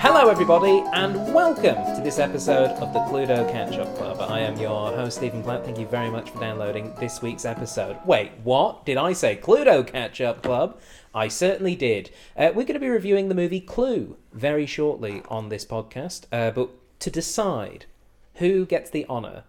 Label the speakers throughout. Speaker 1: Hello, everybody, and welcome to this episode of the Cluedo Catch Up Club. I am your host, Stephen Platt. Thank you very much for downloading this week's episode. Wait, what? Did I say Cluedo Catch Up Club? I certainly did. Uh, we're going to be reviewing the movie Clue very shortly on this podcast, uh, but to decide who gets the honour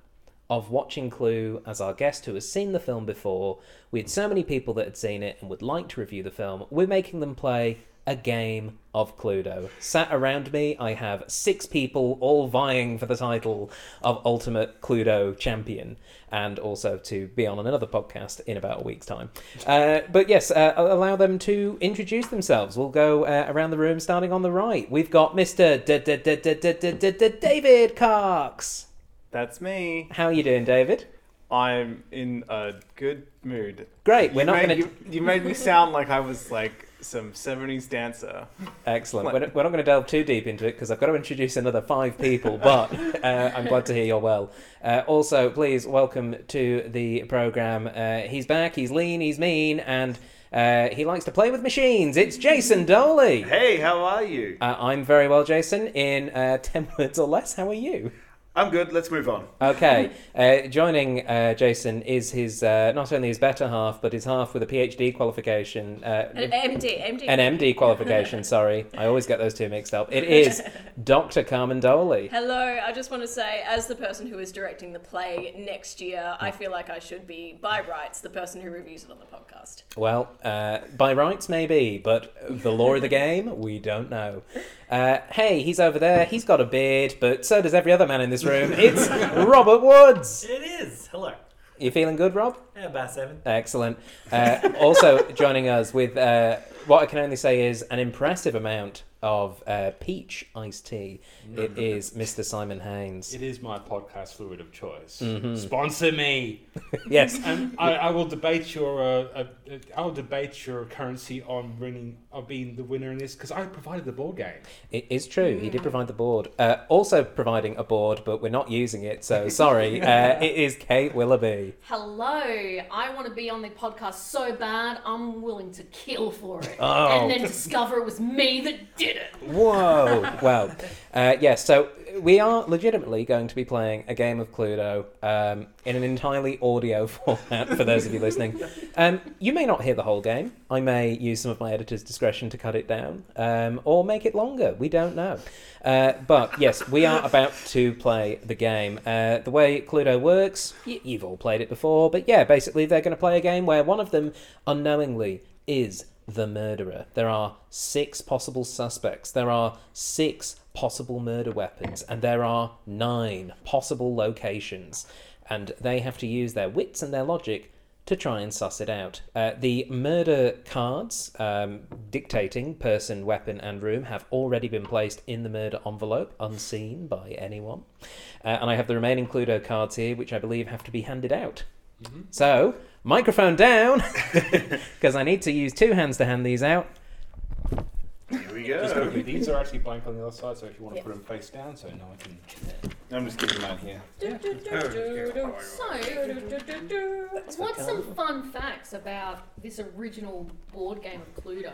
Speaker 1: of watching Clue as our guest who has seen the film before. We had so many people that had seen it and would like to review the film. We're making them play a game of Cluedo. Sat around me, I have six people all vying for the title of Ultimate Cluedo Champion and also to be on another podcast in about a week's time. Uh, but yes, uh, I'll allow them to introduce themselves. We'll go uh, around the room starting on the right. We've got Mr. D- D- D- D- D- D- D- David Cox.
Speaker 2: That's me.
Speaker 1: How are you doing, David?
Speaker 2: I'm in a good mood.
Speaker 1: Great. We're
Speaker 2: you
Speaker 1: not
Speaker 2: made,
Speaker 1: going to.
Speaker 2: you, you made me sound like I was like some '70s dancer.
Speaker 1: Excellent. We're, we're not going to delve too deep into it because I've got to introduce another five people, but uh, I'm glad to hear you're well. Uh, also, please welcome to the program. Uh, he's back, he's lean, he's mean, and uh, he likes to play with machines. It's Jason Doley.
Speaker 3: Hey, how are you?
Speaker 1: Uh, I'm very well, Jason. In uh, 10 words or less, how are you?
Speaker 3: I'm good. Let's move on.
Speaker 1: Okay, uh, joining uh, Jason is his uh, not only his better half, but his half with a PhD qualification, uh,
Speaker 4: An MD, MD.
Speaker 1: an MD qualification. sorry, I always get those two mixed up. It is Dr. Carmen Doley.
Speaker 4: Hello, I just want to say, as the person who is directing the play next year, I feel like I should be, by rights, the person who reviews it on the podcast.
Speaker 1: Well, uh, by rights maybe, but the law of the game, we don't know. Uh, hey, he's over there. He's got a beard, but so does every other man in this room. It's Robert Woods.
Speaker 5: It is. Hello.
Speaker 1: You feeling good, Rob?
Speaker 5: Yeah, about seven.
Speaker 1: Excellent. Uh, also joining us with uh, what I can only say is an impressive amount of uh, peach iced tea. It is Mr. Simon Haynes.
Speaker 6: It is my podcast fluid of choice. Sponsor me.
Speaker 1: Yes.
Speaker 6: And I, I will debate your uh, uh, uh, I'll debate your currency on winning of being the winner in this because I provided the board game.
Speaker 1: It is true. He did provide the board. Uh, also providing a board, but we're not using it, so sorry. Uh, it is Kate Willoughby.
Speaker 7: Hello, I want to be on the podcast so bad, I'm willing to kill for it.
Speaker 1: Oh.
Speaker 7: And then discover it was me that did it.
Speaker 1: Whoa! wow. Uh, yes. so we are legitimately going to be playing a game of Cluedo um, in an entirely audio format for those of you listening. Um, you may not hear the whole game. I may use some of my editor's discretion to cut it down um, or make it longer. We don't know. Uh, but yes, we are about to play the game. Uh, the way Cluedo works, y- you've all played it before, but yeah, basically they're going to play a game where one of them unknowingly is the murderer. There are six possible suspects. There are six possible murder weapons. And there are nine possible locations. And they have to use their wits and their logic to try and suss it out. Uh, the murder cards um, dictating person, weapon, and room have already been placed in the murder envelope, unseen by anyone. Uh, and I have the remaining Cluedo cards here, which I believe have to be handed out. So, microphone down, because I need to use two hands to hand these out.
Speaker 3: Here we go.
Speaker 6: Just quickly, these are actually blank on the other side, so if you want to put them face down, so no one can.
Speaker 3: I'm just keeping mine here.
Speaker 7: So, what's some fun facts about this original board game of Cluedo?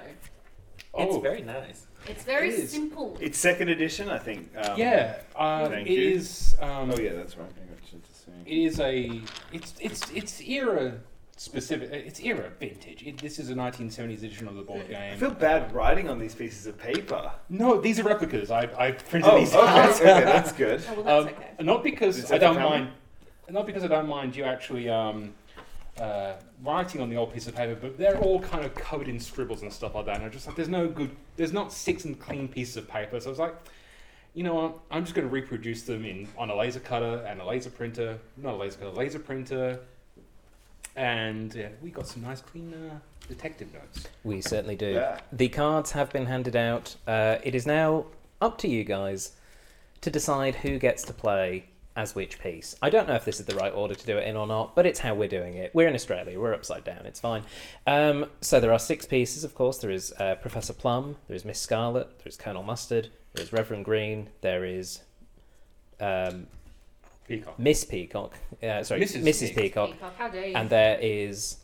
Speaker 5: It's
Speaker 6: Oh,
Speaker 5: very nice.
Speaker 7: It's very
Speaker 6: It is.
Speaker 7: simple.
Speaker 3: It's second edition, I think. Um,
Speaker 6: yeah. Um,
Speaker 3: Thank
Speaker 6: it
Speaker 3: you.
Speaker 6: is, Um,
Speaker 3: Oh yeah, that's right. I got shit to see.
Speaker 6: It is a. It's it's it's era specific. uh, It's era vintage. It, this is a 1970s edition of the board
Speaker 3: I
Speaker 6: game.
Speaker 3: feel bad writing on these pieces of paper.
Speaker 6: No, these are replicas. I I printed
Speaker 3: Oh,
Speaker 6: these.
Speaker 3: okay, okay, that's good.
Speaker 7: oh, well, that's
Speaker 6: Um,
Speaker 7: okay.
Speaker 6: Not
Speaker 3: Is
Speaker 6: because
Speaker 3: that
Speaker 6: I don't
Speaker 3: the camera?
Speaker 6: mind. Not because I don't mind you actually um, uh, writing on the old piece of paper, but they're all kind of covered in scribbles and stuff like that. And I'm just like, there's no good. There's not six and clean pieces of paper. So I was like, you know what? I'm just going to reproduce them in on a laser cutter and a laser printer. Not a laser cutter, laser printer. And yeah, we got some nice clean uh, detective notes.
Speaker 1: We certainly do.
Speaker 3: Yeah.
Speaker 1: The cards have been handed out. Uh, it is now up to you guys to decide who gets to play as which piece. I don't know if this is the right order to do it in or not, but it's how we're doing it. We're in Australia, we're upside down, it's fine. Um, so there are six pieces, of course. There is uh, Professor Plum, there is Miss Scarlet, there is Colonel Mustard, there is Reverend Green, there is. Um,
Speaker 6: Peacock.
Speaker 1: Miss Peacock, uh, sorry, Mrs.
Speaker 6: Mrs.
Speaker 1: Peacock,
Speaker 7: Peacock, how dare you?
Speaker 1: and there is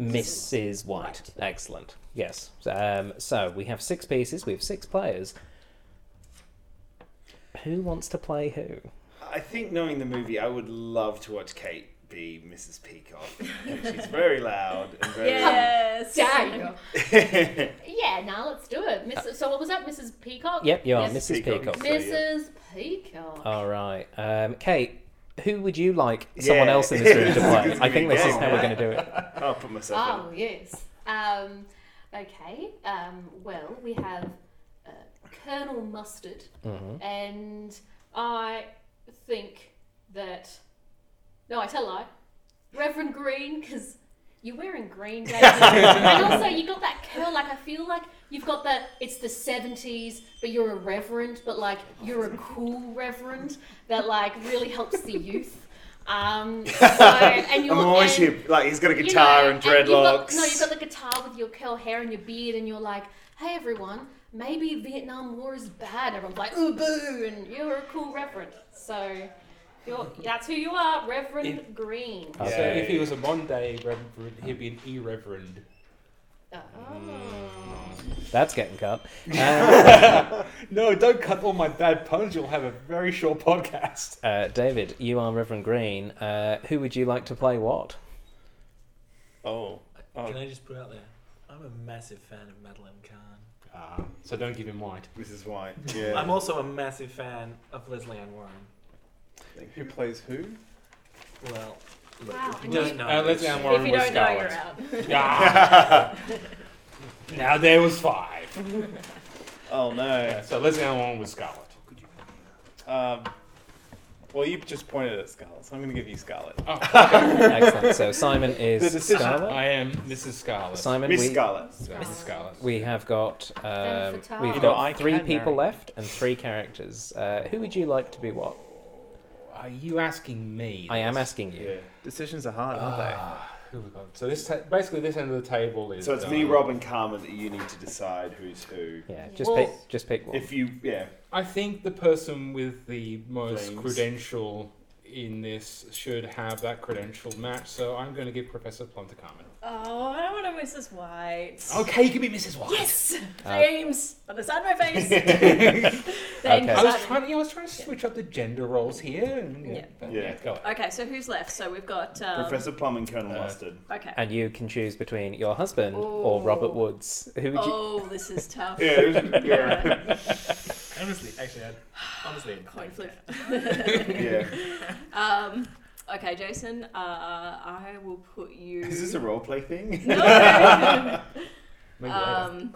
Speaker 1: Mrs. White. Excellent. Yes. Um, so we have six pieces. We have six players. Who wants to play who?
Speaker 3: I think knowing the movie, I would love to watch Kate be Mrs. Peacock. She's very loud and very.
Speaker 4: Yes.
Speaker 7: Dare you? Yeah, now let's do it. Miss, so what was that, Mrs. Peacock?
Speaker 1: Yep, you are
Speaker 7: Yes.
Speaker 1: Mrs.
Speaker 3: Peacock.
Speaker 1: Peacock.
Speaker 7: Mrs. Peacock.
Speaker 1: All right, um, Kate. Who would you like someone
Speaker 3: Yeah.
Speaker 1: else in this room to play?
Speaker 3: It's
Speaker 1: I think
Speaker 3: me
Speaker 1: this is
Speaker 3: again.
Speaker 1: how we're going to do it.
Speaker 3: I'll put myself
Speaker 7: Oh yes. Um, okay. Um, well, we have uh, Colonel Mustard,
Speaker 3: Mm-hmm.
Speaker 7: and I think that no, I tell a lie. Reverend Green, because you're wearing green, David. and also you got that curl. Like I feel like you've got that. It's the '70s, but you're a reverend, but like you're a cool reverend that like really helps the youth. Um, so, and
Speaker 3: in.
Speaker 7: you're
Speaker 3: I'm always
Speaker 7: and,
Speaker 3: here. Like, he's got a
Speaker 7: you
Speaker 3: guitar
Speaker 7: know,
Speaker 3: and
Speaker 7: you've got-
Speaker 3: dreadlocks.
Speaker 7: no, you've got the guitar with your curl hair and your beard, and you're like, hey, everyone, maybe Vietnam War is bad. Everyone's like, ooh, boo, and you're a cool reverend. So you're, that's who you are, Reverend Green.
Speaker 1: Okay.
Speaker 6: So if he was a modern day reverend, he'd be an irreverend.
Speaker 7: Oh.
Speaker 1: That's getting cut. Um,
Speaker 6: No, don't cut all my bad puns. You'll have a very short podcast.
Speaker 1: uh, David, you are Reverend Green. Uh, who would you like to play what?
Speaker 2: Oh.
Speaker 5: Can I just put out there? I'm a massive fan of Madeline Kahn.
Speaker 6: Ah, so don't give him white.
Speaker 3: Mrs. White. Yeah.
Speaker 5: I'm also a massive fan of Leslie Ann Warren.
Speaker 2: Who plays who?
Speaker 5: Well, look,
Speaker 7: Wow,
Speaker 5: if you
Speaker 7: and you-
Speaker 5: don't know,
Speaker 6: Uh, Leslie Ann Warren
Speaker 4: if you
Speaker 6: was
Speaker 4: don't know, you're
Speaker 6: Scarlet.
Speaker 4: out.
Speaker 6: Ah. now there was five.
Speaker 3: Oh no.
Speaker 6: Yeah, so Leslie Ann Warren was Scarlet.
Speaker 2: Um, well, you just pointed at Scarlet, so I'm going to give you Scarlet.
Speaker 1: Excellent. So Simon is
Speaker 2: decision.
Speaker 1: Scarlet.
Speaker 6: I am Mrs. Scarlet.
Speaker 1: Simon,
Speaker 3: Miss
Speaker 1: we,
Speaker 3: Scarlet.
Speaker 6: So, Mrs. Scarlet.
Speaker 1: we have got um,
Speaker 7: Femme fatale.
Speaker 1: we've
Speaker 7: You
Speaker 2: know, I
Speaker 1: got three
Speaker 2: can
Speaker 1: people
Speaker 2: marry.
Speaker 1: left and three characters. Uh, who would you like to be what?
Speaker 6: Are you asking me?
Speaker 1: I am
Speaker 6: this? Ah,
Speaker 1: asking you.
Speaker 2: Decisions are hard, aren't
Speaker 6: Who we got? So this ta- basically this end of the table is.
Speaker 3: So it's
Speaker 6: uh,
Speaker 3: me, Rob, and Karma that you need to decide who's who.
Speaker 1: Yeah, just
Speaker 6: Well-
Speaker 1: pick just pick one.
Speaker 3: If you, yeah,
Speaker 6: I think the person with the most
Speaker 3: Flames.
Speaker 6: credential in this should have that credential match. So I'm going to give Professor Plum to Carmen.
Speaker 4: Oh, I don't want to miss this white.
Speaker 6: Okay, give me Mrs. White.
Speaker 4: Yes! Flames! on the side of my face! Thank
Speaker 1: Okay.
Speaker 6: I was
Speaker 4: you.
Speaker 6: trying. Yeah, I was trying to switch up the gender roles here. And, yeah.
Speaker 4: Yeah.
Speaker 6: but
Speaker 3: Yeah.
Speaker 6: Go on.
Speaker 4: Okay, so who's left? So we've got. Um,
Speaker 3: Professor Plum and Colonel
Speaker 6: uh,
Speaker 3: Mustard.
Speaker 4: Okay.
Speaker 1: and you can choose between your husband or Robert
Speaker 4: Ooh.
Speaker 1: Woods. Who would you?
Speaker 4: Oh, this is tough.
Speaker 3: Yeah, yeah,
Speaker 4: Yeah.
Speaker 5: honestly, actually, I'd, honestly, I'd
Speaker 4: Coin flip.
Speaker 3: yeah.
Speaker 4: Um, okay, Jason, uh, I will put you.
Speaker 3: Is this a role play thing?
Speaker 4: no.
Speaker 6: Maybe later.
Speaker 4: um,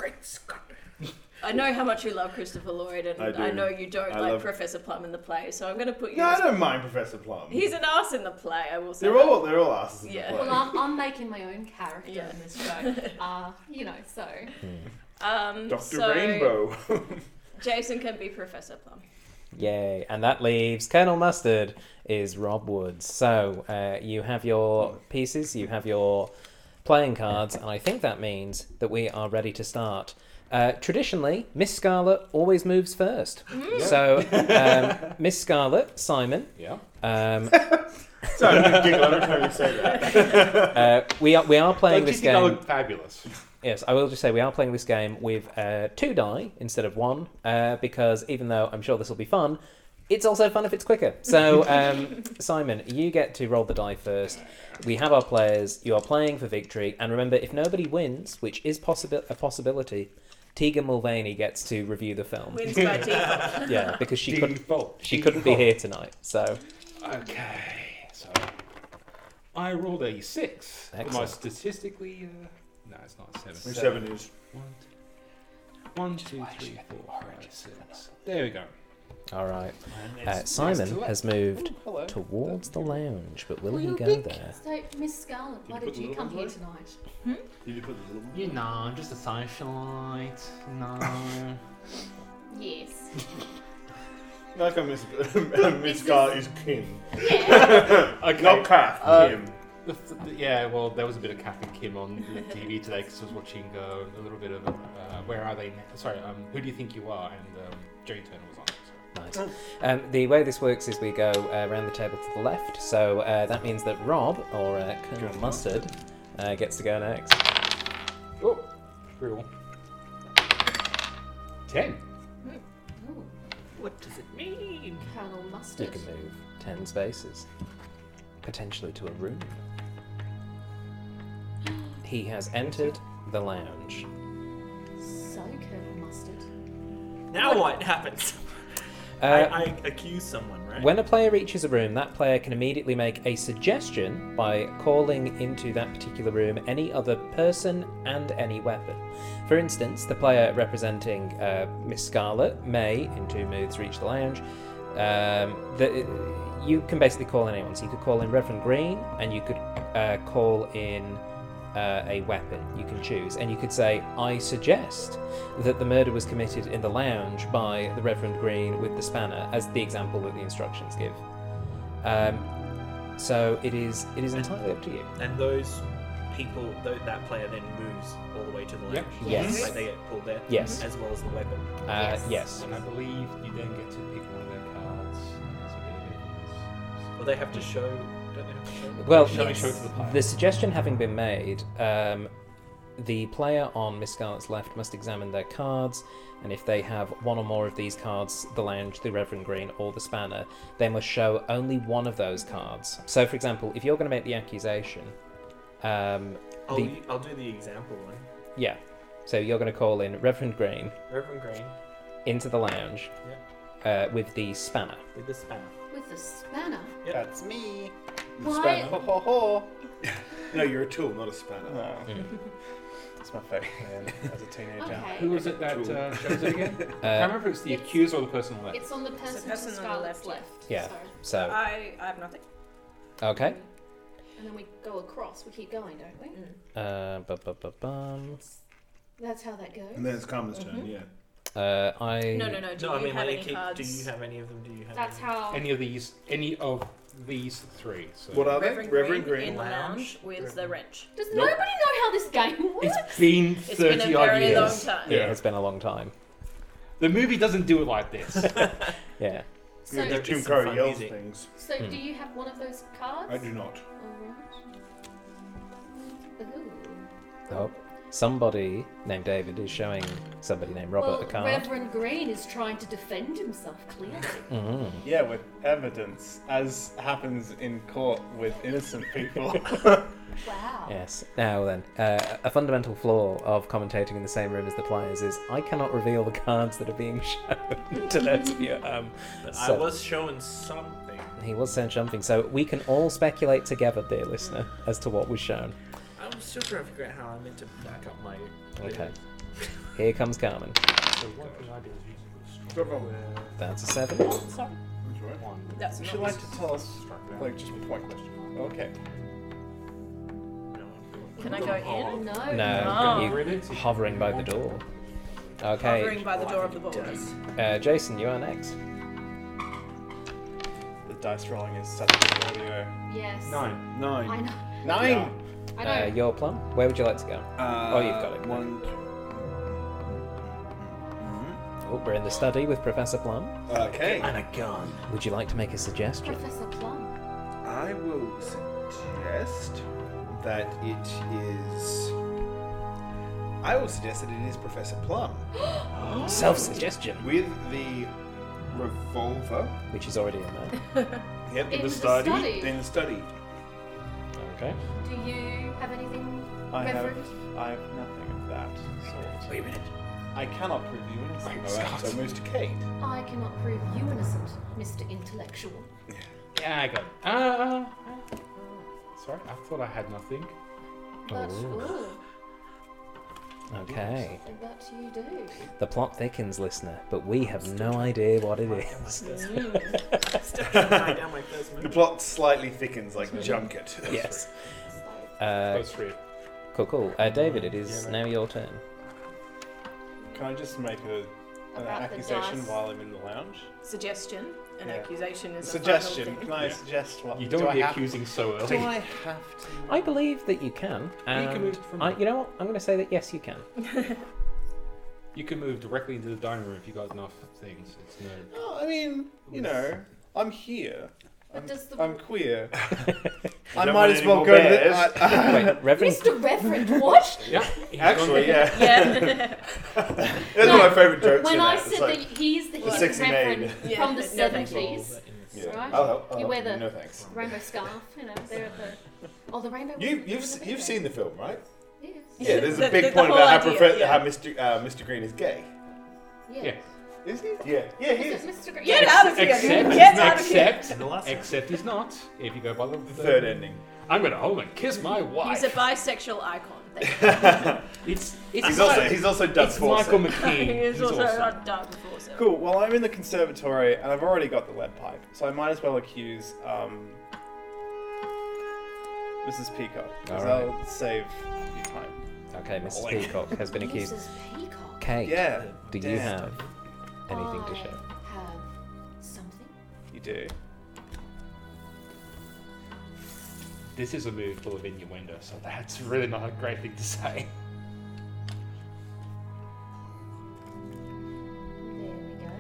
Speaker 4: I know how much you love Christopher Lloyd, and
Speaker 3: I
Speaker 4: I,
Speaker 3: do.
Speaker 4: know you don't
Speaker 3: I
Speaker 4: like
Speaker 3: love-
Speaker 4: Professor Plum in the play, so I'm going to put you.
Speaker 3: No, I
Speaker 4: as...
Speaker 3: don't mind Professor Plum.
Speaker 4: He's an ass in the play. I will say.
Speaker 3: they're
Speaker 4: that.
Speaker 3: all they're all asses. in the
Speaker 4: Yeah.
Speaker 3: play.
Speaker 7: Well, um, I'm, I'm making my own character
Speaker 4: Yeah.
Speaker 7: in this show. Uh, you know, so.
Speaker 4: Um,
Speaker 3: Doctor
Speaker 4: so
Speaker 3: Rainbow.
Speaker 4: Jason can be Professor Plum.
Speaker 1: Yay! And that leaves Colonel Mustard is Rob Woods. So uh, you have your pieces, you have your playing cards, and I think that means that we are ready to start. Uh, traditionally, Miss Scarlet always moves first. So um, Miss Scarlet, Simon,
Speaker 6: yeah.
Speaker 1: um,
Speaker 3: Sorry, I'm giggling every time you say that.
Speaker 1: uh, we are we are playing
Speaker 6: Don't you
Speaker 1: this
Speaker 6: think I
Speaker 1: game.
Speaker 6: look fabulous?
Speaker 1: Yes, I will just say we are playing this game with uh, two die instead of one uh, because even though I'm sure this will be fun, it's also fun if it's quicker. So, um, Simon, you get to roll the die first. We have our players. You are playing for victory, and remember, if nobody wins, which is possibi- a possibility, Tegan Mulvaney gets to review the film.
Speaker 4: Wins by default.
Speaker 1: Yeah, because she
Speaker 6: Dean
Speaker 1: couldn't.
Speaker 6: Bolt.
Speaker 1: She
Speaker 6: Dean
Speaker 1: couldn't be
Speaker 6: Bolt.
Speaker 1: here tonight. So,
Speaker 6: Okay, so I rolled a six. for My
Speaker 1: Excellent.
Speaker 6: statistically, uh, no, it's not a seven.
Speaker 3: Which seven is?
Speaker 6: One, one, two, three, four, five, six. There we go.
Speaker 1: all right.
Speaker 6: And
Speaker 1: Uh,
Speaker 6: it's- it's
Speaker 1: Simon
Speaker 6: two
Speaker 1: has
Speaker 6: left.
Speaker 1: moved
Speaker 6: Hello.
Speaker 1: towards the lounge, but will he
Speaker 7: Oh, Well,
Speaker 1: go
Speaker 7: big-
Speaker 1: there?
Speaker 7: So, Miss Scarlet, why
Speaker 3: put
Speaker 7: did
Speaker 3: the
Speaker 7: you
Speaker 3: little
Speaker 7: come here
Speaker 3: ones
Speaker 7: tonight?
Speaker 3: Did you put the little one?
Speaker 6: You know, I'm just a socialite. No.
Speaker 7: Yes.
Speaker 3: Like I miss Miss Scarlet is Kim,
Speaker 6: okay.
Speaker 3: not Kath.
Speaker 6: Uh,
Speaker 3: Kim.
Speaker 6: The f- the- yeah, well, there was a bit of Kath and Kim on the TV today because I was watching uh, a little bit of uh, Where Are They? Now? Sorry, um, Who Do You Think You Are? And um, Jerry Turner was on. it, so.
Speaker 1: Nice. Um, the way this works is we go uh, around the table to the left, so uh, that means that Rob, or uh, Colonel Mustard, uh, gets to go next.
Speaker 6: Oh, cool. Ten.
Speaker 7: Ooh.
Speaker 5: What does it mean?
Speaker 7: Colonel
Speaker 1: You
Speaker 7: Mustard.
Speaker 1: can move 10 spaces, potentially to a room. Uh, He has entered the lounge.
Speaker 7: So, Colonel Mustard.
Speaker 5: Now what happens?
Speaker 1: Uh,
Speaker 5: I, I accuse someone, right?
Speaker 1: When a player reaches a room, that player can immediately make a suggestion by calling into that particular room any other person and any weapon. For instance, the player representing uh, Miss Scarlet may, in two moves, reach the lounge. Um, the, you can basically call in anyone. So you could call in Reverend Green, and you could uh, call in uh, a weapon. You can choose, and you could say, "I suggest that the murder was committed in the lounge by the Reverend Green with the spanner," as the example that the instructions give. Um, so it is it is entirely up to you.
Speaker 5: and those people, tho- that player then moves all the way to the
Speaker 6: Yep.
Speaker 5: lounge.
Speaker 1: Yes.
Speaker 5: Like they get pulled there.
Speaker 1: Yes.
Speaker 5: As well as the weapon.
Speaker 1: Uh,
Speaker 7: Yes.
Speaker 1: yes.
Speaker 6: And I believe you then get to pick one of their cards. It's a bit of
Speaker 5: Well, they have to show. Don't they have to show?
Speaker 1: Well,
Speaker 6: Shall we
Speaker 7: Yes.
Speaker 6: show it to the player?
Speaker 1: The suggestion having been made, um, the player on Miss Scarlet's left must examine their cards, and if they have one or more of these cards the lounge, the Reverend Green, or the Spanner they must show only one of those cards. So, for example, if you're going to make the accusation, um,
Speaker 5: I'll,
Speaker 1: the-
Speaker 5: u- I'll do the example one.
Speaker 1: yeah, so you're going to call in Reverend Green
Speaker 5: Reverend Green
Speaker 1: into the lounge uh, with the Spanner.
Speaker 5: with the spanner.
Speaker 7: With the spanner.
Speaker 3: That's me.
Speaker 7: Why? Oh,
Speaker 3: Ho, ho, ho. no, you're a tool, not a spanner.
Speaker 6: Mm.
Speaker 2: That's my favorite name as a teenager.
Speaker 6: Who
Speaker 7: Okay.
Speaker 6: was it that uh, shows it again? I
Speaker 1: Uh,
Speaker 6: remember it's the
Speaker 7: It's-
Speaker 6: accuser or the person on the left.
Speaker 7: It's on the person, to
Speaker 4: person on the
Speaker 7: Scarlet's
Speaker 4: left,
Speaker 7: left.
Speaker 1: yeah.
Speaker 7: so-
Speaker 1: So,
Speaker 4: I, I have nothing.
Speaker 1: okay.
Speaker 7: And then we go across. We keep going, don't we?
Speaker 1: Uh, bu- bu- bu- bum.
Speaker 7: That's how that goes.
Speaker 2: Mm.
Speaker 3: And then it's Carmen's turn, yeah.
Speaker 1: Uh, I.
Speaker 4: No, no, no. Do
Speaker 5: no,
Speaker 4: you
Speaker 5: I mean,
Speaker 4: have
Speaker 5: like,
Speaker 4: any
Speaker 5: you keep,
Speaker 4: cards?
Speaker 5: do you have any of them? Do you have
Speaker 7: That's
Speaker 5: any?
Speaker 7: how.
Speaker 6: Any of these, any of these three. So
Speaker 3: What are they?
Speaker 4: Reverend, Green, in the lounge with the wrench.
Speaker 7: Does nobody know how this game works?
Speaker 6: It's been
Speaker 4: It's
Speaker 6: 30
Speaker 4: been a
Speaker 6: odd
Speaker 4: very
Speaker 6: years.
Speaker 4: long time.
Speaker 1: Yeah, it's been a long time.
Speaker 6: The movie doesn't do it like this.
Speaker 1: Yeah.
Speaker 7: So,
Speaker 3: yeah,
Speaker 5: there
Speaker 3: Jim
Speaker 5: is some
Speaker 3: Carrey
Speaker 5: fun
Speaker 3: yells
Speaker 5: music.
Speaker 3: things.
Speaker 7: so
Speaker 1: Hmm.
Speaker 7: do you have one of those cards?
Speaker 3: I do not.
Speaker 7: Alright. Ooh.
Speaker 1: Oh, somebody named David is showing somebody named Robert
Speaker 7: well,
Speaker 1: a card.
Speaker 7: Reverend Green is trying to defend himself clearly.
Speaker 1: Mhm.
Speaker 2: Yeah, with evidence, as happens in court with innocent people.
Speaker 7: wow.
Speaker 1: Yes. Now then, uh, a fundamental flaw of commentating in the same room as the players is I cannot reveal the cards that are being shown to those of you at home.
Speaker 5: Um, But I
Speaker 1: So-
Speaker 5: was showing something.
Speaker 1: He was saying something, so we can all speculate together, dear listener, as to what was shown.
Speaker 5: I'm still trying to figure out how I meant to back up my.
Speaker 1: Okay. Here comes Carmen.
Speaker 6: So what can I do is use
Speaker 1: That's a seven.
Speaker 7: Oh,
Speaker 6: one.
Speaker 4: That's
Speaker 2: Would
Speaker 4: not
Speaker 2: you like to tell us, like, just one question? Okay.
Speaker 4: Can I go in?
Speaker 7: Oh, No.
Speaker 1: No,
Speaker 4: Oh.
Speaker 1: you hovering by the door. Okay,
Speaker 4: Hovering by the door of the boys.
Speaker 1: uh, Jason, you are next.
Speaker 2: The dice rolling is such good audio.
Speaker 7: Yes.
Speaker 6: Nine.
Speaker 3: Nine.
Speaker 7: I know.
Speaker 2: Nine!
Speaker 7: I know.
Speaker 1: Uh, your plum. Where would you like to go?
Speaker 3: Uh,
Speaker 1: Oh, you've got it.
Speaker 3: One.
Speaker 1: Oh, we're in the study with Professor Plum.
Speaker 3: Okay.
Speaker 5: And a gun.
Speaker 1: Would you like to make a suggestion?
Speaker 7: Professor Plum.
Speaker 3: I will suggest that it is. I will suggest that it is Professor Plum
Speaker 1: Self-suggestion,
Speaker 3: with the revolver.
Speaker 1: which is already in there.
Speaker 3: Yep.
Speaker 7: In the study. study.
Speaker 3: In the study.
Speaker 1: Okay.
Speaker 7: Do you have anything,
Speaker 2: I have,
Speaker 7: Reverend?
Speaker 2: I have nothing of that sort.
Speaker 1: Wait a minute.
Speaker 2: I cannot prove you innocent.
Speaker 3: All right, so it moves to Kate.
Speaker 7: I cannot prove you innocent, Mr. Intellectual.
Speaker 6: Yeah, I got it. Uh, uh, uh, sorry, I thought I had nothing.
Speaker 7: But,
Speaker 1: Oh.
Speaker 7: ooh,
Speaker 1: Okay.
Speaker 7: but you do.
Speaker 1: The plot thickens, listener, but we have no idea what it is.
Speaker 4: Mm.
Speaker 5: down my first
Speaker 3: The
Speaker 5: move.
Speaker 3: plot slightly thickens like junket.
Speaker 1: Yes.
Speaker 7: So,
Speaker 1: Uh,
Speaker 6: Those three.
Speaker 1: cool, cool. Uh, David, it is now your turn.
Speaker 2: Can I just make a, an
Speaker 7: About the
Speaker 2: accusation
Speaker 7: dice.
Speaker 2: while I'm in the lounge?
Speaker 4: Suggestion. An
Speaker 2: Yeah.
Speaker 4: accusation is A
Speaker 2: Suggestion.
Speaker 4: final
Speaker 2: Can
Speaker 4: thing.
Speaker 2: I
Speaker 6: Yeah.
Speaker 2: suggest one?
Speaker 6: You don't
Speaker 2: Do
Speaker 6: want to be
Speaker 2: I have-
Speaker 6: accusing so
Speaker 2: Do
Speaker 6: early.
Speaker 2: I have to?
Speaker 1: I believe that you can. And
Speaker 6: can move from-
Speaker 1: I, you know what? I'm going to say that yes, you can.
Speaker 6: You can move directly into the dining room if you got enough things. It's no.
Speaker 2: Well, I mean, you know, I'm here.
Speaker 7: But does the
Speaker 2: I'm queer.
Speaker 3: I
Speaker 2: don't
Speaker 3: might
Speaker 2: want
Speaker 3: as
Speaker 2: any
Speaker 3: well
Speaker 2: more
Speaker 3: go to the.
Speaker 2: bears.
Speaker 3: I, I-
Speaker 1: Wait, Reverend.
Speaker 7: Mr. Reverend, what?
Speaker 6: Yeah. he's
Speaker 3: actually,
Speaker 6: gone.
Speaker 3: yeah.
Speaker 4: Yeah.
Speaker 3: That's
Speaker 7: No,
Speaker 3: one of my favorite jokes.
Speaker 7: when
Speaker 3: in
Speaker 7: I
Speaker 3: it. It's
Speaker 7: said
Speaker 3: like,
Speaker 7: that he's the,
Speaker 4: the
Speaker 7: hidden
Speaker 3: sexy
Speaker 7: Reverend
Speaker 4: maid.
Speaker 7: from the
Speaker 4: Yeah, no thanks.
Speaker 7: seventies,
Speaker 3: yeah.
Speaker 7: right?
Speaker 3: I'll help. I'll
Speaker 7: You
Speaker 3: help.
Speaker 7: wear the-
Speaker 3: No thanks.
Speaker 7: rainbow scarf, you know, there at the. Oh, the rainbow.
Speaker 3: You,
Speaker 7: was-
Speaker 3: you've
Speaker 7: was a
Speaker 3: s-
Speaker 7: bit
Speaker 3: you've
Speaker 7: there.
Speaker 3: seen the film, right?
Speaker 7: Yes.
Speaker 3: Yeah, there's
Speaker 4: The-
Speaker 3: a big
Speaker 4: the- the
Speaker 3: point
Speaker 4: whole
Speaker 3: about how,
Speaker 4: idea,
Speaker 3: profe-
Speaker 4: yeah.
Speaker 3: how Mr. Uh, Mr. Green is gay.
Speaker 7: Yeah.
Speaker 6: Yeah.
Speaker 3: Is he? Yeah. Yeah, he
Speaker 7: Is it
Speaker 3: is.
Speaker 7: Mr. Green?
Speaker 4: Get out of here!
Speaker 6: Except,
Speaker 4: Get out of here!
Speaker 6: except,
Speaker 5: And the last
Speaker 6: except he's not. If you go by the
Speaker 3: Third ending.
Speaker 6: I'm gonna home and kiss my wife.
Speaker 4: He's a bisexual icon.
Speaker 6: it's it's
Speaker 3: He's
Speaker 6: Mi-
Speaker 3: also he's also done
Speaker 6: it's Michael
Speaker 3: Michael.
Speaker 6: McKean.
Speaker 4: he is
Speaker 6: He's
Speaker 4: also
Speaker 6: awesome.
Speaker 4: not dark before, so.
Speaker 2: Cool. Well, I'm in the conservatory, and I've already got the lead pipe, so I might as well accuse um, Mrs. Peacock, because
Speaker 1: All right.
Speaker 2: that'll save you time.
Speaker 1: Okay, Mrs.
Speaker 2: Rolling.
Speaker 1: Peacock has been accused.
Speaker 7: Mrs. Peacock.
Speaker 1: Kate,
Speaker 2: Yeah.
Speaker 1: do you
Speaker 2: damn.
Speaker 1: have anything to
Speaker 7: I
Speaker 1: share?
Speaker 7: Have something.
Speaker 2: You do.
Speaker 6: This is a movie full of innuendo, so that's really not a great thing to say.
Speaker 7: There we go.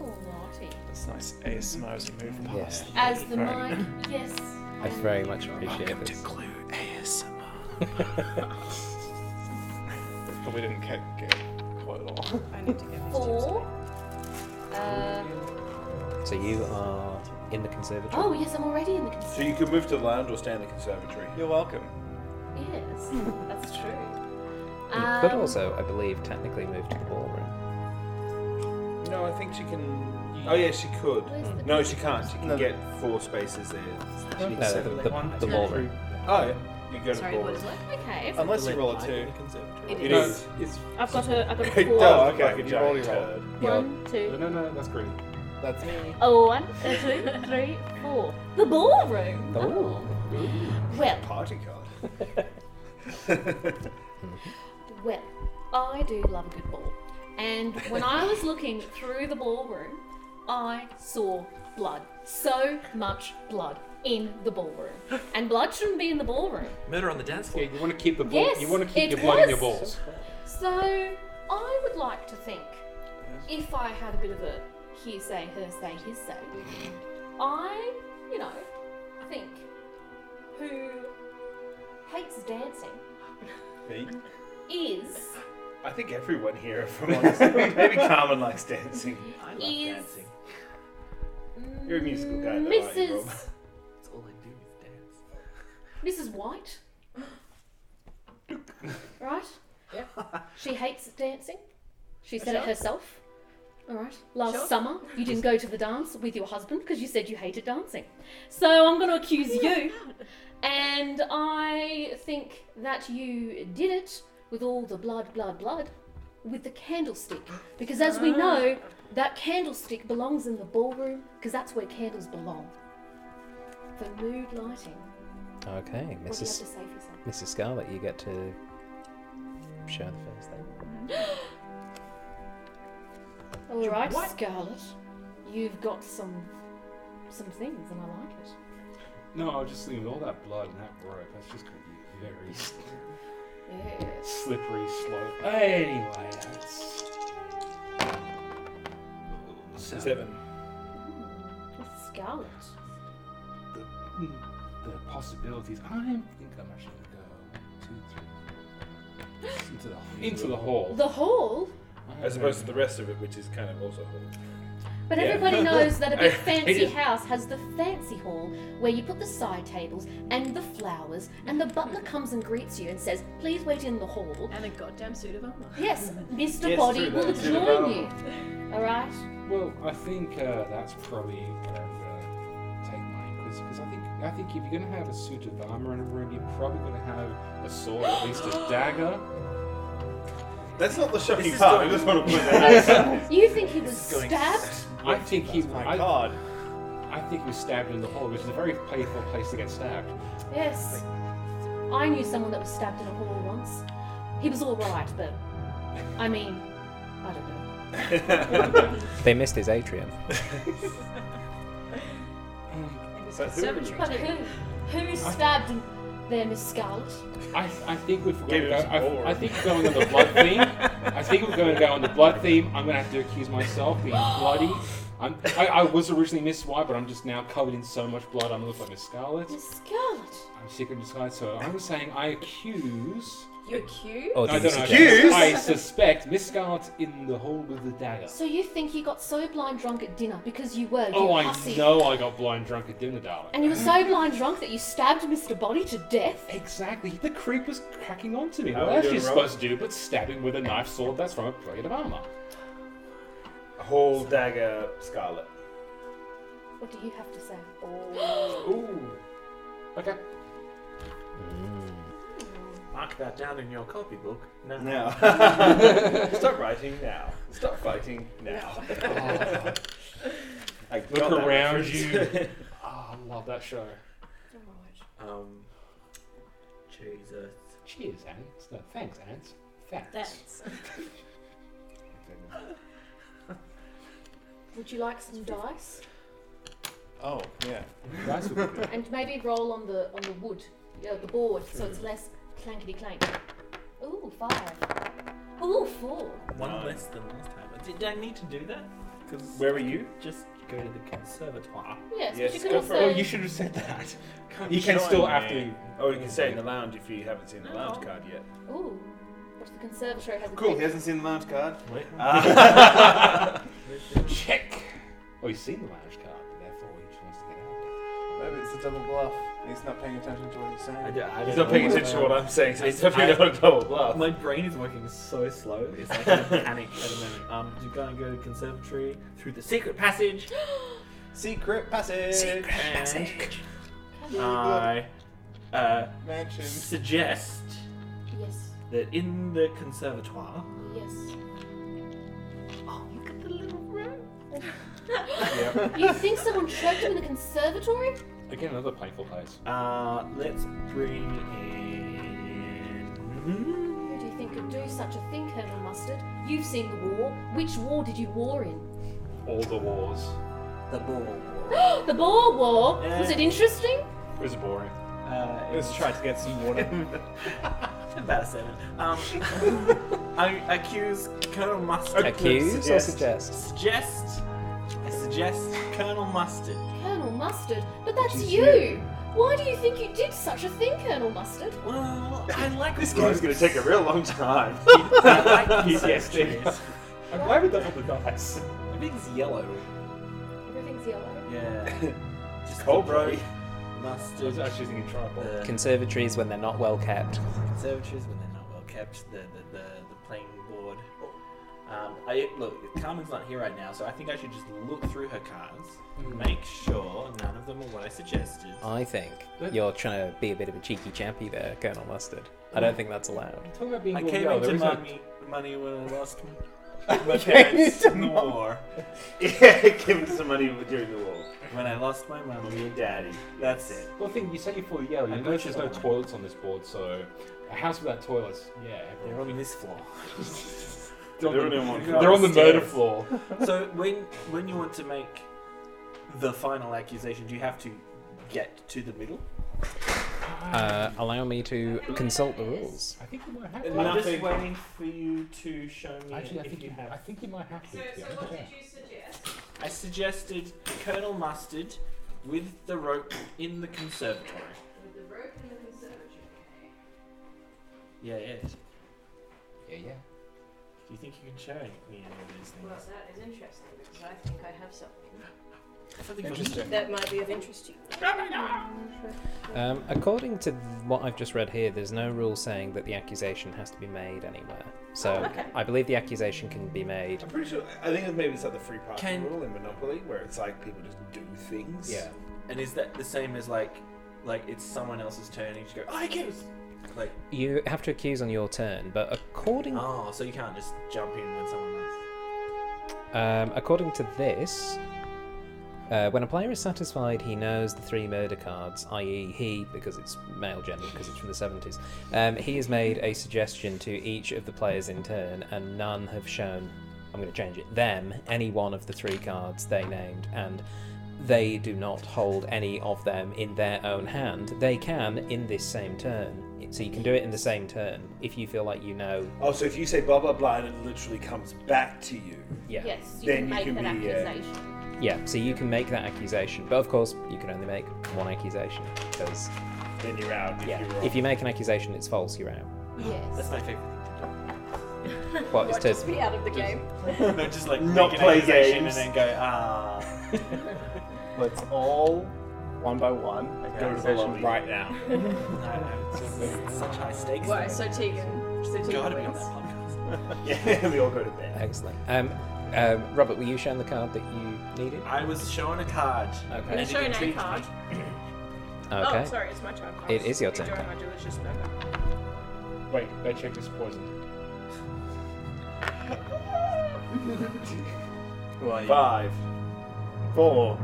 Speaker 7: Oh, naughty.
Speaker 2: It's nice ASMR as we move
Speaker 1: Yeah.
Speaker 2: past.
Speaker 7: As the
Speaker 2: Right.
Speaker 7: mic, yes.
Speaker 1: I very much appreciate
Speaker 2: Welcome to
Speaker 1: this.
Speaker 2: Clue ASMR. but we didn't get, get quite a lot.
Speaker 4: I need to get these chips.
Speaker 7: Four. Uh,
Speaker 1: So you are in the conservatory.
Speaker 7: oh, yes, I'm already in the conservatory.
Speaker 3: So you could move to the lounge or stay in the conservatory.
Speaker 2: You're welcome.
Speaker 7: Yes, that's true.
Speaker 1: You could
Speaker 7: Um,
Speaker 1: also, I believe, technically move to the ballroom.
Speaker 3: No, I think she can. Oh yeah, she could.
Speaker 7: Where's the-
Speaker 3: No, she can't. She can
Speaker 2: No.
Speaker 3: get four spaces there. She
Speaker 1: No,
Speaker 3: needs
Speaker 1: the,
Speaker 3: seven.
Speaker 1: the, the, the ballroom.
Speaker 3: Oh yeah, you go to
Speaker 4: Sorry, what
Speaker 3: the
Speaker 4: is it?
Speaker 7: Okay.
Speaker 3: Oh,
Speaker 2: Unless you roll a two.
Speaker 4: It
Speaker 3: It
Speaker 4: is.
Speaker 3: is.
Speaker 6: It's
Speaker 7: I've got a. I've got a
Speaker 3: It
Speaker 2: does.
Speaker 7: four.
Speaker 3: does.
Speaker 2: okay,
Speaker 3: Like a
Speaker 2: you've already
Speaker 3: giant
Speaker 2: rolled.
Speaker 3: turd.
Speaker 7: One,
Speaker 6: no,
Speaker 7: two,
Speaker 6: no, no, that's green.
Speaker 2: That's me.
Speaker 7: oh, one, two, three, four. The ballroom. Oh.
Speaker 1: Ooh.
Speaker 7: Well,
Speaker 3: Party card.
Speaker 7: well, I do love a good ball. And when I was looking through the ballroom, I saw blood. So much blood in the ballroom. And blood shouldn't be in the ballroom.
Speaker 5: Murder on the dance
Speaker 6: Yeah,
Speaker 5: floor.
Speaker 6: you want to keep the ball.
Speaker 7: Yes,
Speaker 6: you want to keep
Speaker 7: it
Speaker 6: your blood in your
Speaker 7: was.
Speaker 6: balls.
Speaker 7: So I would like to think, if I had a bit of a hearsay, her say, his say, I, you know, think who hates dancing
Speaker 3: Me?
Speaker 7: is
Speaker 3: I think everyone here, if I'm honest. Maybe Carmen likes dancing.
Speaker 5: I love
Speaker 7: Is-
Speaker 5: dancing.
Speaker 3: You're a musical guy, though, aren't you,
Speaker 7: Mrs.
Speaker 3: Rob?
Speaker 5: That's all I do is dance.
Speaker 7: Mrs. White. right? Yep. She hates dancing. She said it
Speaker 4: Sure.
Speaker 7: herself. All right. Last
Speaker 4: Sure.
Speaker 7: summer, you didn't go to the dance with your husband because you said you hated dancing. So I'm going to accuse you. And I think that you did it with all the blood, blood, blood with the candlestick. Because as we know,
Speaker 4: Ah.
Speaker 7: that candlestick belongs in the ballroom because that's where candles belong. For mood lighting.
Speaker 1: Okay,
Speaker 7: What do you have to
Speaker 1: Mrs.
Speaker 7: say for yourself?
Speaker 1: Mrs. Scarlet, you get to share the first thing.
Speaker 7: All Oh, right,
Speaker 4: What?
Speaker 7: Scarlet. You've got some some things, and I like it.
Speaker 6: No, I was just thinking with all that blood and that rope. That's just going to be a very s-
Speaker 7: Yes.
Speaker 6: slippery slope. Anyway, that's
Speaker 3: Seven.
Speaker 7: Scarlet.
Speaker 6: the possibilities. I think I'm actually going to go two, three, four, into the into the hall.
Speaker 7: The hall.
Speaker 3: As opposed to the rest of it, which is kind of also hall.
Speaker 7: But
Speaker 3: Yeah.
Speaker 7: everybody knows that a big fancy
Speaker 6: is-
Speaker 7: house has the fancy hall where you put the side tables and the flowers, and the butler comes and greets you and says, "Please wait in the hall."
Speaker 4: And a goddamn suit of armor.
Speaker 7: Yes, Mr.
Speaker 3: Yes,
Speaker 7: Body
Speaker 3: true,
Speaker 7: will
Speaker 3: that's true.
Speaker 7: join you. All right.
Speaker 6: Well, I think uh, that's probably where I'm gonna take my quiz because I think I think if you're gonna have a suit of armor in a room, you're probably gonna have a sword, at least a dagger.
Speaker 3: That's not the shocking
Speaker 5: is
Speaker 3: part. I
Speaker 5: going-
Speaker 3: just want to point that out.
Speaker 7: You think he was
Speaker 5: going
Speaker 7: stabbed?
Speaker 6: I think he,
Speaker 2: My
Speaker 6: I,
Speaker 2: card.
Speaker 6: I think he was stabbed in the hall, which is a very painful place to get stabbed.
Speaker 7: Yes. I knew someone that was stabbed in a hall once. He was all right, but I mean, I don't know.
Speaker 1: They missed his atrium.
Speaker 4: And his
Speaker 3: But who-
Speaker 4: conservatory.
Speaker 7: But who, who is stabbed in there, Miss Scarlet.
Speaker 6: I, I think we've got
Speaker 2: Give
Speaker 6: to go.
Speaker 2: us
Speaker 6: I,
Speaker 2: more.
Speaker 6: I think we're going on the blood theme. I think we're going to go on the blood theme. I'm going to have to accuse myself being bloody. I'm, I, I was originally Miss White, but I'm just now covered in so much blood. I'm look like Miss Scarlet.
Speaker 7: Miss Scarlet.
Speaker 6: I'm secret disguise. So I'm saying I accuse.
Speaker 4: You accuse?
Speaker 1: Or
Speaker 6: I
Speaker 1: did you
Speaker 6: don't know.
Speaker 1: suggest?
Speaker 3: Accuse?
Speaker 6: I suspect Miss Scarlet in the hole with the dagger.
Speaker 7: So you think you got so blind drunk at dinner because you were you
Speaker 6: Oh, I
Speaker 7: hussy,
Speaker 6: know I got blind drunk at dinner, darling.
Speaker 7: and you were so blind drunk that you stabbed Mr. Body to death?
Speaker 6: Exactly. The creep was cracking onto me.
Speaker 2: How
Speaker 6: What
Speaker 2: are
Speaker 6: else
Speaker 2: you
Speaker 6: she's
Speaker 2: doing,
Speaker 6: supposed to do but stab him with a knife sword that's from a plate of armor?
Speaker 3: Whole dagger, Scarlet.
Speaker 7: What do you have to say?
Speaker 6: Ooh. Okay.
Speaker 5: Mark that down in your copybook. No.
Speaker 3: Now. Stop writing now. Stop fighting now. I
Speaker 6: Look
Speaker 3: got that
Speaker 6: around
Speaker 3: reference.
Speaker 6: you. Ah, I love that show.
Speaker 5: Um. Jesus.
Speaker 6: Cheers, Ants. No, thanks, Ants. Thanks.
Speaker 4: That's.
Speaker 7: Would you like some dice?
Speaker 2: Oh, yeah.
Speaker 6: That's what we do.
Speaker 7: And maybe roll on the on the wood, yeah, the board, so it's less clankety clank. Ooh, five. Ooh, four.
Speaker 5: One
Speaker 2: Nine.
Speaker 5: less than last time. Did I need to do that? Because
Speaker 2: Where were you?
Speaker 5: Just go to the conservatoire.
Speaker 7: Yes,
Speaker 3: Yes,
Speaker 7: but you could
Speaker 3: go for it.
Speaker 7: also.
Speaker 6: Oh, you should have said that.
Speaker 5: Come
Speaker 6: You can
Speaker 2: join
Speaker 6: still
Speaker 2: me.
Speaker 6: have to.
Speaker 3: Oh, you can say it in the lounge if you haven't seen the lounge card yet.
Speaker 7: Ooh, what's the conservatory has a
Speaker 3: Cool, he
Speaker 7: great-
Speaker 3: hasn't seen the lounge card.
Speaker 5: Wait.
Speaker 6: Check. Oh, he's seen the lounge card, therefore he just wants to get out.
Speaker 2: Maybe it's a double bluff. He's not paying attention to what he's saying.
Speaker 5: I don't, I don't
Speaker 3: He's
Speaker 5: know
Speaker 3: not paying
Speaker 5: what-
Speaker 3: attention to what I'm saying, so he's definitely
Speaker 5: I-
Speaker 3: not a double bluff.
Speaker 5: My brain is working so slow. It's like in a panic at the moment. Um, you're going to go to conservatory through the secret passage.
Speaker 2: Secret passage.
Speaker 5: and
Speaker 7: Can you-
Speaker 3: Ah.
Speaker 5: I uh,
Speaker 2: Mansion.
Speaker 5: suggest
Speaker 7: Yes,
Speaker 5: that in the conservatoire.
Speaker 7: yes.
Speaker 5: Oh, look at the little room.
Speaker 7: You think someone choked him in the conservatory?
Speaker 6: Again, another painful place.
Speaker 5: Uh, let's bring in.
Speaker 7: Who do you think could do such a thing, Colonel Mustard? You've seen the war. Which war did you war in?
Speaker 6: All the wars.
Speaker 5: The ball.
Speaker 7: the Boer War. Was
Speaker 5: Yeah.
Speaker 7: it interesting?
Speaker 6: It was boring.
Speaker 5: Uh, it
Speaker 2: Let's try to get some water.
Speaker 5: about a seven. Um, I accuse Colonel Mustard.
Speaker 1: Accuse or
Speaker 5: Suggest-
Speaker 1: suggest?
Speaker 5: Suggest. I suggest Colonel Mustard.
Speaker 7: Colonel Mustard, but that's
Speaker 2: is
Speaker 7: you.
Speaker 2: you.
Speaker 7: Why do you think you did such a thing, Colonel Mustard?
Speaker 5: Well, I like
Speaker 3: This game's gonna take a real long time.
Speaker 5: I like
Speaker 6: Suggesting.
Speaker 5: conservatories.
Speaker 6: I'm glad we doubled the dice.
Speaker 5: Everything's yellow.
Speaker 7: Everything's yellow.
Speaker 5: Yeah. Just
Speaker 3: Cold brew.
Speaker 6: I was
Speaker 5: Mustard.
Speaker 6: actually thinking tripod.
Speaker 5: The
Speaker 1: Conservatories when they're not well kept.
Speaker 5: conservatories when they're not well kept. The the the, the playing board. Um, I look. Carmen's not here right now, so I think I should just look through her cards,
Speaker 6: Mm.
Speaker 5: make sure none of them are what I suggested.
Speaker 1: I think you're trying to be a bit of a cheeky chappy there, Colonel Mustard. I don't think that's allowed.
Speaker 6: Talk about being
Speaker 5: I
Speaker 6: all
Speaker 5: came
Speaker 6: yellow,
Speaker 5: into
Speaker 6: there is no-
Speaker 5: money, money when I lost my parents in the war.
Speaker 3: yeah, give him some money during the war.
Speaker 5: When I lost my mum,
Speaker 3: and daddy.
Speaker 5: that's it.
Speaker 6: Well, the thing you say you're fully yellow. You
Speaker 5: I'm
Speaker 6: notice
Speaker 5: not
Speaker 6: there's no
Speaker 5: sure.
Speaker 6: toilets on this board, so a house without toilets, yeah,
Speaker 5: They're
Speaker 6: everyone.
Speaker 5: on this floor.
Speaker 6: They're on,
Speaker 3: They're
Speaker 6: the,
Speaker 3: on one
Speaker 6: they're on the
Speaker 5: Upstairs.
Speaker 6: murder floor.
Speaker 5: so when when you want to make the final accusation, do you have to get to the middle?
Speaker 1: Uh, allow me to consult the rules.
Speaker 6: I think you might have.
Speaker 5: I'm
Speaker 6: To.
Speaker 5: just waiting for you to show me
Speaker 6: Actually, I
Speaker 5: if
Speaker 6: think
Speaker 5: you
Speaker 6: you
Speaker 5: have.
Speaker 6: I think you might have
Speaker 4: So,
Speaker 6: to. to be
Speaker 4: so
Speaker 6: honest.
Speaker 4: what did you suggest?
Speaker 5: I suggested Colonel Mustard with the rope in the conservatory.
Speaker 4: With the rope in the conservatory.
Speaker 5: Yeah, yeah. Do
Speaker 6: Yeah, yeah.
Speaker 5: you think you can show me any of these
Speaker 4: Well,
Speaker 5: things?
Speaker 4: that is interesting because I think I have something
Speaker 5: Something
Speaker 2: Interesting.
Speaker 4: that might be of interest to you.
Speaker 1: Um, according to what I've just read here, there's no rule saying that the accusation has to be made anywhere. So
Speaker 4: Okay.
Speaker 1: I believe the accusation can be made.
Speaker 3: I'm pretty sure. I think it's maybe it's like the free parking
Speaker 5: Can-
Speaker 3: rule in Monopoly, where it's like people just do things.
Speaker 1: Yeah.
Speaker 5: And is that the same as like, like it's someone else's turn and you just go, I accuse. Like,
Speaker 1: You have to accuse on your turn, but according
Speaker 5: oh, so you can't just jump in when someone else.
Speaker 1: Um, according to this, uh, when a player is satisfied, he knows the three murder cards, i.e., he, because it's male gender, because it's from the 70s, um, he has made a suggestion to each of the players in turn, and none have shown, I'm going to change it, them, any one of the three cards they named, and they do not hold any of them in their own hand, they can in this same turn. So you can do it in the same turn if you feel like you know.
Speaker 8: Oh, so if you say blah blah blah and it literally comes back to you.
Speaker 1: Yeah.
Speaker 7: Yes, you
Speaker 8: Then
Speaker 7: can
Speaker 8: you can
Speaker 7: make that
Speaker 8: be, uh,
Speaker 7: accusation.
Speaker 1: Yeah, so you can make that accusation. But of course, you can only make one accusation because
Speaker 8: Then you're out. If
Speaker 1: yeah,
Speaker 8: you're wrong.
Speaker 1: if you make an accusation it's false, you're out.
Speaker 7: Yes.
Speaker 5: That's my favorite thing to
Speaker 1: Well, it's
Speaker 4: Might
Speaker 1: to
Speaker 4: just be out of the game.
Speaker 5: do. no, just like
Speaker 8: Not
Speaker 5: make an
Speaker 8: play
Speaker 5: accusation
Speaker 8: games.
Speaker 5: and then go ah.
Speaker 2: Let's all, one by one, go to the lobby.
Speaker 3: right now.
Speaker 5: No, no, it's just such high stakes.
Speaker 4: Right, so Tegan. So
Speaker 5: Gotta
Speaker 4: Tegan
Speaker 5: be on
Speaker 4: wins.
Speaker 5: that podcast.
Speaker 8: yeah, we all go to bed.
Speaker 1: Excellent. Um, um, Robert, were you shown the card that you needed?
Speaker 5: I was shown a card.
Speaker 1: Okay.
Speaker 4: I'm gonna
Speaker 5: And
Speaker 4: show
Speaker 5: it
Speaker 4: an A
Speaker 5: intrigued
Speaker 4: card.
Speaker 5: me.
Speaker 1: Okay.
Speaker 4: Oh, sorry, it's my turn. I
Speaker 1: It
Speaker 4: was
Speaker 1: is your turn.
Speaker 4: enjoying my delicious burger.
Speaker 6: Wait, their check is poisoned.
Speaker 5: Who are you?
Speaker 8: Five, four.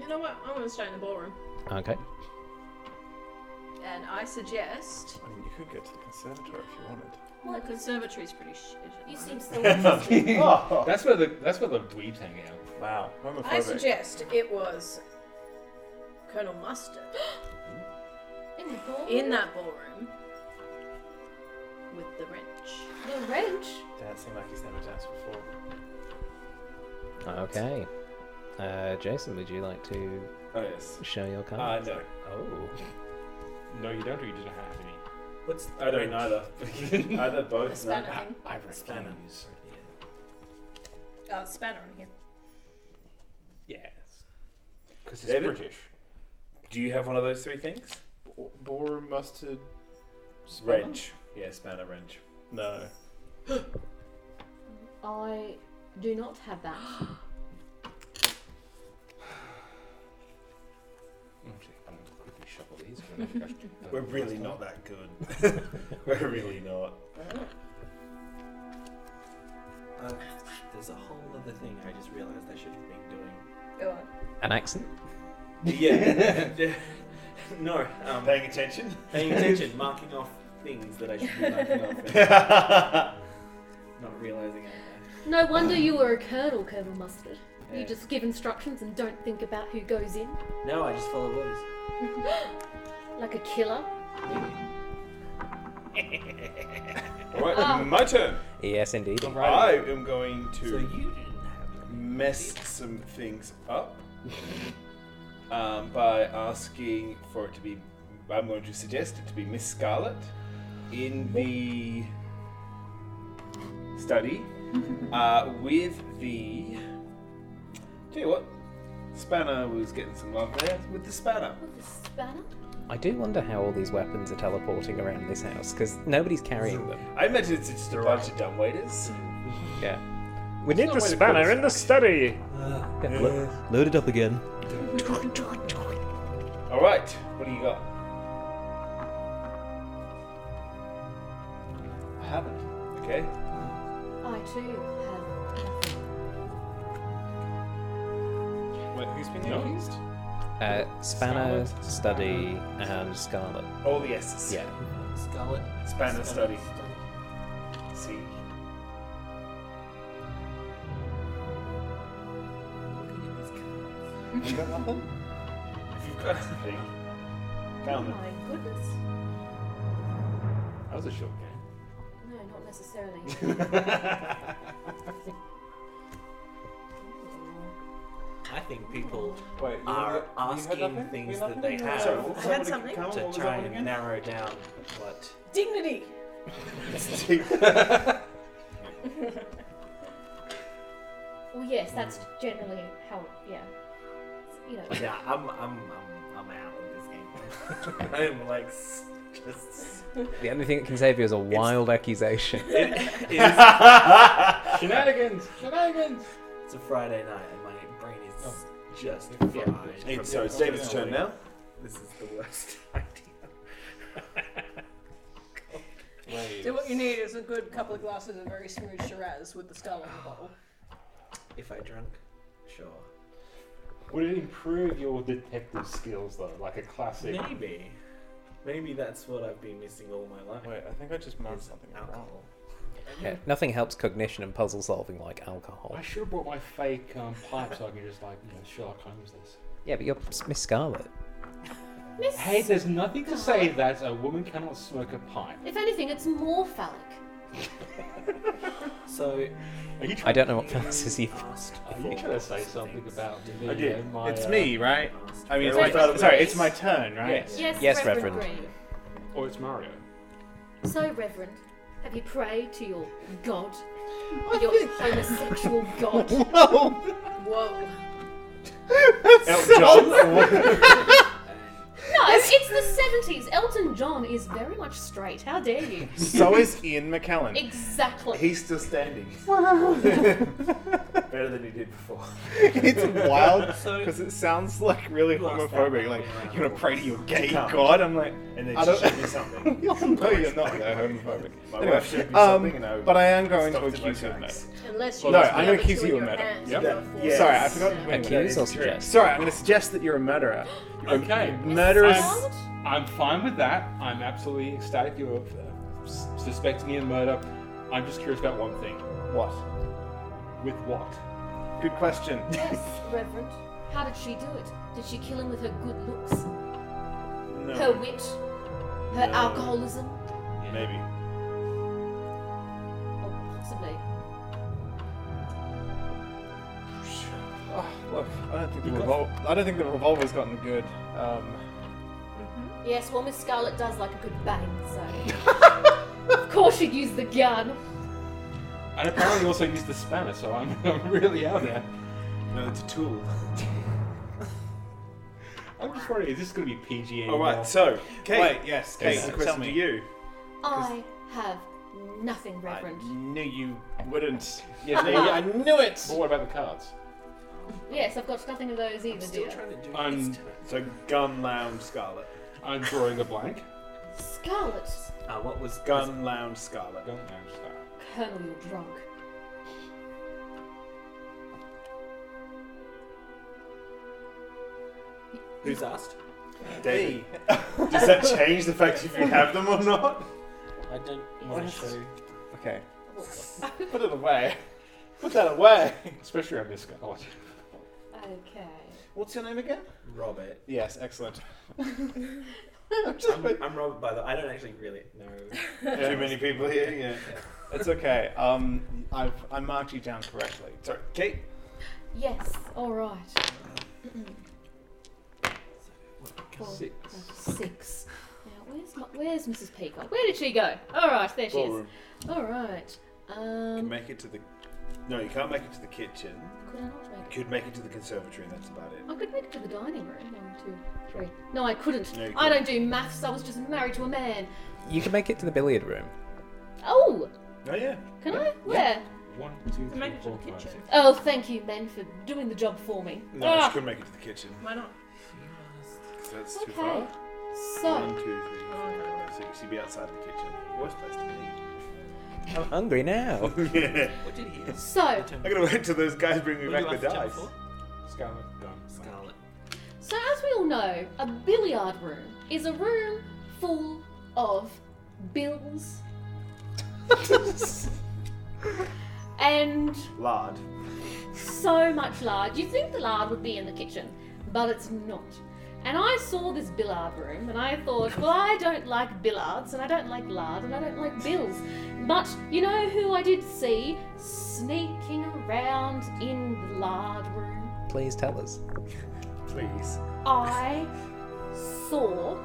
Speaker 4: You know what? I'm gonna stay in the ballroom.
Speaker 1: Okay.
Speaker 4: And I suggest.
Speaker 2: I mean, you could get to the conservatory if you wanted.
Speaker 4: Well, the conservatory's pretty shit. at the
Speaker 7: You
Speaker 4: moment.
Speaker 7: seem so interested.
Speaker 8: Oh,
Speaker 6: That's where the that's where the dweebs hang out.
Speaker 2: Wow, homophobic.
Speaker 4: I suggest it was Colonel Mustard
Speaker 7: In the ball.
Speaker 4: in that ballroom with the wrench.
Speaker 7: the wrench.
Speaker 2: Dancing like he's never danced before.
Speaker 1: Okay. Uh, Jason, would you like to
Speaker 2: Oh yes.
Speaker 1: show your
Speaker 8: uh,
Speaker 1: card?
Speaker 8: no.
Speaker 1: oh.
Speaker 6: No, you don't, or you didn't have any.
Speaker 8: What's
Speaker 2: I don't either. either
Speaker 4: A
Speaker 2: both.
Speaker 4: spanner
Speaker 2: No.
Speaker 4: thing.
Speaker 5: I
Speaker 8: Spanner.
Speaker 5: refuse.
Speaker 4: Oh, spanner in here.
Speaker 5: Yes.
Speaker 6: Because it's
Speaker 8: David?
Speaker 6: British.
Speaker 8: Do you have one of those three things?
Speaker 2: B- Ballroom mustard.
Speaker 8: Wrench. Yeah, spanner wrench.
Speaker 2: No.
Speaker 7: I do not have that.
Speaker 6: I'm actually- oh, I'm gonna quickly shuffle these. 'cause I think I should-
Speaker 8: We're really not that good. We're really not.
Speaker 5: Uh, there's a whole other thing I just realized I should have been doing.
Speaker 4: Go on.
Speaker 1: An accent?
Speaker 5: Yeah. yeah. no. Um,
Speaker 8: Paying attention?
Speaker 5: paying attention, marking off things that I should be marking off, and
Speaker 8: That's
Speaker 5: not realizing I
Speaker 7: No wonder you were a colonel, Colonel Mustard.
Speaker 5: Yeah.
Speaker 7: You just give instructions and don't think about who goes in,
Speaker 5: No, I just follow orders.
Speaker 7: like a killer.
Speaker 2: Alright,
Speaker 7: Oh.
Speaker 2: my turn.
Speaker 1: Yes, indeed.
Speaker 2: I am going to
Speaker 5: So you didn't have them.
Speaker 2: mess some things up um, by asking for it to be. I'm going to suggest it to be Miss Scarlet in the study uh, with the. Tell you what, Spanner was getting some love there with the Spanner.
Speaker 7: With the spanner.
Speaker 1: I do wonder how all these weapons are teleporting around this house because nobody's carrying them.
Speaker 8: I imagine it's just a bunch of dumb waiters.
Speaker 1: Yeah. We need
Speaker 2: no the way to spanner put this in
Speaker 1: the study.
Speaker 5: Ah,
Speaker 1: load it up again.
Speaker 2: Alright, what do you got? I haven't.
Speaker 8: Okay.
Speaker 7: I too have.
Speaker 2: Wait, who's been
Speaker 6: No.
Speaker 2: used?
Speaker 1: Uh, spanner, study, and scarlet.
Speaker 8: All the S's.
Speaker 1: Yeah.
Speaker 5: uh, Scarlet.
Speaker 8: Spanner study. See.
Speaker 2: You got nothing?
Speaker 8: If you've got anything,
Speaker 7: Oh
Speaker 8: found them.
Speaker 7: my goodness.
Speaker 6: That was a short game.
Speaker 7: No, not necessarily.
Speaker 5: I think people
Speaker 2: Wait, you
Speaker 5: are
Speaker 2: had- you had
Speaker 5: asking
Speaker 2: nothing?
Speaker 5: things
Speaker 2: You
Speaker 5: that
Speaker 2: had
Speaker 5: they
Speaker 2: nothing?
Speaker 5: have
Speaker 2: Sorry, what was
Speaker 4: I
Speaker 2: that one
Speaker 4: had something.
Speaker 2: again? What
Speaker 5: to
Speaker 2: was
Speaker 5: try
Speaker 2: that one
Speaker 5: and
Speaker 2: again?
Speaker 5: narrow down what.
Speaker 4: Dignity.
Speaker 7: Well, yes, that's generally how. Yeah. You know.
Speaker 5: Yeah, I'm, I'm, I'm, I'm out of this game. I'm like s- just.
Speaker 1: The only thing that can save you is a wild accusation.
Speaker 5: It is.
Speaker 6: Shenanigans! Shenanigans!
Speaker 5: It's a Friday night and my brain is just
Speaker 6: Yeah.
Speaker 5: fried.
Speaker 8: It's- so it's David's turn now.
Speaker 5: This is the worst idea.
Speaker 4: So what you need is a good couple of glasses of very smooth Shiraz with the skull on the bottle.
Speaker 5: If I drunk, sure.
Speaker 6: Would it improve your detective skills though? Like a classic.
Speaker 5: Maybe. Maybe that's what I've been missing all my life.
Speaker 2: Wait, I think I just marked
Speaker 5: is
Speaker 2: something wrong.
Speaker 5: alcohol.
Speaker 1: Yeah, nothing helps cognition and puzzle solving like alcohol.
Speaker 6: I should have brought my fake um, pipe so I can just like you know, Sherlock Holmes this.
Speaker 1: Yeah, but you're Miss Scarlet.
Speaker 7: Miss,
Speaker 6: Hey, there's nothing to say that a woman cannot smoke a pipe.
Speaker 7: if anything, it's more phallic.
Speaker 5: So
Speaker 6: Are you
Speaker 1: I
Speaker 6: trying,
Speaker 1: don't know what fancies you.
Speaker 5: asked
Speaker 6: are you trying to say something about me?
Speaker 2: I did.
Speaker 6: and my,
Speaker 2: it's
Speaker 6: uh,
Speaker 2: me, right? I mean, it's
Speaker 7: Yeah,
Speaker 2: my,
Speaker 7: I thought it was-
Speaker 2: sorry, it's my turn, right?
Speaker 6: Yes.
Speaker 7: Yes,
Speaker 1: Yes,
Speaker 7: Reverend,
Speaker 1: Reverend.
Speaker 7: Green.
Speaker 6: Or it's Mario.
Speaker 7: So, Reverend, have you prayed to your god? Your homosexual god?
Speaker 4: Whoa.
Speaker 2: Elton John.
Speaker 7: No, it's the 70s. Elton John is very much straight. How dare you?
Speaker 2: so is Ian McKellen.
Speaker 7: Exactly.
Speaker 2: He's still standing. Better than he did before.
Speaker 3: it's wild
Speaker 5: So-
Speaker 3: because it sounds like really
Speaker 5: You asked that
Speaker 3: homophobic.
Speaker 5: one,
Speaker 3: Like
Speaker 5: yeah.
Speaker 3: you're gonna pray to your gay god. I'm like,
Speaker 2: And then
Speaker 3: I
Speaker 2: she
Speaker 3: don't-
Speaker 2: showed me something.
Speaker 3: no, you're not. They're homophobic.
Speaker 2: My
Speaker 3: Anyway,
Speaker 2: wife showed me something and I
Speaker 3: um, but I am going to
Speaker 2: stopped in my
Speaker 3: accuse you of
Speaker 2: tracks.
Speaker 3: murder.
Speaker 4: Unless you
Speaker 3: No,
Speaker 4: have
Speaker 3: I'm
Speaker 4: the
Speaker 3: gonna
Speaker 4: other
Speaker 3: accuse
Speaker 4: two
Speaker 3: you
Speaker 4: in your
Speaker 3: a medal.
Speaker 4: hands,
Speaker 6: Yep.
Speaker 4: you're forced
Speaker 2: Yes.
Speaker 3: Sorry,
Speaker 4: to
Speaker 3: I forgot.
Speaker 4: serve.
Speaker 3: wait, wait,
Speaker 1: Accuse
Speaker 3: wait.
Speaker 1: or suggest?
Speaker 3: Sorry, I'm going to suggest that you're a murderer. You're
Speaker 6: Okay.
Speaker 3: a
Speaker 7: Miss
Speaker 3: murderous.
Speaker 7: Scarlet?
Speaker 6: I'm fine with that. I'm absolutely ecstatic you're uh, s- suspecting me of murder. I'm just curious about one thing.
Speaker 3: What?
Speaker 6: With what?
Speaker 3: Good question.
Speaker 7: Yes, Reverend. How did she do it? Did she kill him with her good looks? Her wit? Her alcoholism?
Speaker 2: Maybe.
Speaker 7: Or possibly.
Speaker 3: Oh, look, I don't think the revol- I don't think the revolver's gotten good. Um,
Speaker 7: Yes, well, Miss Scarlet does like a good bang, so. of course she'd use the gun.
Speaker 6: And apparently also used the spanner, so I'm, I'm really out there.
Speaker 2: No, it's a tool.
Speaker 6: I'm just worried, is this going to be PG
Speaker 2: All
Speaker 6: anymore?
Speaker 2: right, so Kate,
Speaker 3: Wait, yes,
Speaker 2: Kate,
Speaker 3: Kate,
Speaker 2: this is a
Speaker 3: tell
Speaker 2: question
Speaker 3: me.
Speaker 2: to you.
Speaker 7: I have nothing, Reverend.
Speaker 3: knew you wouldn't.
Speaker 6: Yes,
Speaker 3: I knew- I knew it.
Speaker 6: But what about the cards?
Speaker 7: Yes, I've got nothing of those either,
Speaker 5: still
Speaker 7: dear.
Speaker 5: trying to do it
Speaker 6: I'm,
Speaker 5: this time.
Speaker 2: So gun lounge Scarlet.
Speaker 6: I'm drawing a blank.
Speaker 7: Scarlet,
Speaker 5: Uh, what was
Speaker 2: Gun lounge Scarlet.
Speaker 6: Don't manage that.
Speaker 7: Colonel, you're drunk.
Speaker 5: Who's asked?
Speaker 2: Davey. Does that change the fact if you have them or not?
Speaker 5: I don't want to show.
Speaker 3: Okay. Put it away. Put that away.
Speaker 6: Especially around this card.
Speaker 7: Okay.
Speaker 3: What's your name again?
Speaker 5: Robert.
Speaker 3: Yes, excellent.
Speaker 5: I'm, I'm Robert, by the way. I don't actually really know.
Speaker 2: Too many people here, yeah.
Speaker 3: It's okay. Um, I've I marked you down correctly.
Speaker 2: Sorry, Kate.
Speaker 7: Yes, alright.
Speaker 6: Six.
Speaker 7: Six. Now, where's, my, where's Mrs. Peacock? Where did she go? Alright, there she is.
Speaker 2: Ballroom.
Speaker 7: Alright.
Speaker 2: You can
Speaker 7: Um,
Speaker 2: make it to the. No, you can't make it to the kitchen.
Speaker 7: could I not make
Speaker 2: You
Speaker 7: it?
Speaker 2: could make it to the conservatory, and that's about it.
Speaker 7: I could make it to the dining room. One, two, three. No, I couldn't.
Speaker 2: No, you
Speaker 7: I don't do maths. I was just married to a man.
Speaker 1: You can make it to the billiard room.
Speaker 7: Oh,
Speaker 2: Oh yeah.
Speaker 7: can I? Where?
Speaker 6: One, two,
Speaker 4: Can
Speaker 6: three,
Speaker 4: make it to
Speaker 6: four,
Speaker 4: the
Speaker 6: five,
Speaker 4: kitchen.
Speaker 6: six.
Speaker 7: Oh, thank you, men, for doing the job for me.
Speaker 2: No, you
Speaker 7: Ah,
Speaker 2: could make it to the kitchen.
Speaker 4: Why not?
Speaker 2: 'cause That's too
Speaker 7: okay. Oh.
Speaker 2: far. One,
Speaker 7: So,
Speaker 2: two, three, four, five, six. You'd be outside the kitchen. Worst place to be.
Speaker 1: I'm hungry now.
Speaker 2: yeah.
Speaker 5: What did he ask?
Speaker 7: so,
Speaker 2: I gotta wait till those guys bring me
Speaker 5: Would you
Speaker 2: back
Speaker 5: like
Speaker 2: the
Speaker 5: to check
Speaker 2: dice.
Speaker 5: for?
Speaker 6: Scarlet, done.
Speaker 5: Scarlet.
Speaker 7: so as we all know, a billiard room is a room full of bills and
Speaker 2: Lard.
Speaker 7: so much lard. You'd think the lard would be in the kitchen, but it's not. And I saw this billard room and I thought, well, I don't like billards and I don't like lard and I don't like bills. But you know who I did see sneaking around in the lard room?
Speaker 1: Please tell us.
Speaker 2: Please.
Speaker 7: I saw.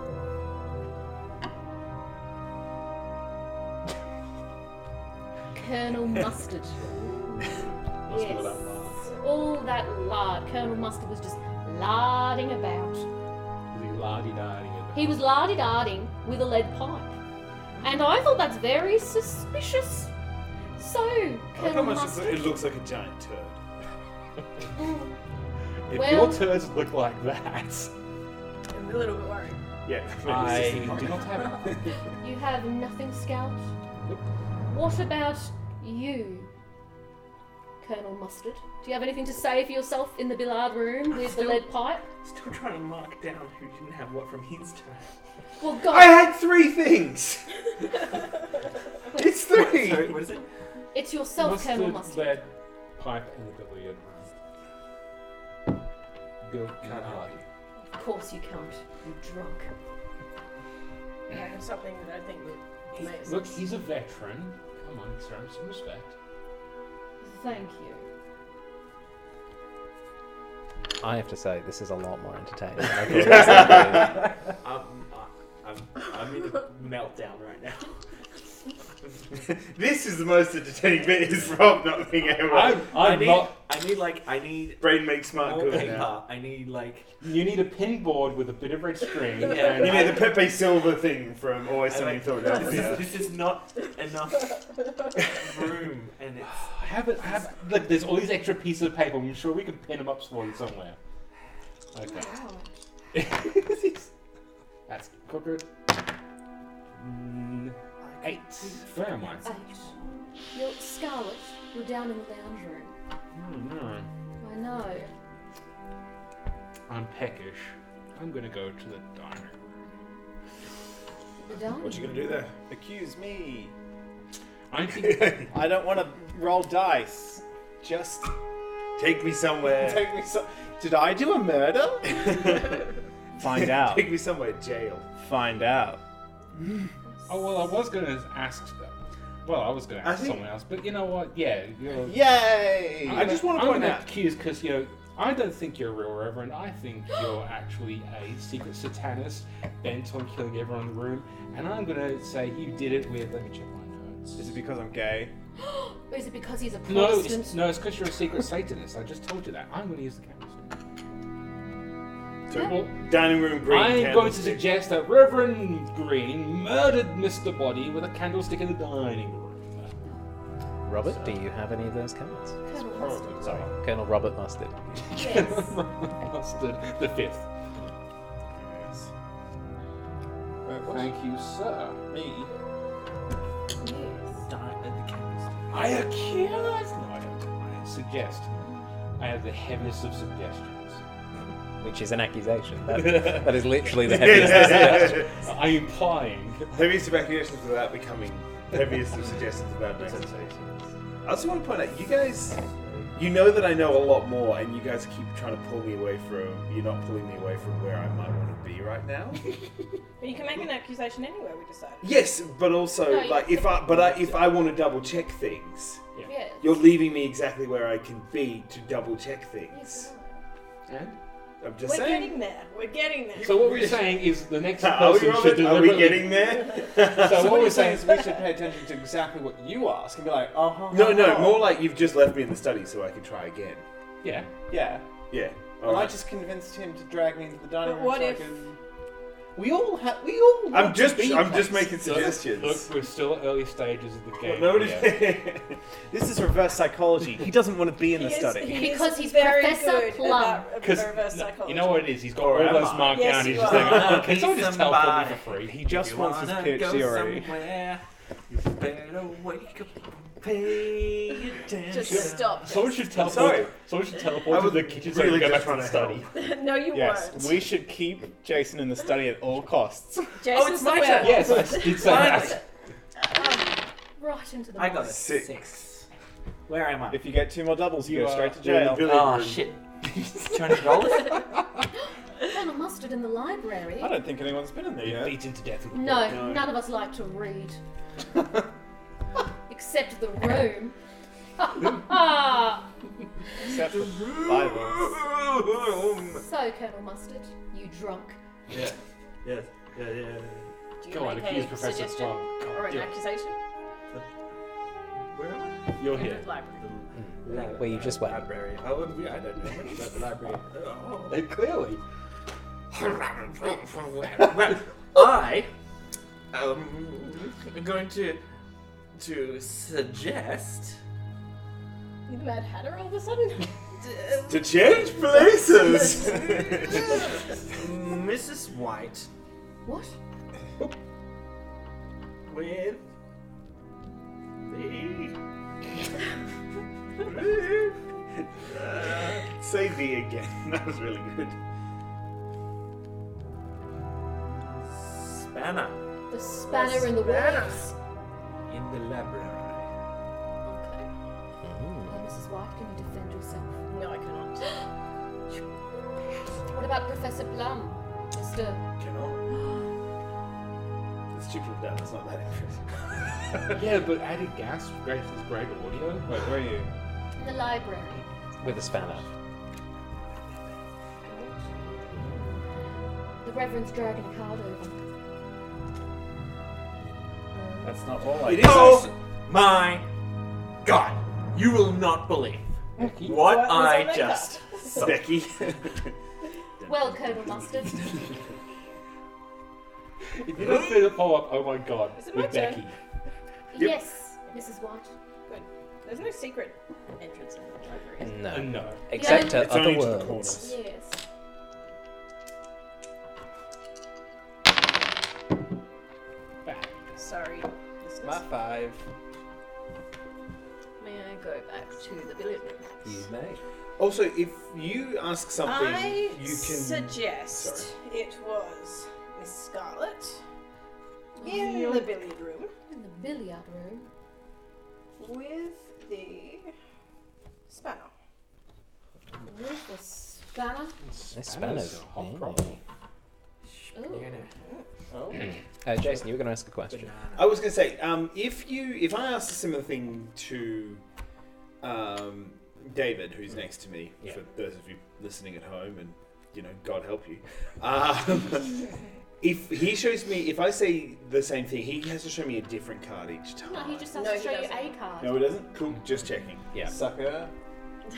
Speaker 7: Colonel Mustard. yes. All that lard. Colonel Mustard was just larding about.
Speaker 6: Is he lardy-dardy about?
Speaker 7: He was lardy darding with a lead pipe. And I thought that's very suspicious. So,
Speaker 2: I like how
Speaker 7: Colonel
Speaker 2: much it's-
Speaker 7: Mustard.
Speaker 2: it looks like a giant turd.
Speaker 7: Mm.
Speaker 6: If
Speaker 7: Well-
Speaker 6: your turds look like that,
Speaker 4: I'm a little bit worried.
Speaker 2: Yeah.
Speaker 6: I do not have it.
Speaker 7: You have nothing, Scout?
Speaker 6: Nope.
Speaker 7: What about you, Colonel Mustard? Do you have anything to say for yourself in the Billard room with the lead pipe?
Speaker 5: Still trying to mark down who didn't have what from his turn.
Speaker 7: Well, God,
Speaker 2: I had three things. it's
Speaker 5: Wait, sorry, what is it?
Speaker 7: It's yourself, Colonel Mustard.
Speaker 6: lead pipe in the billiard room. Go
Speaker 5: Can't help
Speaker 6: you.
Speaker 7: Of course you can't. You're drunk.
Speaker 4: I have something that I think would make
Speaker 6: Look,
Speaker 4: sense.
Speaker 6: he's a veteran. Come on, show him some respect.
Speaker 7: Thank you.
Speaker 1: I have to say, this is a lot more entertaining. than I thought it was gonna
Speaker 5: I'm, Um, I'm, I'm in a meltdown right now.
Speaker 2: This is the most entertaining bit is Rob not being able
Speaker 6: I'm,
Speaker 5: I
Speaker 6: I'm
Speaker 5: need,
Speaker 6: not.
Speaker 5: I need like, I need
Speaker 2: brain makes
Speaker 5: Oh,
Speaker 2: smart good now.
Speaker 5: wallpaper. I need like,
Speaker 6: You need a pin board with a bit of red string.
Speaker 5: Yeah.
Speaker 6: and
Speaker 2: You know the Pepe Silva thing from Always
Speaker 5: I
Speaker 2: Sunny
Speaker 5: like
Speaker 2: in Philadelphia.
Speaker 5: this, is, this is not enough room, and it's
Speaker 6: I have it. I have look. There's all these extra pieces of paper. I'm sure we can pin them up for you somewhere. Okay.
Speaker 7: Wow.
Speaker 6: That's crooked. Mm, Eight. Where am I?
Speaker 7: Eight. You're Scarlet. You're down in the lounge room.
Speaker 6: Oh, no.
Speaker 7: I know.
Speaker 6: I'm peckish. I'm gonna go to the diner.
Speaker 7: You're down.
Speaker 2: What you gonna do there? Accuse me.
Speaker 6: I think
Speaker 3: I don't want to roll dice. Just
Speaker 2: Take me somewhere.
Speaker 3: take me. So- Did I do a murder? Find out.
Speaker 2: Take me somewhere, jail.
Speaker 3: Find out.
Speaker 6: Oh well, I was gonna ask. Well, I was gonna ask
Speaker 2: think-
Speaker 6: someone else, but you know what? Yeah, you're.
Speaker 3: Yay!
Speaker 6: I'm
Speaker 3: I just
Speaker 6: gonna-
Speaker 3: want to
Speaker 6: I'm
Speaker 3: point
Speaker 6: gonna
Speaker 3: out.
Speaker 6: accuse because you know I don't think you're a real reverend. I think you're actually a secret satanist bent on killing everyone in the room, and I'm gonna say you did it with. Let me check my notes.
Speaker 3: Is it because I'm gay?
Speaker 7: Is it because he's a
Speaker 6: No,
Speaker 7: Protestant?
Speaker 6: it's, no, it's because you're a secret satanist. I just told you that. I'm gonna use the candlestick.
Speaker 2: So-
Speaker 6: Well,
Speaker 2: Dining room green.
Speaker 6: I'm going to
Speaker 2: candlestick.
Speaker 6: suggest that Reverend Green murdered Mr. Body with a candlestick in the dining room.
Speaker 1: be. Robert, do you have any of those cards?
Speaker 7: Colonel Mustard.
Speaker 1: Sorry, Colonel Robert Mustard.
Speaker 7: Yes.
Speaker 6: Mustard, the fifth.
Speaker 2: Yes.
Speaker 6: Thank you, sir. Me.
Speaker 7: yes.
Speaker 5: di- the candles.
Speaker 6: I accuse. No, I don't. I suggest. I have the heaviest of suggestions.
Speaker 1: Which is an accusation. That, that is literally the heaviest suggestion.
Speaker 6: I'm implying.
Speaker 2: Heaviest of accusations without becoming heaviest of suggestions without making I also want to point out, you guys, you know that I know a lot more, and you guys keep trying to pull me away from. You're not pulling me away from where I might want to be right now.
Speaker 4: But you can make an accusation anywhere we decide.
Speaker 2: yes, but also
Speaker 7: No, you-
Speaker 2: like if I, but I, if I want to double check things,
Speaker 7: Yes.
Speaker 2: you're leaving me exactly where I can be to double check
Speaker 7: Yes,
Speaker 2: things.
Speaker 7: you are.
Speaker 6: And?
Speaker 2: I'm
Speaker 4: We're
Speaker 2: just saying.
Speaker 4: getting there. We're getting there.
Speaker 6: So what we're saying is the next
Speaker 2: Are we,
Speaker 6: person should
Speaker 2: Robert? Are
Speaker 6: deliberately.
Speaker 2: we getting there?
Speaker 6: So what we're saying.
Speaker 3: is we should pay attention to exactly what you ask and be like, oh, huh,
Speaker 2: No,
Speaker 3: huh,
Speaker 2: no,
Speaker 3: huh.
Speaker 2: more like you've just left me in the study so I can try again.
Speaker 6: Yeah.
Speaker 3: Yeah.
Speaker 2: Yeah.
Speaker 3: And I
Speaker 2: alright.
Speaker 3: just convinced him to drag me into the dining
Speaker 4: But
Speaker 3: room.
Speaker 4: what
Speaker 3: so I
Speaker 4: if-
Speaker 3: can- We all have. We all.
Speaker 2: I'm
Speaker 3: want to
Speaker 2: just
Speaker 3: be
Speaker 2: I'm just
Speaker 3: placed.
Speaker 2: making suggestions.
Speaker 6: Look, we're still at early stages of the game.
Speaker 2: Nobody-
Speaker 6: Yeah.
Speaker 3: This is reverse psychology. He doesn't want to be in the
Speaker 4: He is-
Speaker 3: study.
Speaker 4: he is
Speaker 7: Because he's
Speaker 4: very
Speaker 7: Professor
Speaker 4: good
Speaker 7: Plum.
Speaker 4: about re-
Speaker 6: Because
Speaker 4: reverse
Speaker 6: no,
Speaker 4: psychology.
Speaker 6: you know what it is, he's got
Speaker 2: Or
Speaker 6: all
Speaker 2: am
Speaker 6: those
Speaker 2: I?
Speaker 6: marked
Speaker 4: Yes,
Speaker 6: down. He's
Speaker 4: you
Speaker 6: just
Speaker 4: are.
Speaker 6: like, oh, can
Speaker 5: Be
Speaker 6: someone just teleport me
Speaker 5: somebody.
Speaker 6: for free?
Speaker 3: He just wants his
Speaker 5: wanna
Speaker 3: PhD
Speaker 5: go
Speaker 3: already.
Speaker 5: somewhere, You better wake up and pay attention.
Speaker 4: Just stop.
Speaker 6: Someone should teleport.
Speaker 2: sorry.
Speaker 6: Someone should teleport
Speaker 2: I
Speaker 6: to
Speaker 2: was
Speaker 6: the kitchen so
Speaker 2: really
Speaker 6: we can go back
Speaker 2: just
Speaker 6: to the
Speaker 2: trying to
Speaker 6: study.
Speaker 4: no, you won't.
Speaker 3: Yes, we should keep Jason in the study at all costs.
Speaker 4: Jason's
Speaker 5: it's
Speaker 4: the
Speaker 5: my turn.
Speaker 4: werewolf.
Speaker 6: Yes, I did say that.
Speaker 7: Right into the
Speaker 5: I got a
Speaker 7: mouse.
Speaker 5: six. Where am I?
Speaker 3: If you get two more doubles, you,
Speaker 6: You
Speaker 3: go
Speaker 6: are-
Speaker 3: straight to
Speaker 2: You're in the
Speaker 3: jail.
Speaker 2: billiard
Speaker 5: oh
Speaker 2: room.
Speaker 5: shit! Trying to roll it?
Speaker 7: Colonel Mustard in the library.
Speaker 3: I don't think anyone's been in there yet.
Speaker 6: Beaten to death. with-
Speaker 5: Oh,
Speaker 7: No, none of us like to read. Except the room. so,
Speaker 3: Except for Bibles.
Speaker 7: Colonel Mustard, you drunk.
Speaker 5: yeah. Yes. Yeah, yeah, yeah.
Speaker 4: Do you
Speaker 6: Go on,
Speaker 4: make
Speaker 6: accuse
Speaker 4: a
Speaker 6: Professor
Speaker 4: suggestion
Speaker 6: Plum. Go on,
Speaker 4: or an
Speaker 6: do it.
Speaker 4: accusation?
Speaker 5: Where am I?
Speaker 6: You're here.
Speaker 4: In the library.
Speaker 5: Lab-
Speaker 1: Where you just went.
Speaker 5: Library. I, would be, I don't know much about the library. Oh.
Speaker 6: Uh, Clearly.
Speaker 5: well, I um, am going to to suggest.
Speaker 4: You the Mad Hatter all of a sudden?
Speaker 2: To change places.
Speaker 5: Mrs. White
Speaker 7: What?
Speaker 5: with the
Speaker 2: Say the again. That was really good.
Speaker 5: spanner.
Speaker 7: The spanner in the works.
Speaker 5: in the library.
Speaker 4: Okay.
Speaker 7: Well, Mrs. White, can you defend yourself?
Speaker 4: No, I cannot.
Speaker 7: What about Professor Plum? Mr.
Speaker 2: Cannot. It's stupid of that. It's not that interesting.
Speaker 6: yeah, but added gas great is great audio. Wait, where are you?
Speaker 7: in the library.
Speaker 1: with a spanner.
Speaker 7: The Reverend's dragging a card over.
Speaker 2: That's not all I
Speaker 5: It is also- my God. You will not believe what
Speaker 4: What was on
Speaker 5: I
Speaker 4: that
Speaker 5: just saw.
Speaker 2: Becky.
Speaker 7: Well, Colonel Mustard,
Speaker 6: If you don't see the pop up, oh my god,
Speaker 4: Is it my
Speaker 6: with
Speaker 4: turn?
Speaker 6: Becky.
Speaker 7: yes, Mrs. White.
Speaker 4: There's no secret entrance in the library. is there?
Speaker 6: Uh,
Speaker 1: No.
Speaker 6: no.
Speaker 1: Except
Speaker 7: Yeah.
Speaker 1: to other worlds.
Speaker 2: corners.
Speaker 7: Yes.
Speaker 4: Sorry. listeners.
Speaker 1: My five.
Speaker 4: May I go back to the billion?
Speaker 1: You may.
Speaker 2: Also, if you ask something,
Speaker 4: I
Speaker 2: you can.
Speaker 4: suggest it was Miss Scarlet in
Speaker 7: Yeah.
Speaker 4: the billiard room
Speaker 7: In the billiard room.
Speaker 4: with the spanner.
Speaker 7: With the spanner.
Speaker 1: This
Speaker 6: Spanner's
Speaker 1: spanner's
Speaker 6: a
Speaker 2: Oh,
Speaker 6: hot
Speaker 1: yeah.
Speaker 6: problem.
Speaker 7: Ooh.
Speaker 1: Uh, Jason, you were going to ask a question.
Speaker 2: I was going to say, um, if you, if I asked a similar thing to um, David, who's next to me,
Speaker 1: Yeah.
Speaker 2: for those of you listening at home, and you know, God help you, um, if he shows me, if I say the same thing, he has to show me a different card each time.
Speaker 7: No, he just has
Speaker 4: No,
Speaker 7: to
Speaker 4: he
Speaker 7: show you
Speaker 4: doesn't.
Speaker 7: a card.
Speaker 2: No, it doesn't. Cool. Just checking.
Speaker 1: Yeah.
Speaker 2: Sucker.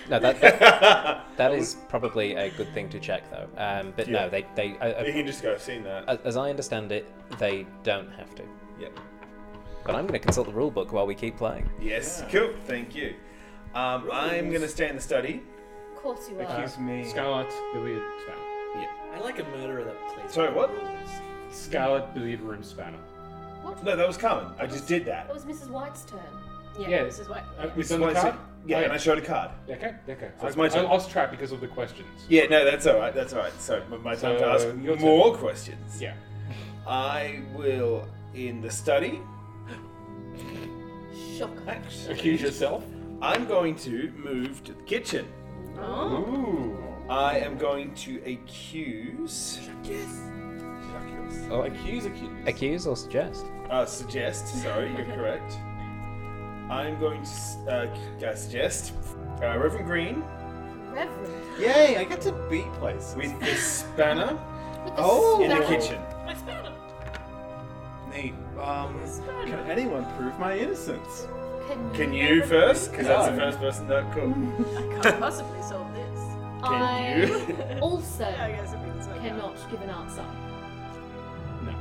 Speaker 1: No, that, that, that is probably a good thing to check, though. Um, but
Speaker 2: Yeah.
Speaker 1: no, they, they uh,
Speaker 2: You can just go. I've seen that.
Speaker 1: uh, as I understand it, they don't have to.
Speaker 2: Yep.
Speaker 1: But I'm going to consult the rule book while we keep playing.
Speaker 2: Yes. Cool. Thank you. Um, I'm going to stay in the study.
Speaker 7: Of course you are.
Speaker 2: Excuse me.
Speaker 6: Scarlet Billiard Spanner.
Speaker 5: I like a murderer that plays.
Speaker 2: Sorry,
Speaker 5: by
Speaker 2: what?
Speaker 5: the rules.
Speaker 6: Scarlet Billiard Room Spanner.
Speaker 7: What?
Speaker 2: No, that was Carmen. I just did that.
Speaker 7: That was Mrs. White's turn.
Speaker 6: Yeah.
Speaker 4: This is what.
Speaker 6: Uh, we've done the
Speaker 2: Slice it.
Speaker 6: card?
Speaker 2: Yeah, and I showed a card.
Speaker 6: Okay, okay.
Speaker 2: So it's
Speaker 6: I,
Speaker 2: my
Speaker 6: I
Speaker 2: turn.
Speaker 6: lost track because of the questions.
Speaker 2: Yeah, no, that's all right. That's all right. So my- my time to
Speaker 6: So,
Speaker 2: ask
Speaker 6: your turn.
Speaker 2: more questions.
Speaker 6: Yeah.
Speaker 2: I will in the study.
Speaker 7: Shocker.
Speaker 6: Accuse yourself.
Speaker 2: I'm going to move to the kitchen.
Speaker 4: Oh.
Speaker 6: Ooh.
Speaker 2: I am going to accuse.
Speaker 1: Oh.
Speaker 5: Accuse, accuse.
Speaker 1: Accuse or suggest?
Speaker 2: Uh, suggest. Sorry, you're correct. I'm going to s- uh, c- uh, suggest uh, Reverend Green
Speaker 7: Reverend.
Speaker 3: Yay, I get to beat places.
Speaker 2: with the spanner
Speaker 7: With the
Speaker 3: Oh,
Speaker 2: in the
Speaker 7: spanner.
Speaker 2: kitchen.
Speaker 4: My spanner.
Speaker 3: Neat. Um, can anyone prove my innocence?
Speaker 7: Can,
Speaker 2: Can you
Speaker 7: Reverend?
Speaker 2: first? Because that's the
Speaker 3: No.
Speaker 2: first person that cool.
Speaker 3: Hmm.
Speaker 4: I can't possibly solve this.
Speaker 7: I
Speaker 2: Can you?
Speaker 7: also
Speaker 4: I guess it means like
Speaker 7: cannot give an answer.
Speaker 6: No.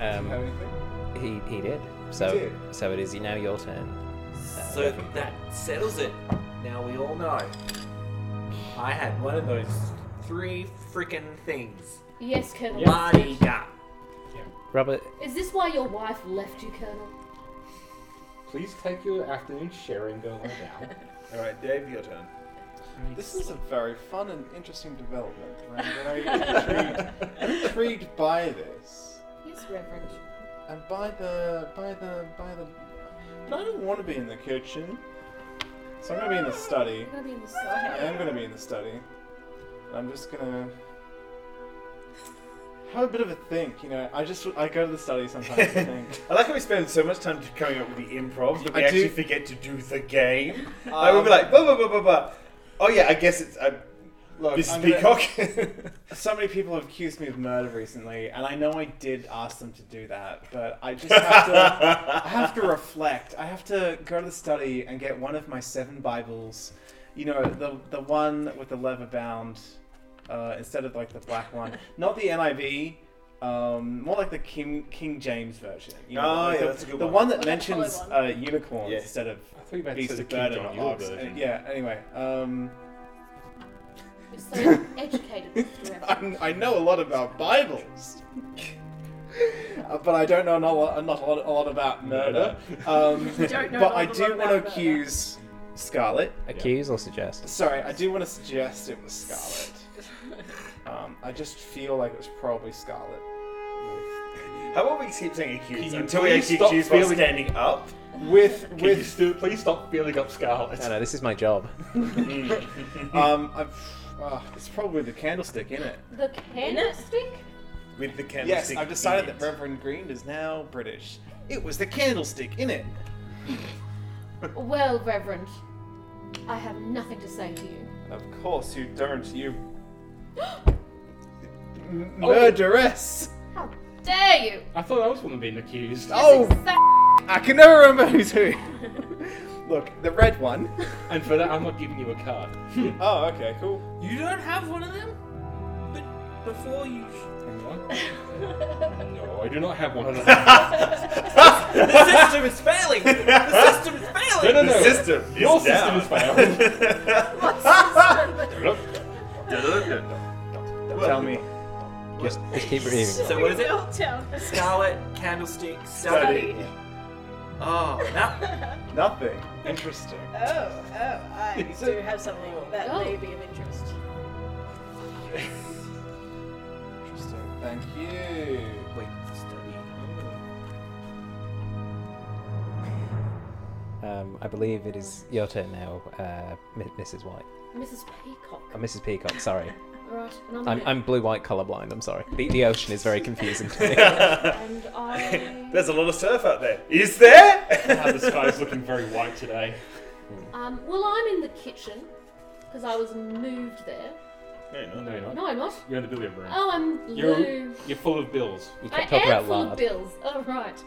Speaker 1: Um, he, he did. So
Speaker 3: did.
Speaker 1: so it is now your turn.
Speaker 5: So that settles it. Now we all know. I had one of those three freaking things.
Speaker 7: Yes, Colonel.
Speaker 5: Marty da.
Speaker 1: Robert,
Speaker 7: Is this why your wife left you, Colonel?
Speaker 6: Please take your afternoon share and go lie down.
Speaker 2: All right, Dave, your turn.
Speaker 3: This is a very fun and interesting development. I'm very intrigued, I'm intrigued by this,
Speaker 7: Yes, Reverend.
Speaker 3: and by the by the by the. But I don't want to be in the kitchen, so I'm gonna be in the study.
Speaker 7: I'm gonna be in the
Speaker 3: I
Speaker 7: sky.
Speaker 3: am gonna be in the study. And I'm just gonna have a bit of a think. You know, I just I go to the study sometimes and think.
Speaker 2: I like how we spend so much time coming up with the improv that we
Speaker 3: I
Speaker 2: actually
Speaker 3: do- Um,
Speaker 2: forget to do the game. I will be like, blah, blah, blah, blah, blah. Oh, yeah, I guess it's. i
Speaker 3: Look,
Speaker 2: this is
Speaker 3: I'm gonna-
Speaker 2: Peacock.
Speaker 3: so many people have accused me of murder recently, and I know I did ask them to do that, but I just have to, I have to reflect. I have to go to the study and get one of my seven Bibles, you know, the the one with the leather bound, uh, instead of like the black one, not the NIV. Um, more like the King King James version. You know,
Speaker 2: Oh,
Speaker 3: like
Speaker 2: yeah,
Speaker 3: the,
Speaker 2: that's a good
Speaker 3: the
Speaker 2: one.
Speaker 3: one that
Speaker 4: Or the
Speaker 3: mentions
Speaker 4: hollow
Speaker 3: uh, unicorns
Speaker 2: Yeah.
Speaker 3: instead of
Speaker 6: I thought you meant
Speaker 3: beast
Speaker 6: to the
Speaker 3: of
Speaker 6: King
Speaker 3: burden
Speaker 6: John
Speaker 3: and
Speaker 6: Yule
Speaker 3: ox.
Speaker 6: version.
Speaker 3: Yeah. Anyway, um,
Speaker 7: You're so educated, Reverend.
Speaker 3: I'm, I know a lot about Bibles, Uh, but I don't know not a lot, not a lot, a lot about murder. Um,
Speaker 4: don't know
Speaker 3: but
Speaker 4: a
Speaker 3: I
Speaker 4: lot about
Speaker 3: do want to
Speaker 4: murder.
Speaker 3: accuse Scarlet.
Speaker 1: accuse or suggest?
Speaker 3: Sorry, I do want to suggest it was Scarlet. Um, I just feel like it was probably Scarlet.
Speaker 2: How about we keep saying accused
Speaker 5: you
Speaker 2: until we
Speaker 5: please
Speaker 2: actually
Speaker 5: stop
Speaker 2: accuse while
Speaker 5: feeling-
Speaker 2: standing up?
Speaker 3: With
Speaker 5: Can you
Speaker 3: with
Speaker 5: still, please stop feeling up Scarlet.
Speaker 1: No, no, this is my job.
Speaker 3: um, I've, uh, it's probably the candlestick in it.
Speaker 7: The candlestick?
Speaker 2: With the
Speaker 3: Yes,
Speaker 2: candlestick.
Speaker 3: I've decided
Speaker 2: in
Speaker 3: that Reverend Green is now British. It was the candlestick in it.
Speaker 7: Well, Reverend, I have nothing to say to you.
Speaker 3: And of course, you don't. You m- murderess.
Speaker 7: How dare you!
Speaker 6: I thought I was one of being accused.
Speaker 3: Oh,
Speaker 7: Exact-
Speaker 3: I can never remember who's who. Look, the red one.
Speaker 6: And for that, I'm not giving you a card.
Speaker 2: Hmm.
Speaker 3: Oh, okay, cool.
Speaker 5: You don't have one of them? But before you.
Speaker 6: Hang on. No, I do not have one. no,
Speaker 5: The system is failing! The system is failing!
Speaker 6: no, no.
Speaker 2: The system is
Speaker 6: Your system
Speaker 2: down.
Speaker 6: is failed.
Speaker 3: Tell me.
Speaker 1: Just, just keep reading.
Speaker 5: So what is it?
Speaker 4: We'll tell.
Speaker 5: Scarlet, candlestick, study.
Speaker 4: Study.
Speaker 5: Oh, now.
Speaker 3: Nothing.
Speaker 6: Interesting.
Speaker 4: Oh, oh, I do have something that may be of interest.
Speaker 3: Interesting. Thank you.
Speaker 5: Wait, study.
Speaker 1: Um, I believe it is your turn now, uh, M- Mrs. White.
Speaker 7: Mrs. Peacock.
Speaker 1: Oh, Mrs. Peacock, sorry.
Speaker 7: Right, and I'm,
Speaker 1: I'm,
Speaker 7: gonna-
Speaker 1: I'm blue white colorblind, I'm sorry. The, the ocean is very confusing to me.
Speaker 7: and I
Speaker 2: There's a lot of surf out there. Is there?
Speaker 6: How the sky's looking very white today.
Speaker 7: um, well, I'm in the kitchen because I was moved there.
Speaker 6: No, you're not.
Speaker 7: No, I'm not.
Speaker 6: You're in the billiard room.
Speaker 7: Oh, I'm
Speaker 6: You're-
Speaker 7: Lou.
Speaker 6: You're full of bills.
Speaker 1: We
Speaker 7: I
Speaker 1: can't talk
Speaker 7: am
Speaker 1: about
Speaker 7: full of
Speaker 1: lard.
Speaker 7: bills. Oh, right.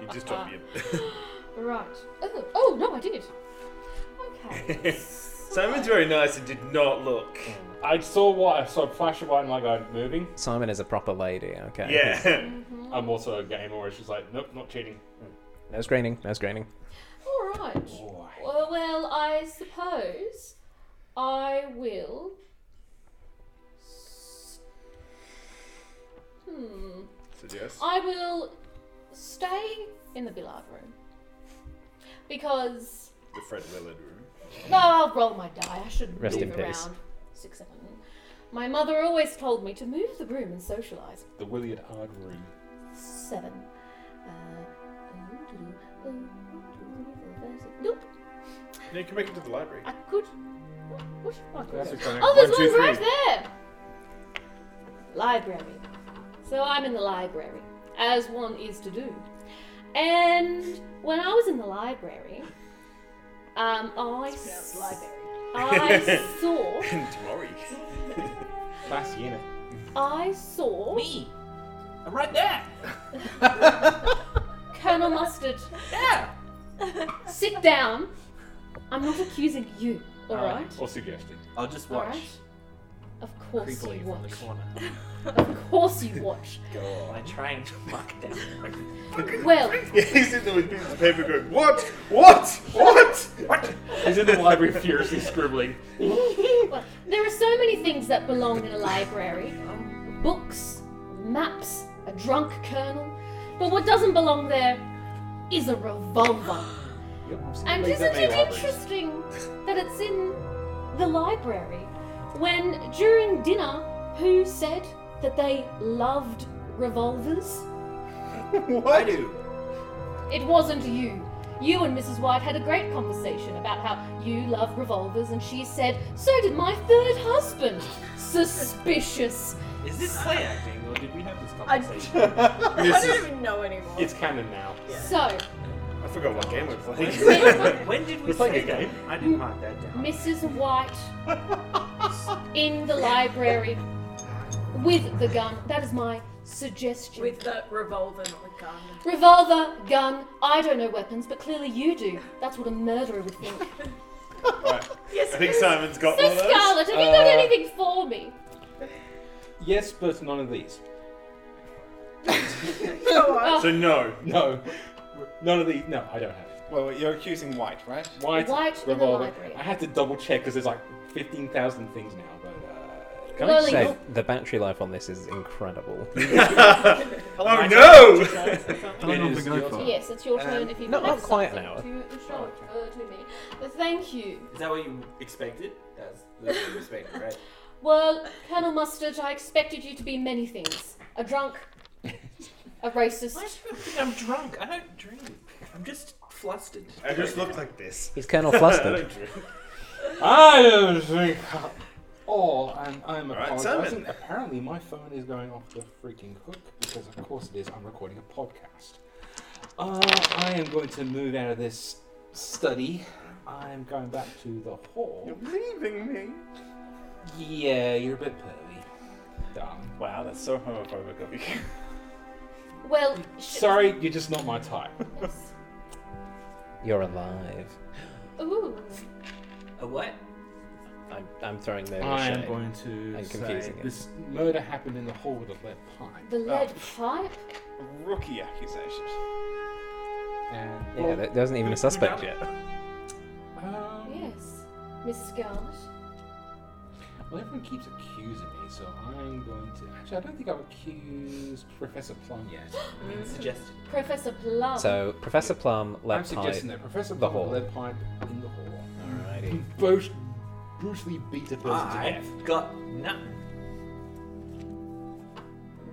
Speaker 2: you just
Speaker 5: Uh,
Speaker 2: dropped your.
Speaker 7: Right. Oh, oh no, I did. Okay.
Speaker 2: Simon's very nice and did not look.
Speaker 6: I saw what I saw a flash of white and like I'm moving.
Speaker 1: Simon is a proper lady, okay.
Speaker 2: Yeah.
Speaker 6: I'm also a gamer where she's like, nope, not cheating.
Speaker 1: Nose graining, nose graining.
Speaker 7: All right. Well, well, I suppose I will. s- Hmm.
Speaker 2: Suggest.
Speaker 7: I will stay in the billiard room because
Speaker 2: The Fred Willard room.
Speaker 7: no, I'll roll my die. I should
Speaker 1: Rest
Speaker 7: move
Speaker 1: in peace.
Speaker 7: around. Six, seven. My mother always told me to move the room and socialise.
Speaker 6: The Williard Hard Room.
Speaker 7: Seven. Uh, nope.
Speaker 2: No, you can make it to the library.
Speaker 7: I could. Which one?
Speaker 6: That's
Speaker 7: Oh, there's
Speaker 2: One, two,
Speaker 7: one right
Speaker 2: three.
Speaker 7: there. Library. So I'm in the library, as one is to do. And when I was in the library, um, I,
Speaker 4: Pronounced
Speaker 7: s-
Speaker 4: library.
Speaker 7: I saw
Speaker 2: Tomorrow.
Speaker 6: Class unit.
Speaker 7: I saw
Speaker 5: Me! I'm right there!
Speaker 7: Colonel Mustard
Speaker 5: Yeah!
Speaker 7: sit down. I'm not accusing you, all right?
Speaker 6: Or suggested.
Speaker 5: I'll just
Speaker 7: All
Speaker 5: watch.
Speaker 7: right. Of course
Speaker 5: Creepily
Speaker 7: you
Speaker 5: from the
Speaker 7: watch.
Speaker 5: corner.
Speaker 7: Of course you watch.
Speaker 5: Oh, I try and mark it down.
Speaker 7: Well,
Speaker 2: Yeah, he's sitting there with pieces of paper going, What? What? What? What?
Speaker 6: He's in the library furiously scribbling.
Speaker 7: Well, there are so many things that belong in a library books, maps, a drunk colonel. But what doesn't belong there is a revolver. and isn't it interesting that it's in the library when during dinner, who said that they loved revolvers?
Speaker 5: I do.
Speaker 7: It wasn't you. You and Mrs. White had a great conversation about how you love revolvers, and she said, So did my third husband. Suspicious.
Speaker 5: Is this play acting, or did we have this
Speaker 4: I,
Speaker 5: conversation?
Speaker 4: I don't even know anymore.
Speaker 6: It's canon now.
Speaker 7: So,
Speaker 2: I forgot what game we're playing.
Speaker 7: when
Speaker 5: when did we
Speaker 6: We're playing
Speaker 5: say
Speaker 6: a
Speaker 5: that?
Speaker 6: game.
Speaker 5: I didn't mark that down.
Speaker 7: Mrs. White in the library with the gun, that is my suggestion.
Speaker 4: with the revolver, not the gun.
Speaker 7: Revolver, gun, I don't know weapons, but clearly you do. That's what a murderer would think.
Speaker 4: Yes,
Speaker 2: I think Simon's got
Speaker 7: so,
Speaker 2: one of those.
Speaker 7: Scarlett, have you got
Speaker 6: Uh,
Speaker 7: anything for me?
Speaker 6: Yes, but none of these.
Speaker 2: So no.
Speaker 6: No. None of these. No, I don't have it.
Speaker 3: Well, you're accusing White, right?
Speaker 6: White,
Speaker 7: White in the
Speaker 6: revolver.
Speaker 7: library.
Speaker 6: I had to double check because there's like 15,000 things now, but. Uh,
Speaker 1: Can I
Speaker 7: Well,
Speaker 1: just say,
Speaker 7: you-
Speaker 1: the battery life on this is incredible.
Speaker 2: Oh no!
Speaker 6: How long have we
Speaker 7: Yes, it's your turn if you
Speaker 1: no,
Speaker 7: have
Speaker 1: not quite an
Speaker 7: something
Speaker 1: hour.
Speaker 7: To, show uh, to me. But thank you.
Speaker 5: Is that what you expected? That's, that's what you expected, right?
Speaker 7: Well, Colonel Mustard, I expected you to be many things. A drunk, a
Speaker 5: I
Speaker 7: racist.
Speaker 5: don't think I'm drunk. I don't drink. I'm just flustered.
Speaker 2: I just looked like this.
Speaker 1: He's Colonel Flustered.
Speaker 6: I don't think all, and Oh, I'm
Speaker 2: right,
Speaker 6: apologizing.
Speaker 2: Simon.
Speaker 6: Apparently, my phone is going off the freaking hook because, of course, it is. I'm recording a podcast. Uh, I am going to move out of this study. I'm going back to the hall.
Speaker 3: leaving me.
Speaker 6: Yeah, you're a bit pervy. Darling.
Speaker 3: Wow, that's so homophobic of you.
Speaker 7: Well, sh-
Speaker 6: Sorry, you're just not my type.
Speaker 1: You're alive.
Speaker 7: Ooh.
Speaker 5: A what?
Speaker 1: I'm, I'm throwing them in the
Speaker 6: I am
Speaker 1: shade.
Speaker 6: going to
Speaker 1: And
Speaker 6: say
Speaker 1: confusing it.
Speaker 6: this murder happened in the hall with a lead pipe.
Speaker 7: The lead pipe?
Speaker 3: Rookie accusations.
Speaker 6: And
Speaker 1: Yeah, there, there isn't even a suspect yet.
Speaker 6: um,
Speaker 7: Yes. Miss Scarlet.
Speaker 6: Well, everyone keeps accusing me, so I'm going to. Actually, I don't think I've accused Professor Plum yet.
Speaker 5: Suggested.
Speaker 7: Professor
Speaker 4: Oh.
Speaker 7: Plum.
Speaker 1: So Professor Plum
Speaker 6: I'm
Speaker 1: left pipe.
Speaker 6: suggesting that Professor
Speaker 1: the
Speaker 6: Plum with
Speaker 1: hall.
Speaker 6: a lead pipe in the hall.
Speaker 1: Alrighty.
Speaker 6: Both brutally beat a person to death.
Speaker 5: I've got nothing.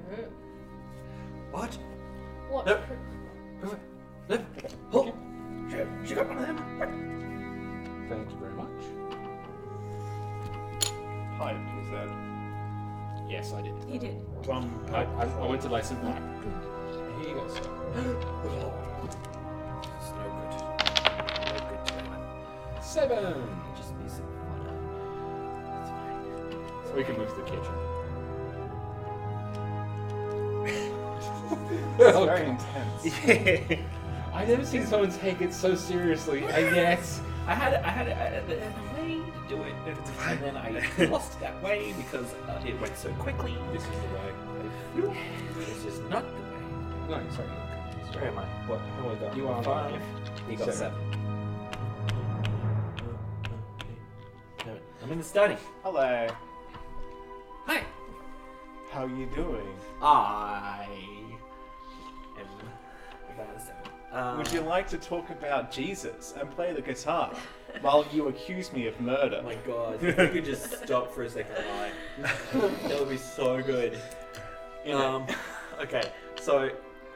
Speaker 6: Mm.
Speaker 5: What?
Speaker 7: what?
Speaker 5: Yep.
Speaker 7: pro-
Speaker 5: No. Oh.
Speaker 6: Thank you very much.
Speaker 2: Pipe, you said.
Speaker 6: Yes, I did.
Speaker 4: He did.
Speaker 2: Plum
Speaker 6: I,
Speaker 2: pipe.
Speaker 6: I, I went to light some pipe. Here you go, sir.
Speaker 5: It's no good. No good to anyone.
Speaker 6: Seven.
Speaker 5: Just be some water. That's fine.
Speaker 6: So we can move to the kitchen.
Speaker 3: It's
Speaker 6: Oh,
Speaker 3: very
Speaker 6: God.
Speaker 3: intense.
Speaker 6: I've never seen someone take it so seriously, and yet.
Speaker 5: I had I had a, a, a way to do it, and then I lost that way because uh, it went so quickly.
Speaker 6: This is the way.
Speaker 5: This is not the way.
Speaker 6: No, sorry.
Speaker 5: Where am I? What? How I got?
Speaker 6: You are
Speaker 5: five.
Speaker 1: You got seven.
Speaker 6: Seven.
Speaker 5: No, I'm in the study.
Speaker 3: Hello.
Speaker 5: Hi.
Speaker 3: How you doing?
Speaker 5: I am about a seven. Um,
Speaker 3: Would you like to talk about Jesus and play the guitar while you accuse me of murder?
Speaker 5: Oh my god, if we could just stop for a second line. that would be so good. Um, okay, so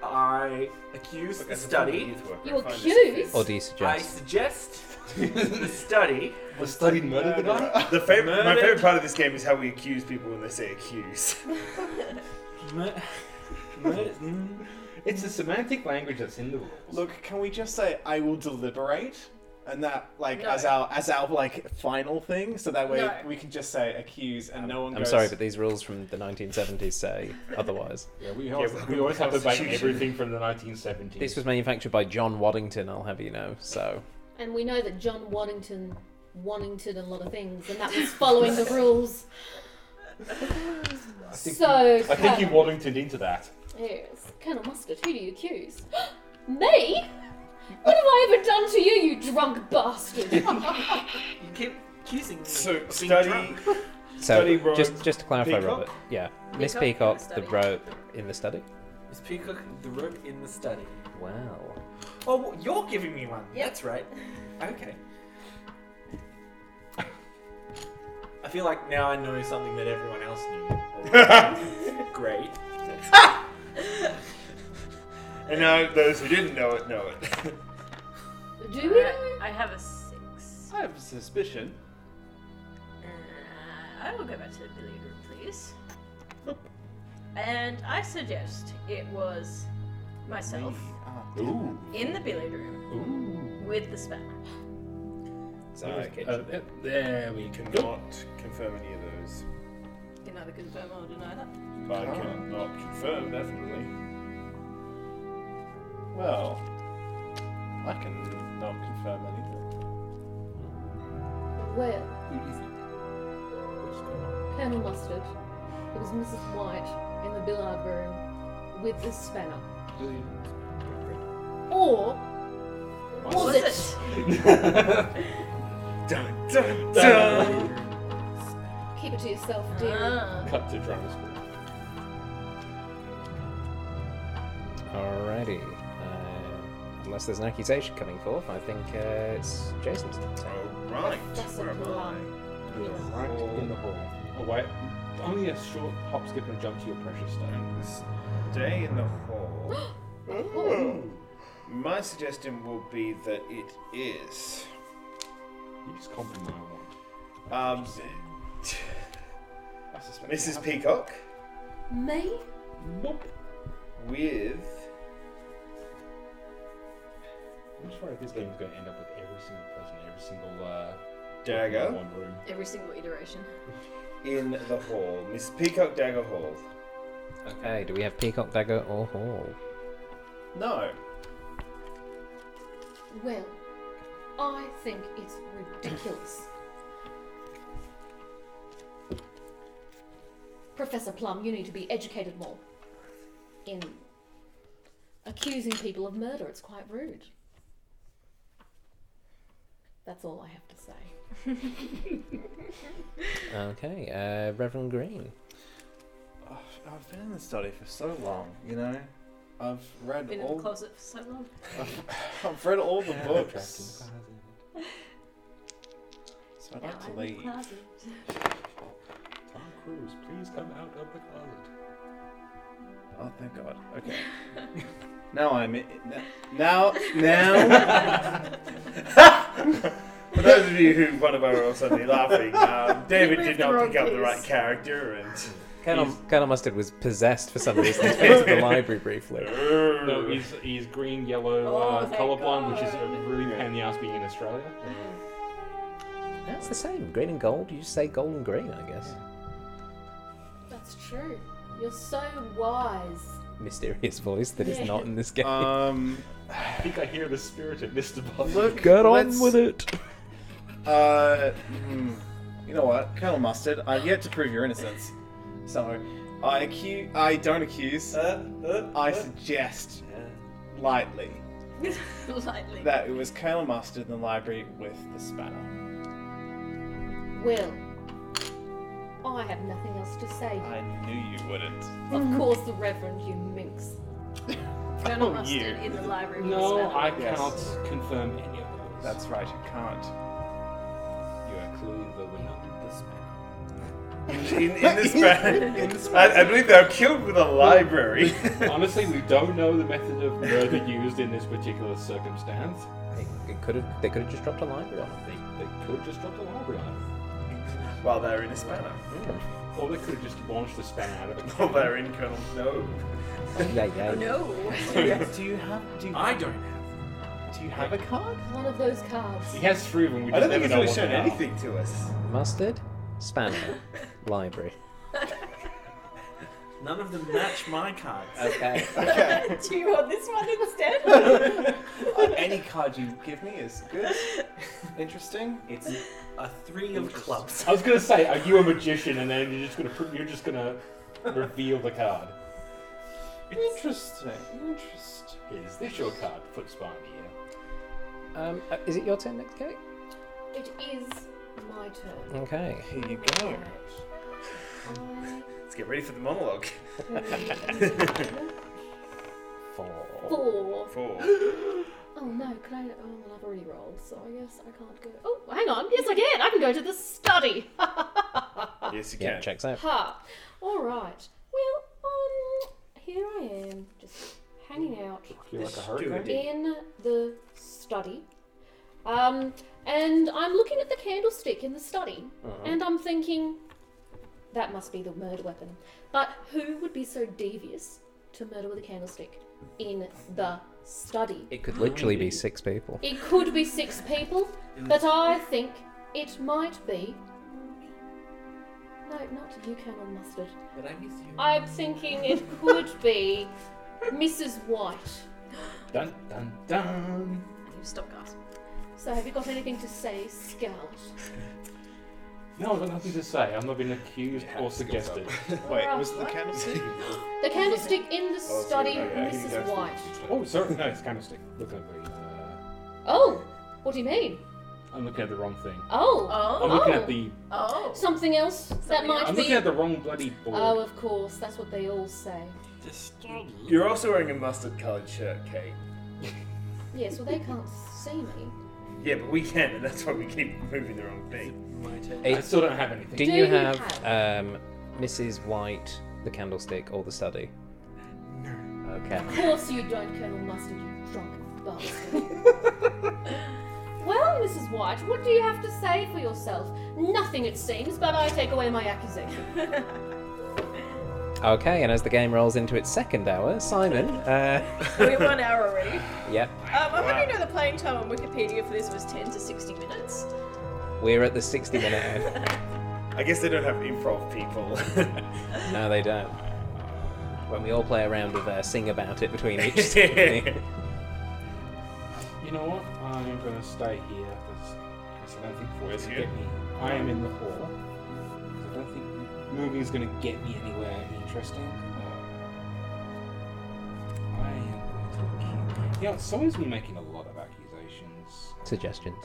Speaker 5: I accuse the study.
Speaker 7: You accuse?
Speaker 1: Or do you
Speaker 5: I
Speaker 1: suggest?
Speaker 5: suggest the study.
Speaker 6: I studied murder the guy?
Speaker 2: The favorite, my
Speaker 5: Murdered.
Speaker 2: favorite part of this game is how we accuse people when they say accuse.
Speaker 5: Mur- mur- mm,
Speaker 6: It's a semantic language that's in the rules.
Speaker 3: Look, can we just say I will deliberate? And that, like,
Speaker 4: No.
Speaker 3: as our as our like final thing, so that way
Speaker 4: No.
Speaker 3: we can just say accuse, and no one.
Speaker 1: I'm
Speaker 3: goes,
Speaker 1: sorry, but these rules from the 1970s say otherwise.
Speaker 6: Yeah, we always,
Speaker 2: well,
Speaker 6: we always have to debate
Speaker 2: Constitution.
Speaker 6: everything from the 1970s.
Speaker 1: This was manufactured by John Waddington, I'll have you know. So
Speaker 7: And we know that John Waddington Waddington a lot of things, and that was following the rules.
Speaker 6: think-
Speaker 7: so,
Speaker 6: I think you Waddingtoned into that.
Speaker 7: Yes. Colonel Mustard, who do you accuse? Me? What have I ever done to you, you drunk bastard?
Speaker 5: you keep accusing me.
Speaker 2: So
Speaker 5: of being
Speaker 2: study.
Speaker 5: drunk.
Speaker 1: so
Speaker 2: Study rogue
Speaker 1: just just to clarify,
Speaker 2: Peacock?
Speaker 1: Robert. Yeah. Miss
Speaker 4: Peacock in
Speaker 1: Peacock,
Speaker 4: the
Speaker 1: the
Speaker 4: study.
Speaker 1: rope in the study.
Speaker 5: Is Peacock the rook in the study?
Speaker 1: Wow.
Speaker 5: Oh, well, you're giving me one.
Speaker 4: Yep.
Speaker 5: That's right. Okay. I feel like now I know something that everyone else knew. Great.
Speaker 2: And now those who didn't know it know it.
Speaker 7: do we?
Speaker 4: I have a six.
Speaker 3: I have a suspicion.
Speaker 4: Uh, I will go back to the billiard room, please. And I suggest it was myself
Speaker 3: Ah,
Speaker 6: Ooh.
Speaker 4: in the billiard room
Speaker 6: Ooh.
Speaker 4: with the spanner.
Speaker 2: Sorry.
Speaker 6: Uh, uh, there we go.
Speaker 2: Cannot confirm any of those.
Speaker 4: Can either confirm or deny that.
Speaker 2: But I cannot confirm, definitely.
Speaker 3: Well, I can not confirm anything.
Speaker 7: Well,
Speaker 5: Who do you think? What's going on?
Speaker 7: Colonel Mustard, it was Mrs. White in the billiard room with the spanner. Or was
Speaker 4: it?
Speaker 7: it?
Speaker 2: Dun, dun, dun.
Speaker 7: Keep it to yourself, dear.
Speaker 4: Ah.
Speaker 6: Cut to drama school.
Speaker 1: Alrighty. Uh, unless there's an accusation coming forth, I think uh, it's Jason's.
Speaker 2: All right.
Speaker 7: That's a
Speaker 2: Where am
Speaker 7: lie.
Speaker 2: I?
Speaker 6: We are right in the hall. away. Oh, Only a short hop, skip, and a jump to your precious stone.
Speaker 2: Stay in the hall.
Speaker 7: Oh. Ooh.
Speaker 2: My suggestion will be that it is.
Speaker 6: You just copied my one.
Speaker 2: Um,
Speaker 6: I suspect
Speaker 2: Mrs. Peacock
Speaker 7: Me?
Speaker 6: Nope.
Speaker 2: with.
Speaker 6: I'm just worried this game's going to end up with every single person, every single uh,
Speaker 2: Dagger.
Speaker 6: one room.
Speaker 4: Every single iteration.
Speaker 2: in the hall. Miss Peacock Dagger Hall.
Speaker 1: Okay, do we have Peacock Dagger or Hall?
Speaker 2: No.
Speaker 7: Well, I think it's ridiculous. Professor Plum, you need to be educated more. In accusing people of murder, it's quite rude. That's all I have to say.
Speaker 1: Okay, uh, Reverend Green.
Speaker 3: Oh, I've been in the study for so long, you know. I've read
Speaker 4: Been in
Speaker 3: all.
Speaker 4: the closet for so long.
Speaker 3: I've read all the books, so I'd
Speaker 4: Now
Speaker 3: like
Speaker 4: I'm
Speaker 3: to
Speaker 4: in the
Speaker 3: leave.
Speaker 4: closet.
Speaker 6: Tom Cruise, please come out of the closet.
Speaker 3: Oh, thank God. Okay. now I'm in. Now, now.
Speaker 2: For those of you who wonder why we're all suddenly laughing, um, David
Speaker 4: moved
Speaker 2: did
Speaker 4: the
Speaker 2: not
Speaker 4: wrong
Speaker 2: pick up the
Speaker 4: piece.
Speaker 2: right character and.
Speaker 1: Colonel, Colonel Mustard was possessed for some reason. He's been to the library briefly.
Speaker 6: No, he's, he's green, yellow,
Speaker 4: Oh,
Speaker 6: uh,
Speaker 4: thank
Speaker 6: colorblind, which is a
Speaker 4: God.
Speaker 6: really pain in the ass being in Australia.
Speaker 1: That's the same. Green and gold. You just say gold and green, I guess.
Speaker 7: That's true. You're so wise.
Speaker 1: Mysterious voice that is not in
Speaker 6: Uh,
Speaker 1: this game.
Speaker 3: um.
Speaker 6: I think I hear the spirit of Mr. Bond.
Speaker 3: Look.
Speaker 1: Get on
Speaker 3: let's-
Speaker 1: with it.
Speaker 3: Uh, hmm. you know what, Colonel Mustard? I've yet to prove your innocence, so I accuse. I don't accuse.
Speaker 5: Uh,
Speaker 3: I suggest lightly
Speaker 4: Lightly.
Speaker 3: that it was Colonel Mustard in the library with the spanner.
Speaker 7: Well, I have nothing else to say.
Speaker 3: I knew you wouldn't.
Speaker 7: Of course, the Reverend, you minx.
Speaker 4: Colonel
Speaker 3: Oh,
Speaker 4: Mustard
Speaker 3: you.
Speaker 4: in the library. with
Speaker 6: No,
Speaker 4: Spanner.
Speaker 6: I
Speaker 3: Yes.
Speaker 6: cannot confirm any of those.
Speaker 3: That's right, you can't.
Speaker 5: You are clearly the winner of this man.
Speaker 2: In, in this man. I, I believe they were killed with a
Speaker 3: Oh.
Speaker 2: library.
Speaker 6: Honestly, we don't know the method of murder used in this particular circumstance.
Speaker 1: It, it could have. They could have just dropped a library on
Speaker 6: They, they could have just dropped a library on
Speaker 2: While they're in a spanner.
Speaker 6: it. Or they could have just launched the span out of it.
Speaker 2: While they're in Colonel No.
Speaker 1: him. Yeah, yeah.
Speaker 4: No.
Speaker 3: Do you, do you have? Do you,
Speaker 5: I don't have.
Speaker 3: do you have a card?
Speaker 7: One of those cards.
Speaker 6: He has three of them, we
Speaker 2: I
Speaker 6: just
Speaker 2: don't think
Speaker 6: never
Speaker 2: he's
Speaker 6: know
Speaker 2: really
Speaker 6: what
Speaker 2: shown
Speaker 6: they are.
Speaker 2: anything to us.
Speaker 1: Mustard, spanner, library.
Speaker 5: None of them match my cards.
Speaker 1: Okay.
Speaker 4: Do you want this one instead?
Speaker 3: Any card you give me is good. Interesting.
Speaker 5: It's a three of clubs.
Speaker 6: I was gonna say, are you a magician? And then you're just gonna pr- you're just gonna reveal the card.
Speaker 3: Interesting. Interesting.
Speaker 6: Is this your card? Foot spine here.
Speaker 1: Um, uh, is it your turn next, Kate?
Speaker 7: It is my turn.
Speaker 1: Okay.
Speaker 3: Here you go.
Speaker 7: I
Speaker 2: Let's get ready for the monologue.
Speaker 1: Four.
Speaker 7: four.
Speaker 2: Four.
Speaker 7: Oh no, could I? Oh, well, I've already rolled, so I guess I can't go. Oh, hang on. Yes, I can. I can go to the study. ha.
Speaker 2: Yes, you
Speaker 1: Yeah,
Speaker 2: can.
Speaker 1: checks out.
Speaker 7: All right. Well, um, here I am, just hanging out
Speaker 6: You're like a
Speaker 2: Dude, I
Speaker 6: hurricane.
Speaker 2: did-
Speaker 7: in the study. Um, and I'm looking at the candlestick in the study, and I'm thinking that must be the murder weapon. But who would be so devious to murder with a candlestick in the study?
Speaker 1: It could literally be six people.
Speaker 7: It could be six people, but I think it might be. No, not you, Colonel Mustard.
Speaker 5: But I miss you.
Speaker 7: I'm thinking it could be Mrs. White.
Speaker 6: Dun dun dun.
Speaker 4: Stop, guys.
Speaker 7: So, have you got anything to say, Scout?
Speaker 6: No, I've got nothing to say. I'm not being accused or suggested.
Speaker 3: Wait, was the candlestick? Oh,
Speaker 7: The candlestick in the study,
Speaker 2: okay,
Speaker 7: Mrs.
Speaker 2: okay.
Speaker 7: White.
Speaker 6: Oh, sorry. No, it's candlestick. Look at the. Uh,
Speaker 7: Oh, what do you mean?
Speaker 6: I'm looking at the wrong thing.
Speaker 7: Oh,
Speaker 4: Oh.
Speaker 6: I'm looking
Speaker 7: Oh.
Speaker 6: at the.
Speaker 4: Oh.
Speaker 7: something else that
Speaker 4: Something
Speaker 7: might
Speaker 6: I'm
Speaker 7: be.
Speaker 6: looking at the wrong bloody board.
Speaker 7: Oh, of course, that's what they all say.
Speaker 5: Just stop.
Speaker 2: You're also wearing a mustard coloured shirt, Kate.
Speaker 7: Yes, well, they can't see me.
Speaker 2: Yeah, but we can, and that's why we keep moving the wrong thing.
Speaker 5: My turn.
Speaker 6: I still don't have anything.
Speaker 1: Do
Speaker 7: Do
Speaker 1: you
Speaker 7: you
Speaker 1: have um, Mrs. White, the candlestick, or the study? No. Okay.
Speaker 7: Of course you don't, Colonel Mustard, you drunken bastard. well, Mrs. White, what do you have to say for yourself? Nothing, it seems, but I take away my accusation.
Speaker 1: Okay, and as the game rolls into its second hour, Simon. Uh,
Speaker 4: We're one hour already. Um,
Speaker 1: yep.
Speaker 4: I hope you know the playing time on Wikipedia for this was 10 to 60 minutes.
Speaker 1: We're at the 60 minute end.
Speaker 2: I guess they don't have improv people.
Speaker 1: No, they don't. When we all play a round of uh, sing about it between each symphony.
Speaker 6: You know what? I'm gonna stay here. There's, there's nothing for it to
Speaker 2: Here?
Speaker 6: get me. I am in the hall. I don't think moving is gonna get me anywhere interesting. Uh, I am going to accuse. You know, someone's been making a lot of accusations.
Speaker 1: Suggestions.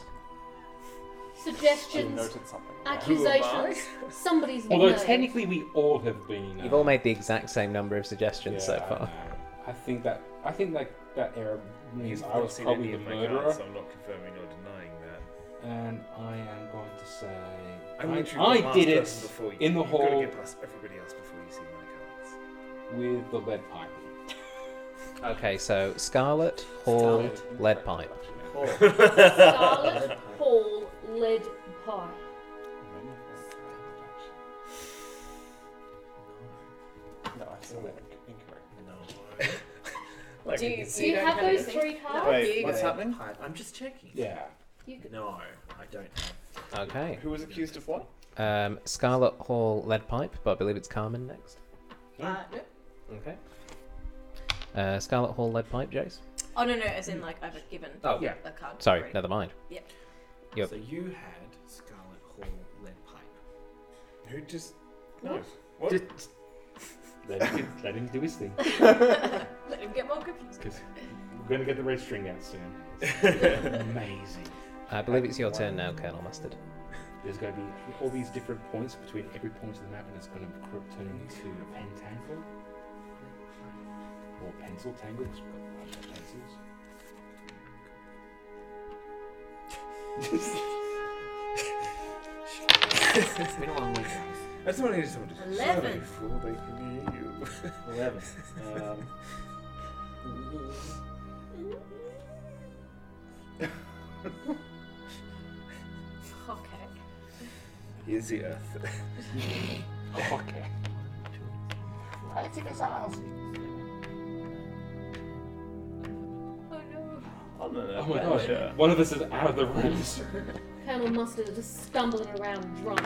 Speaker 3: I
Speaker 7: Suggestions,
Speaker 3: noted something.
Speaker 7: accusations, somebody's
Speaker 6: Although
Speaker 7: name.
Speaker 6: technically we all have been.
Speaker 1: You've all
Speaker 6: uh,
Speaker 1: made the exact same number of
Speaker 6: yeah,
Speaker 1: suggestions so
Speaker 6: I
Speaker 1: far.
Speaker 6: know. I think that I think that that error means I
Speaker 2: I've
Speaker 6: was
Speaker 2: seen
Speaker 6: probably
Speaker 2: any
Speaker 6: the
Speaker 2: of my cards,
Speaker 6: murderer,
Speaker 2: so I'm not confirming or denying that.
Speaker 6: and I am going to say
Speaker 2: I'm
Speaker 6: I,
Speaker 2: literally the
Speaker 6: I
Speaker 2: last
Speaker 6: did
Speaker 2: person
Speaker 6: it
Speaker 2: before you.
Speaker 6: in the
Speaker 2: You've
Speaker 6: hall
Speaker 2: Got to get past everybody else before you see my cards.
Speaker 6: with the lead pipe.
Speaker 1: Okay, so Scarlet, Hall, Lead Pipe.
Speaker 7: Scarlet Hall lead pie.
Speaker 3: No, I saw that. Incorrect.
Speaker 2: Like,
Speaker 4: Do
Speaker 2: I
Speaker 4: you,
Speaker 2: can
Speaker 7: Do you have
Speaker 4: don't
Speaker 7: those
Speaker 4: anything?
Speaker 7: three cards?
Speaker 3: Wait,
Speaker 4: you
Speaker 3: what's
Speaker 4: go.
Speaker 3: happening?
Speaker 5: Hi, I'm just checking.
Speaker 6: Yeah.
Speaker 7: You could...
Speaker 5: No, I don't.
Speaker 1: Okay.
Speaker 3: Who was accused of what?
Speaker 1: Um, Scarlet, Hall, Lead Pipe, but I believe it's Carmen next.
Speaker 4: Uh, no.
Speaker 1: Okay. Uh, Scarlet, Hall, Lead Pipe, Jace?
Speaker 4: Oh, no, no, as in, like, I've given
Speaker 1: Oh,
Speaker 6: yeah.
Speaker 4: a card.
Speaker 1: Sorry,
Speaker 4: free.
Speaker 1: never mind. Yep.
Speaker 5: So you had Scarlet Hall lead pipe.
Speaker 2: Who just?
Speaker 6: Just let him, let him do his thing.
Speaker 4: Let him get more confused.
Speaker 6: Because we're going to get the red string out soon. amazing.
Speaker 1: I believe it's your turn now, Colonel Mustard.
Speaker 6: There's going to be all these different points between every point of the map, and it's going to turn into a pentangle. Or pencil tangles. but I've got pencils.
Speaker 5: It's been a long week, guys.
Speaker 2: I just want to hear someone just.
Speaker 4: Eleven.
Speaker 2: So full they can hear you.
Speaker 5: Eleven. Um,
Speaker 4: Okay.
Speaker 2: Here's the earth.
Speaker 6: Okay.
Speaker 4: Oh, no.
Speaker 2: Oh no, no.
Speaker 6: Oh my god. One of us is out of the rooms.
Speaker 7: Colonel Mustard is just stumbling around drunk.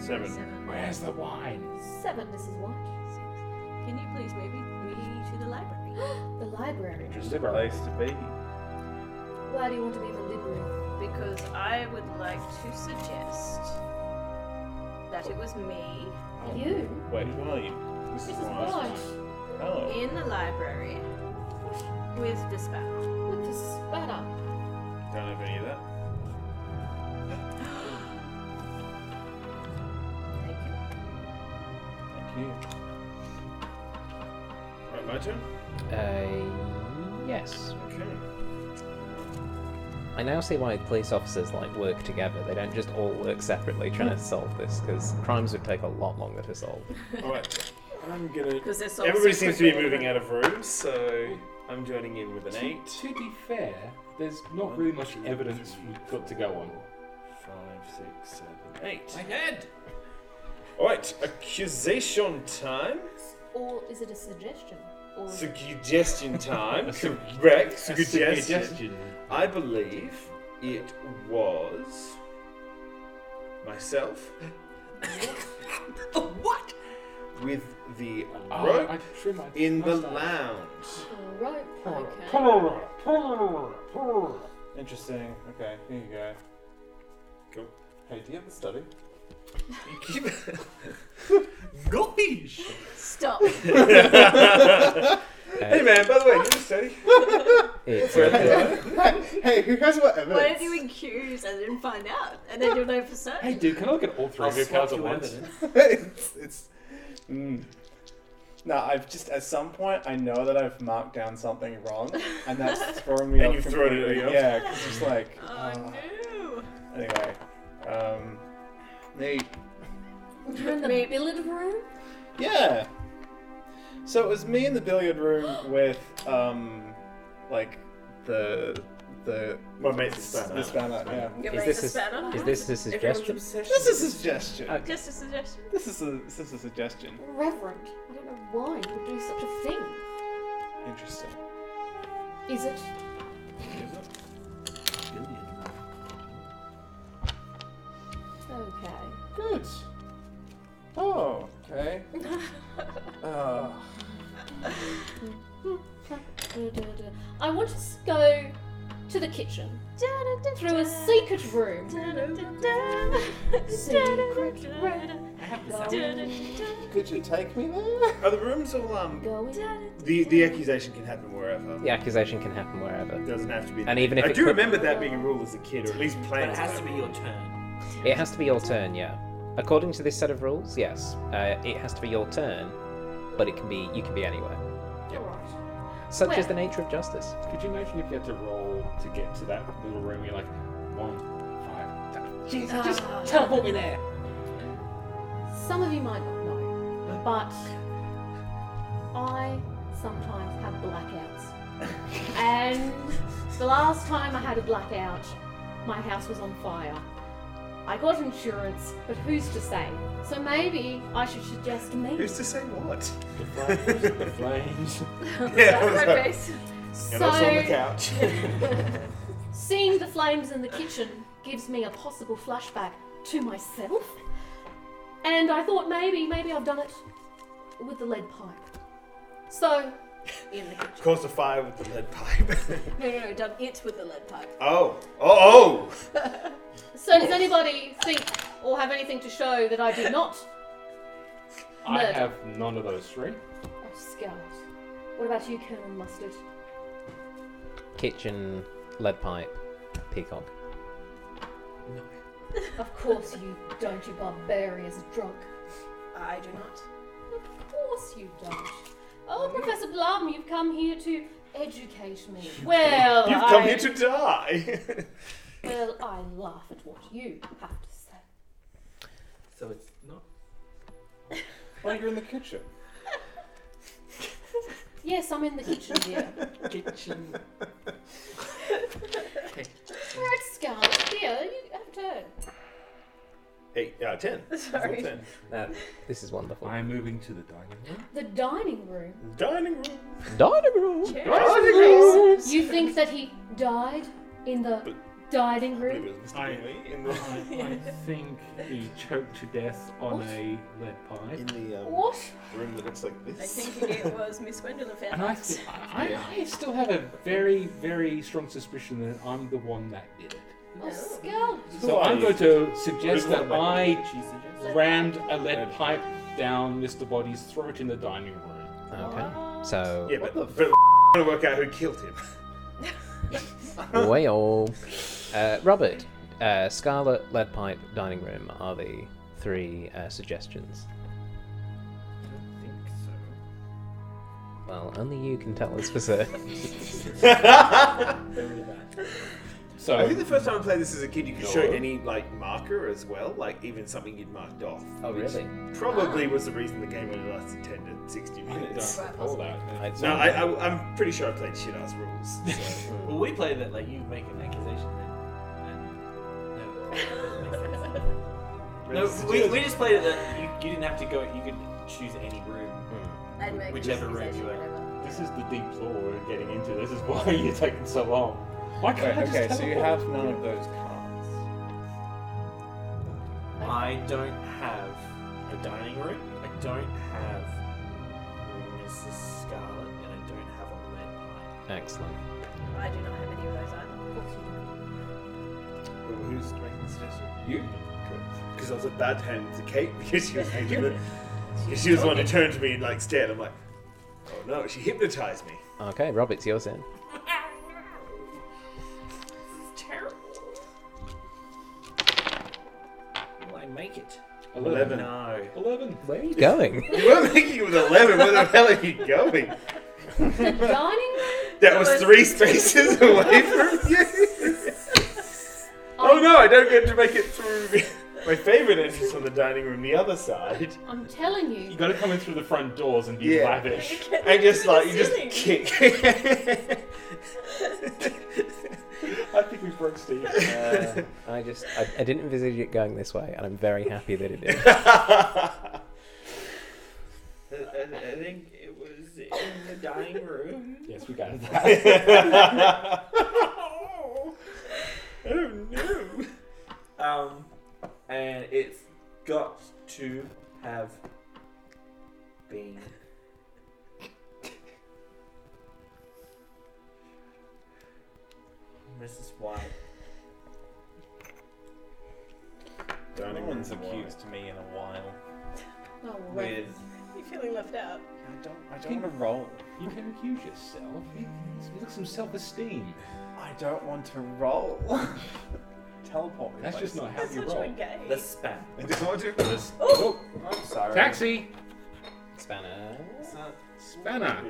Speaker 2: Seven.
Speaker 4: Seven.
Speaker 6: Where's the wine?
Speaker 7: Seven, Mrs. White.
Speaker 4: Six. Can you please maybe me to the library?
Speaker 7: The library.
Speaker 6: Interesting.
Speaker 2: Place to be.
Speaker 7: Why do you want to be the library?
Speaker 4: Because I would like to suggest that it was me
Speaker 7: You?
Speaker 2: Wait, who are you?
Speaker 4: Oh,
Speaker 7: Mrs. White.
Speaker 2: Hello.
Speaker 4: in the library with Dispatch.
Speaker 7: With the spatter.
Speaker 2: Don't have any of that.
Speaker 4: Thank you.
Speaker 3: Thank you.
Speaker 2: Right, my turn.
Speaker 1: Uh, yes.
Speaker 2: Okay.
Speaker 1: I now see why police officers like work together. They don't just all work separately trying to solve this because crimes would take a lot longer to solve.
Speaker 2: All right. I'm gonna.
Speaker 4: Because they're so
Speaker 2: Everybody seems to be moving out of rooms, so I'm joining in with an
Speaker 6: To,
Speaker 2: eight.
Speaker 6: to be fair, there's not really much evidence we've got to go on.
Speaker 2: Five, six, seven, eight.
Speaker 5: my head.
Speaker 2: All right, accusation time.
Speaker 7: Or is it a suggestion? Or
Speaker 2: Suggestion time. Correct. Suggestion. I believe it was myself
Speaker 5: What?
Speaker 2: with the
Speaker 6: Oh,
Speaker 2: rope
Speaker 6: I trim my
Speaker 2: in the
Speaker 6: mustache.
Speaker 2: lounge.
Speaker 7: a rope?
Speaker 4: Okay.
Speaker 6: Well,
Speaker 3: Interesting. Okay, here you go.
Speaker 2: Cool.
Speaker 3: Hey, do you have the study?
Speaker 2: You keep-
Speaker 5: Gosh.
Speaker 4: Stop.
Speaker 2: hey man, by the way, did you study?
Speaker 1: It's
Speaker 3: Hey, who has what evidence?
Speaker 4: Why are you in queues? I didn't find out. And then you'll know for certain.
Speaker 6: Hey, dude, can I look at all three
Speaker 5: I'll
Speaker 6: of your cards
Speaker 5: swap you
Speaker 6: at once?
Speaker 3: hmm.
Speaker 5: evidence.
Speaker 3: it's it's. Mm. No, I've just at some point I know that I've marked down something wrong, and that's throwing me.
Speaker 2: And
Speaker 3: off
Speaker 2: you've thrown it
Speaker 3: completely.
Speaker 2: off.
Speaker 3: Yeah, 'cause it's like.
Speaker 4: Oh
Speaker 3: ah.
Speaker 4: no!
Speaker 3: Anyway, um, they
Speaker 7: You're in the
Speaker 4: Me-
Speaker 7: billiard room?
Speaker 3: yeah. So it was me in the billiard room with um, like the the
Speaker 2: My mate's
Speaker 3: the
Speaker 2: Spanner.
Speaker 3: spanner. Yeah.
Speaker 4: Your
Speaker 1: Is
Speaker 4: brain
Speaker 1: this
Speaker 4: is
Speaker 1: a-
Speaker 4: better.
Speaker 1: Is this a
Speaker 2: Everyone's
Speaker 1: suggestion?
Speaker 2: obsession.
Speaker 3: This is a suggestion.
Speaker 1: Okay.
Speaker 4: just a suggestion?
Speaker 3: This is a this is a suggestion.
Speaker 7: Reverend, I don't know why you would do such a thing.
Speaker 3: Interesting.
Speaker 7: Is it? Okay.
Speaker 3: Good. Oh, okay. uh,
Speaker 7: I want to s- go to the kitchen through a secret room. Secret room.
Speaker 3: could you take me there?
Speaker 2: Are the rooms all um?
Speaker 7: Go in.
Speaker 2: The the accusation can happen wherever.
Speaker 1: The accusation can happen wherever.
Speaker 2: It doesn't have to be.
Speaker 1: And even if
Speaker 2: I
Speaker 1: it
Speaker 2: do
Speaker 1: could-
Speaker 2: remember that being a rule as a kid, or at least
Speaker 5: But
Speaker 2: playing.
Speaker 5: it
Speaker 2: as
Speaker 5: has
Speaker 2: a
Speaker 5: to be
Speaker 2: kid.
Speaker 5: your turn.
Speaker 1: It has to be your turn, yeah. According to this set of rules, yes, uh, it has to be your turn, but it can be you can be anywhere.
Speaker 7: Alright.
Speaker 1: Such is
Speaker 7: Well-
Speaker 1: the nature of justice.
Speaker 6: Could you imagine if you had to roll to get to that little room? You're like one, five. seven. Jesus, just
Speaker 7: Ah.
Speaker 6: teleport me there.
Speaker 7: Some of you might not know, but I sometimes have blackouts. and the last time I had a blackout, my house was on fire. I got insurance, but who's to say? So maybe I should suggest maybe.
Speaker 2: Who's to say what?
Speaker 5: The flames. the flames.
Speaker 2: Yeah,
Speaker 4: That's
Speaker 2: it
Speaker 4: my
Speaker 2: was like-
Speaker 4: face.
Speaker 2: and also on the
Speaker 7: So
Speaker 2: couch.
Speaker 7: seeing the flames in the kitchen gives me a possible flashback to myself. And I thought maybe, maybe I've done it with the lead pipe. So
Speaker 4: In the kitchen.
Speaker 2: Caused a fire with the lead pipe.
Speaker 4: No, no, no, done it Um, with the lead pipe.
Speaker 2: oh, oh, oh!
Speaker 7: So does anybody think or have anything to show that I did not?
Speaker 6: I
Speaker 7: Murder.
Speaker 6: have none of those three.
Speaker 7: Oh, scout. What about you, Colonel Mustard?
Speaker 1: Kitchen, lead pipe, peacock.
Speaker 7: Of course you don't, you barbarians drunk.
Speaker 4: I do not.
Speaker 7: Of course you don't. Oh, Professor Blum, you've come here to educate me. Well,
Speaker 2: oh! You've
Speaker 7: I,
Speaker 2: come here to die.
Speaker 7: well, I laugh at what you have to say.
Speaker 5: So it's not.
Speaker 3: Well, you're in the kitchen.
Speaker 7: Yes, I'm in the kitchen, dear.
Speaker 5: Kitchen.
Speaker 7: Alright, Scarlet, dear, you have a turn.
Speaker 2: Eight, uh, ten.
Speaker 4: Sorry.
Speaker 2: Ten.
Speaker 1: Uh, this is wonderful.
Speaker 6: I'm moving to the dining room.
Speaker 7: The dining room.
Speaker 2: Dining room.
Speaker 1: Dining room.
Speaker 2: Dining room.
Speaker 7: Please, you think that he died in the dining
Speaker 2: I believe
Speaker 7: room?
Speaker 2: it was Mr. Bingley in the
Speaker 6: I, I think he choked to death on a lead pipe.
Speaker 2: in the um,
Speaker 7: What?
Speaker 2: room that looks like
Speaker 4: I
Speaker 2: this.
Speaker 4: think it was Miss Gwendolyn
Speaker 6: And I,
Speaker 4: Fairfax.
Speaker 6: th- I, I, I still have a very, very strong suspicion that I'm the one that did it.
Speaker 7: Oh, Scarlet.
Speaker 6: So
Speaker 2: are
Speaker 6: I'm
Speaker 2: you?
Speaker 6: going to suggest
Speaker 2: Who
Speaker 6: that
Speaker 2: are
Speaker 6: I
Speaker 5: She suggests.
Speaker 6: rammed a lead pipe down Mr. Body's throat in the dining room.
Speaker 1: Okay. So
Speaker 2: Yeah, but, but I'm gonna work out who killed him.
Speaker 1: well, uh, Robert, uh, Scarlet, lead pipe, dining room are the three uh, suggestions.
Speaker 5: I don't think so.
Speaker 1: Well, only you can tell us for certain.
Speaker 5: Very bad.
Speaker 6: So
Speaker 2: I think the first time I played this as a kid, you could show
Speaker 6: No.
Speaker 2: any like marker as well, like even something you'd marked off.
Speaker 1: Oh,
Speaker 2: which
Speaker 1: really?
Speaker 2: Probably was the reason the game only lasted ten to sixty
Speaker 6: I don't
Speaker 2: minutes.
Speaker 6: recall that.
Speaker 2: No, I, I, I'm pretty sure I played shit ass rules. so.
Speaker 5: Well, we play that like you make an accusation then. and- No,
Speaker 2: Really
Speaker 5: no we, we just played it that you, you didn't have to go. You could choose any room.
Speaker 7: Hmm.
Speaker 4: I'd make
Speaker 5: Whichever
Speaker 4: a
Speaker 5: room you
Speaker 4: decision,
Speaker 5: were.
Speaker 4: whatever.
Speaker 6: This is the deep lore we're getting into. This is why you're taking so long. Why can't
Speaker 3: Wait,
Speaker 6: I just
Speaker 3: okay, so you
Speaker 6: teleport?
Speaker 3: have none of those cards.
Speaker 5: I don't have a dining room. I don't have Mrs. Scarlet, and I don't have a lead
Speaker 1: Excellent.
Speaker 4: I do not have any of those either.
Speaker 2: Well, who's making the suggestion?
Speaker 6: You.
Speaker 2: Because I was about to hand it to Kate because she was making the. Because she was the one who turned to me and like stared. I'm like, oh no, she hypnotized me.
Speaker 1: Okay, Robert's your turn.
Speaker 5: pie. Will I make it?
Speaker 6: Eleven.
Speaker 5: No.
Speaker 6: Eleven.
Speaker 1: Where are you going?
Speaker 2: You were making it with 11. Where the hell are you going?
Speaker 7: The dining room?
Speaker 2: That was
Speaker 4: was-
Speaker 2: three spaces away from you. Oh no, I don't get to make it through my favorite entrance on the dining room, the other side.
Speaker 7: I'm telling
Speaker 6: You
Speaker 7: you.
Speaker 6: got to come in through the front doors and be
Speaker 2: Yeah.
Speaker 6: lavish.
Speaker 2: And just like, you just
Speaker 4: Ceiling.
Speaker 2: kick.
Speaker 6: I think we broke Steve.
Speaker 1: Uh, I just I, I didn't envisage it going this way, and I'm very happy that it did.
Speaker 2: I
Speaker 5: I, I- I think it was in the dining room.
Speaker 6: yes, we got that.
Speaker 2: Oh,
Speaker 5: Um, and it's got to have been. Mrs. White.
Speaker 3: No
Speaker 2: Dining
Speaker 3: one's
Speaker 2: room
Speaker 3: accused me in a while.
Speaker 4: Oh, wait.
Speaker 5: With
Speaker 4: You're feeling left out.
Speaker 3: I don't. I don't want to roll.
Speaker 6: You can accuse yourself. You you look some self-esteem.
Speaker 3: I don't want to roll. Teleport. me
Speaker 6: That's just
Speaker 3: places.
Speaker 6: not how
Speaker 4: That's
Speaker 6: you
Speaker 4: such a
Speaker 6: roll.
Speaker 4: gay.
Speaker 5: the spam.
Speaker 2: just want to.
Speaker 6: Oh,
Speaker 5: I'm sorry.
Speaker 6: taxi.
Speaker 1: Spanner.
Speaker 5: It's not-
Speaker 6: Spanner.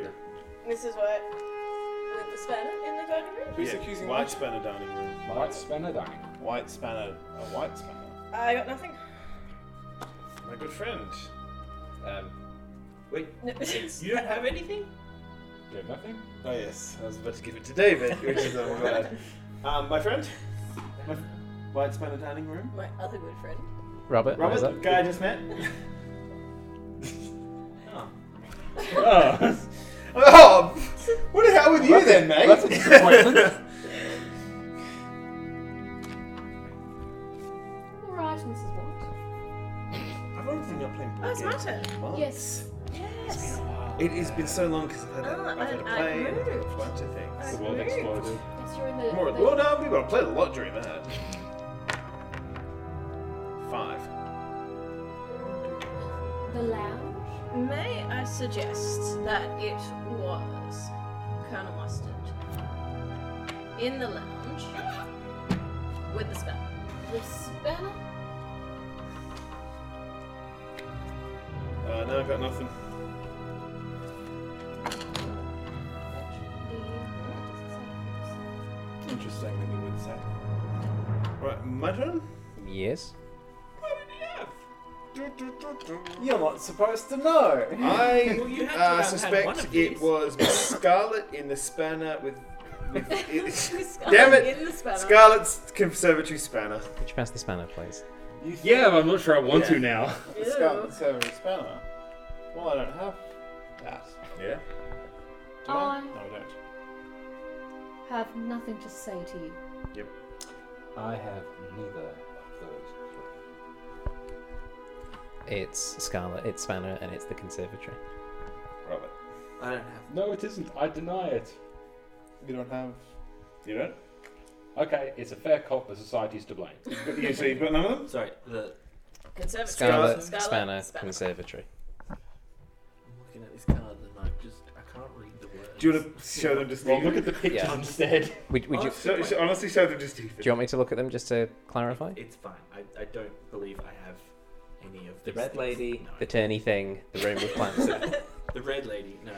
Speaker 4: This is what with the spanner in the dining room.
Speaker 3: Who's
Speaker 2: Yeah,
Speaker 3: accusing
Speaker 2: white
Speaker 3: me?
Speaker 2: spanner dining room.
Speaker 6: White spanner dining.
Speaker 3: White spanner. A white spanner.
Speaker 4: I got nothing.
Speaker 2: My good friend.
Speaker 1: Um,
Speaker 5: Wait,
Speaker 4: No.
Speaker 5: you don't have anything?
Speaker 6: You have nothing?
Speaker 2: Oh yes, I was about to give it to David, which is all bad. Um, my friend?
Speaker 3: White spanner dining room.
Speaker 4: My other good friend.
Speaker 1: Robert. what was that?
Speaker 2: Robert, the guy I just met?
Speaker 5: Oh.
Speaker 6: Oh.
Speaker 2: Oh, what the hell with you then, mate?
Speaker 6: that's a disappointment.
Speaker 7: Alright, Mrs. Watt.
Speaker 2: I've honestly not playing board
Speaker 4: Oh, it's my
Speaker 2: games
Speaker 4: turn.
Speaker 2: in months.
Speaker 7: Yes.
Speaker 4: Yes.
Speaker 2: It has been so long because I've had a,
Speaker 4: Ah,
Speaker 2: I've had a
Speaker 4: I- I
Speaker 2: play and a
Speaker 4: moved.
Speaker 2: bunch of things.
Speaker 6: the world exploded.
Speaker 7: Yes, you're in the.
Speaker 2: More,
Speaker 7: the-
Speaker 2: well, no, we've got to play a lot during that. Five.
Speaker 7: The lounge.
Speaker 4: May I suggest that it was Colonel Mustard in the lounge with the spanner?
Speaker 7: The spanner.
Speaker 2: Uh, no, I've got nothing.
Speaker 7: The.
Speaker 3: Interesting that you would say.
Speaker 2: Right, my turn?
Speaker 1: Yes.
Speaker 2: Do, do, do, do.
Speaker 3: You're not supposed to know.
Speaker 5: Well, you
Speaker 2: I
Speaker 5: have to
Speaker 2: uh,
Speaker 5: have had one
Speaker 2: suspect
Speaker 5: of
Speaker 2: it
Speaker 5: these.
Speaker 2: was Scarlet in the spanner with. with it,
Speaker 4: Scarlet
Speaker 2: it.
Speaker 4: In the spanner.
Speaker 2: Scarlet's conservatory spanner.
Speaker 1: Could you pass the spanner, please?
Speaker 3: You
Speaker 6: Yeah, but I'm not sure I want
Speaker 2: Yeah.
Speaker 6: to now.
Speaker 4: Ew.
Speaker 3: Scarlet Server Spanner. Well, I don't have that.
Speaker 2: Yeah.
Speaker 3: Do I?
Speaker 7: I
Speaker 3: No, I don't.
Speaker 7: have nothing to say to you.
Speaker 6: I have neither of those.
Speaker 1: It's Scarlet, it's Spanner, and it's the conservatory.
Speaker 2: Robert.
Speaker 5: I don't have.
Speaker 6: No, it isn't. I deny it.
Speaker 3: You don't have.
Speaker 2: You don't?
Speaker 6: Okay, it's a fair cop, but society's to blame.
Speaker 2: But you, so you've got none of them?
Speaker 5: Sorry, the.
Speaker 4: Conservatory.
Speaker 1: Scarlet,
Speaker 4: Scarlet,
Speaker 1: Spanner, conservatory.
Speaker 5: I'm looking at this card and I just. I can't read the words.
Speaker 2: Do you want to show them just
Speaker 6: Well, look at the picture
Speaker 1: Yeah.
Speaker 6: instead.
Speaker 1: Would, would you, do
Speaker 2: So, so honestly, show them just Ethan.
Speaker 1: you want me to look at them just to clarify?
Speaker 5: It's fine. I, I don't believe I have any of
Speaker 1: The
Speaker 5: these
Speaker 1: red
Speaker 5: things.
Speaker 1: lady,
Speaker 5: No.
Speaker 1: the turny thing, the room with plants. in it.
Speaker 5: The red lady. No.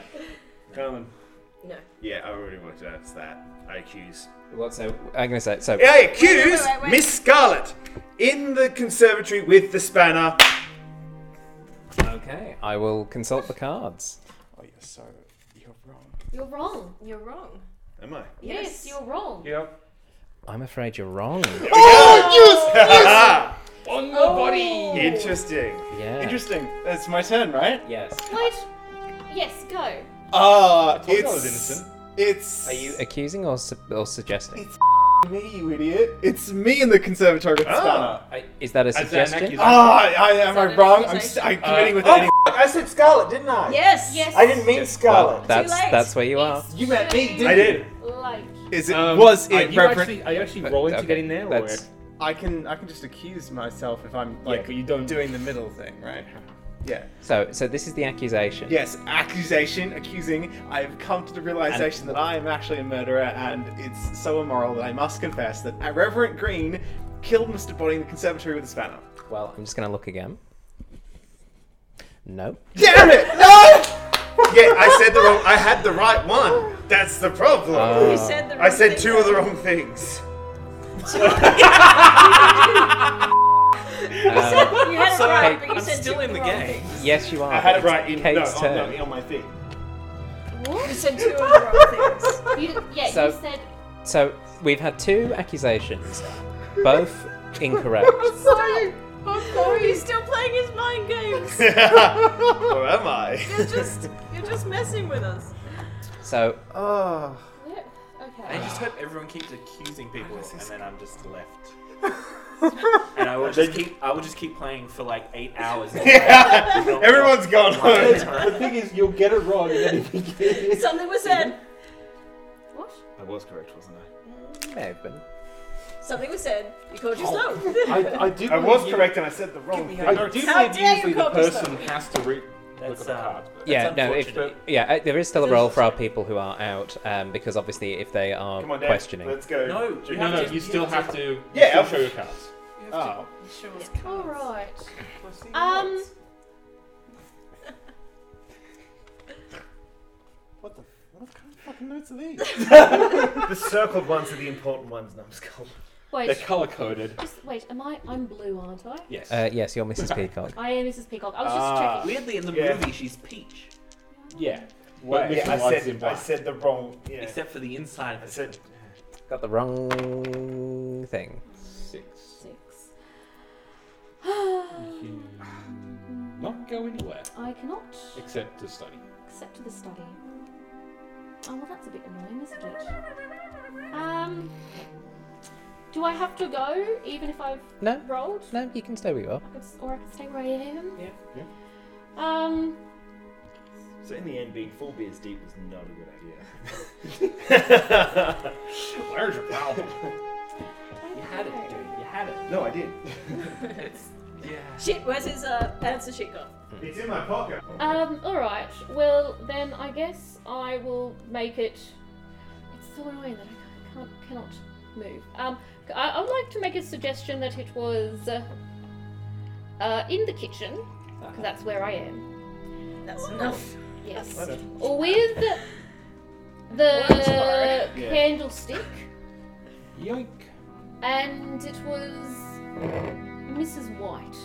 Speaker 2: Carmen.
Speaker 4: No.
Speaker 2: Yeah, I already worked it out. It's that. I accuse.
Speaker 1: Well, so I'm gonna say so.
Speaker 2: I accuse
Speaker 4: wait, wait, wait.
Speaker 2: Miss Scarlet in the conservatory with the spanner.
Speaker 1: Okay, I will consult the cards.
Speaker 3: Oh, you're so. You're wrong.
Speaker 7: You're wrong.
Speaker 4: You're wrong.
Speaker 2: Am I?
Speaker 7: Yes,
Speaker 4: Yes.
Speaker 7: you're wrong.
Speaker 6: Yep.
Speaker 1: I'm afraid you're wrong.
Speaker 2: Oh, Ah,
Speaker 6: On the
Speaker 4: Oh.
Speaker 6: body!
Speaker 2: interesting.
Speaker 1: Yeah.
Speaker 3: Interesting. It's my turn, right?
Speaker 1: Yes.
Speaker 7: Wait. Yes, go.
Speaker 3: Uh,
Speaker 6: told you I
Speaker 3: it's.
Speaker 6: was innocent.
Speaker 3: It's.
Speaker 1: Are you accusing or, su- or suggesting?
Speaker 3: me, you idiot? It's me in the conservatory with
Speaker 2: Oh.
Speaker 3: Spanner.
Speaker 1: I, is that a
Speaker 6: As an
Speaker 1: suggestion?
Speaker 6: accusation.
Speaker 3: Ah, I, am
Speaker 4: that
Speaker 3: I
Speaker 4: an
Speaker 3: wrong? I'm,
Speaker 4: accusation?
Speaker 3: st- I'm committing with
Speaker 2: oh,
Speaker 3: any.
Speaker 2: f- I said Scarlet, didn't I?
Speaker 4: Yes.
Speaker 7: Yes.
Speaker 2: I didn't mean
Speaker 1: Well,
Speaker 2: Scarlet.
Speaker 1: that's
Speaker 4: late.
Speaker 1: that's where you are.
Speaker 3: You met me, didn't
Speaker 2: I did.
Speaker 7: Like.
Speaker 3: Is it
Speaker 6: Um,
Speaker 3: was
Speaker 6: are
Speaker 3: it
Speaker 6: you
Speaker 3: reference?
Speaker 6: actually, are you actually
Speaker 1: Uh,
Speaker 6: rolling
Speaker 1: okay,
Speaker 6: to get in there? Or?
Speaker 1: that's-
Speaker 3: I can I can just accuse myself if I'm
Speaker 6: Yeah,
Speaker 3: like
Speaker 6: but you don't.
Speaker 3: doing the middle thing, right? Yeah.
Speaker 1: So so this is the accusation.
Speaker 3: Yes, accusation, accusing. I've come to the realization that I am actually a murderer, and it's so immoral that I must confess that Reverend Green killed Mr. Body in the conservatory with a spanner.
Speaker 1: Well, I'm just gonna look again. No.
Speaker 2: Damn it! No! yeah, I said the wrong. I had the right one. That's the problem.
Speaker 4: You said the
Speaker 2: I
Speaker 4: wrong
Speaker 2: said
Speaker 4: thing,
Speaker 2: two of the
Speaker 4: though.
Speaker 2: wrong things.
Speaker 1: Uh,
Speaker 4: You had it
Speaker 1: Sorry,
Speaker 4: right, but you
Speaker 5: I'm
Speaker 4: said
Speaker 5: still
Speaker 4: two
Speaker 5: in the
Speaker 4: wrong
Speaker 5: game.
Speaker 4: things.
Speaker 1: yes, you are.
Speaker 2: I had it
Speaker 1: It's
Speaker 2: right in
Speaker 1: Kate's
Speaker 2: no,
Speaker 1: turn.
Speaker 2: on, no, on my thing.
Speaker 4: You said two of the wrong things.
Speaker 7: You, yeah,
Speaker 1: So-
Speaker 7: you said.
Speaker 1: So we've had two accusations, both incorrect.
Speaker 4: Sorry. I'm sorry. He's still playing his mind games.
Speaker 2: Or am I?
Speaker 4: You're just, you're just messing with us.
Speaker 1: So
Speaker 7: Yeah,
Speaker 5: I
Speaker 7: okay.
Speaker 5: just hope everyone keeps accusing people, and then I'm just left. and I will just keep. I will just keep playing for like eight hours.
Speaker 2: Everyone's gone home.
Speaker 3: The thing is, you'll get it wrong. And then you get it.
Speaker 4: Something was said.
Speaker 7: What?
Speaker 2: I was correct, wasn't I?
Speaker 1: it may have been.
Speaker 4: Something was said. You called you slow.
Speaker 3: I, I do.
Speaker 2: I was
Speaker 3: believe you-
Speaker 2: correct and I said the wrong thing.
Speaker 6: I do believe
Speaker 4: How dare you
Speaker 6: usually the
Speaker 4: call me
Speaker 6: person has to read look
Speaker 5: That's,
Speaker 6: at the
Speaker 5: uh,
Speaker 6: cards. But
Speaker 1: Yeah, no, if,
Speaker 5: unfortunate.
Speaker 1: yeah, uh, there is still a role for our people who are out, um, because obviously if they are
Speaker 2: Come on, Dad.
Speaker 1: questioning,
Speaker 2: Let's go.
Speaker 5: No, you
Speaker 6: no,
Speaker 5: have
Speaker 6: no,
Speaker 5: to-
Speaker 6: you still have to. you
Speaker 2: Yeah,
Speaker 6: still
Speaker 2: I'll-
Speaker 6: show your cards.
Speaker 2: Oh.
Speaker 7: All right. Um.
Speaker 2: What the? What kind of fucking notes are these? the circled ones are the important ones, numbskull.
Speaker 6: They're
Speaker 7: Wait.
Speaker 6: color coded.
Speaker 7: Just, wait. Am I? I'm blue, aren't I?
Speaker 6: Yes.
Speaker 1: uh, yes, you're Mrs. Peacock.
Speaker 7: I am Mrs. Peacock. I was just
Speaker 2: Ah.
Speaker 7: checking.
Speaker 5: Weirdly, in the
Speaker 2: Yeah.
Speaker 5: movie, she's Peach,
Speaker 6: yeah.
Speaker 2: Wait,
Speaker 6: Mr.
Speaker 2: yeah, I
Speaker 6: White's in
Speaker 2: said I
Speaker 6: black.
Speaker 2: said the wrong. Yeah.
Speaker 5: except for the inside. Of
Speaker 2: I
Speaker 5: the
Speaker 2: said
Speaker 1: Got the wrong thing.
Speaker 6: Six.
Speaker 7: Six.
Speaker 6: You not go anywhere
Speaker 7: I cannot
Speaker 6: except to study.
Speaker 7: accept the study. Oh well, that's a bit annoying, isn't it? Um. Do I have to go even if I've
Speaker 1: No,
Speaker 7: rolled?
Speaker 1: no, you can stay where you are.
Speaker 7: I could, or I could stay where I am.
Speaker 5: Yeah.
Speaker 6: Yeah.
Speaker 7: Um.
Speaker 2: So in the end, being full beers deep was not a good idea.
Speaker 6: Where's your problem?
Speaker 5: You had it, dude. You had it.
Speaker 2: No, I did.
Speaker 5: It's yeah.
Speaker 4: Shit, where's his uh, answer sheet gone?
Speaker 2: It's in my pocket.
Speaker 7: Um, alright. Well, then I guess I will make it. It's so annoying that I can't, cannot move. Um, I, I would like to make a suggestion that it was uh, uh, in the kitchen, because that's where I am.
Speaker 4: That's enough.
Speaker 7: Yes. Or with the
Speaker 4: Watchfire.
Speaker 7: candlestick,
Speaker 6: Yoink.
Speaker 7: and it was Mrs. White.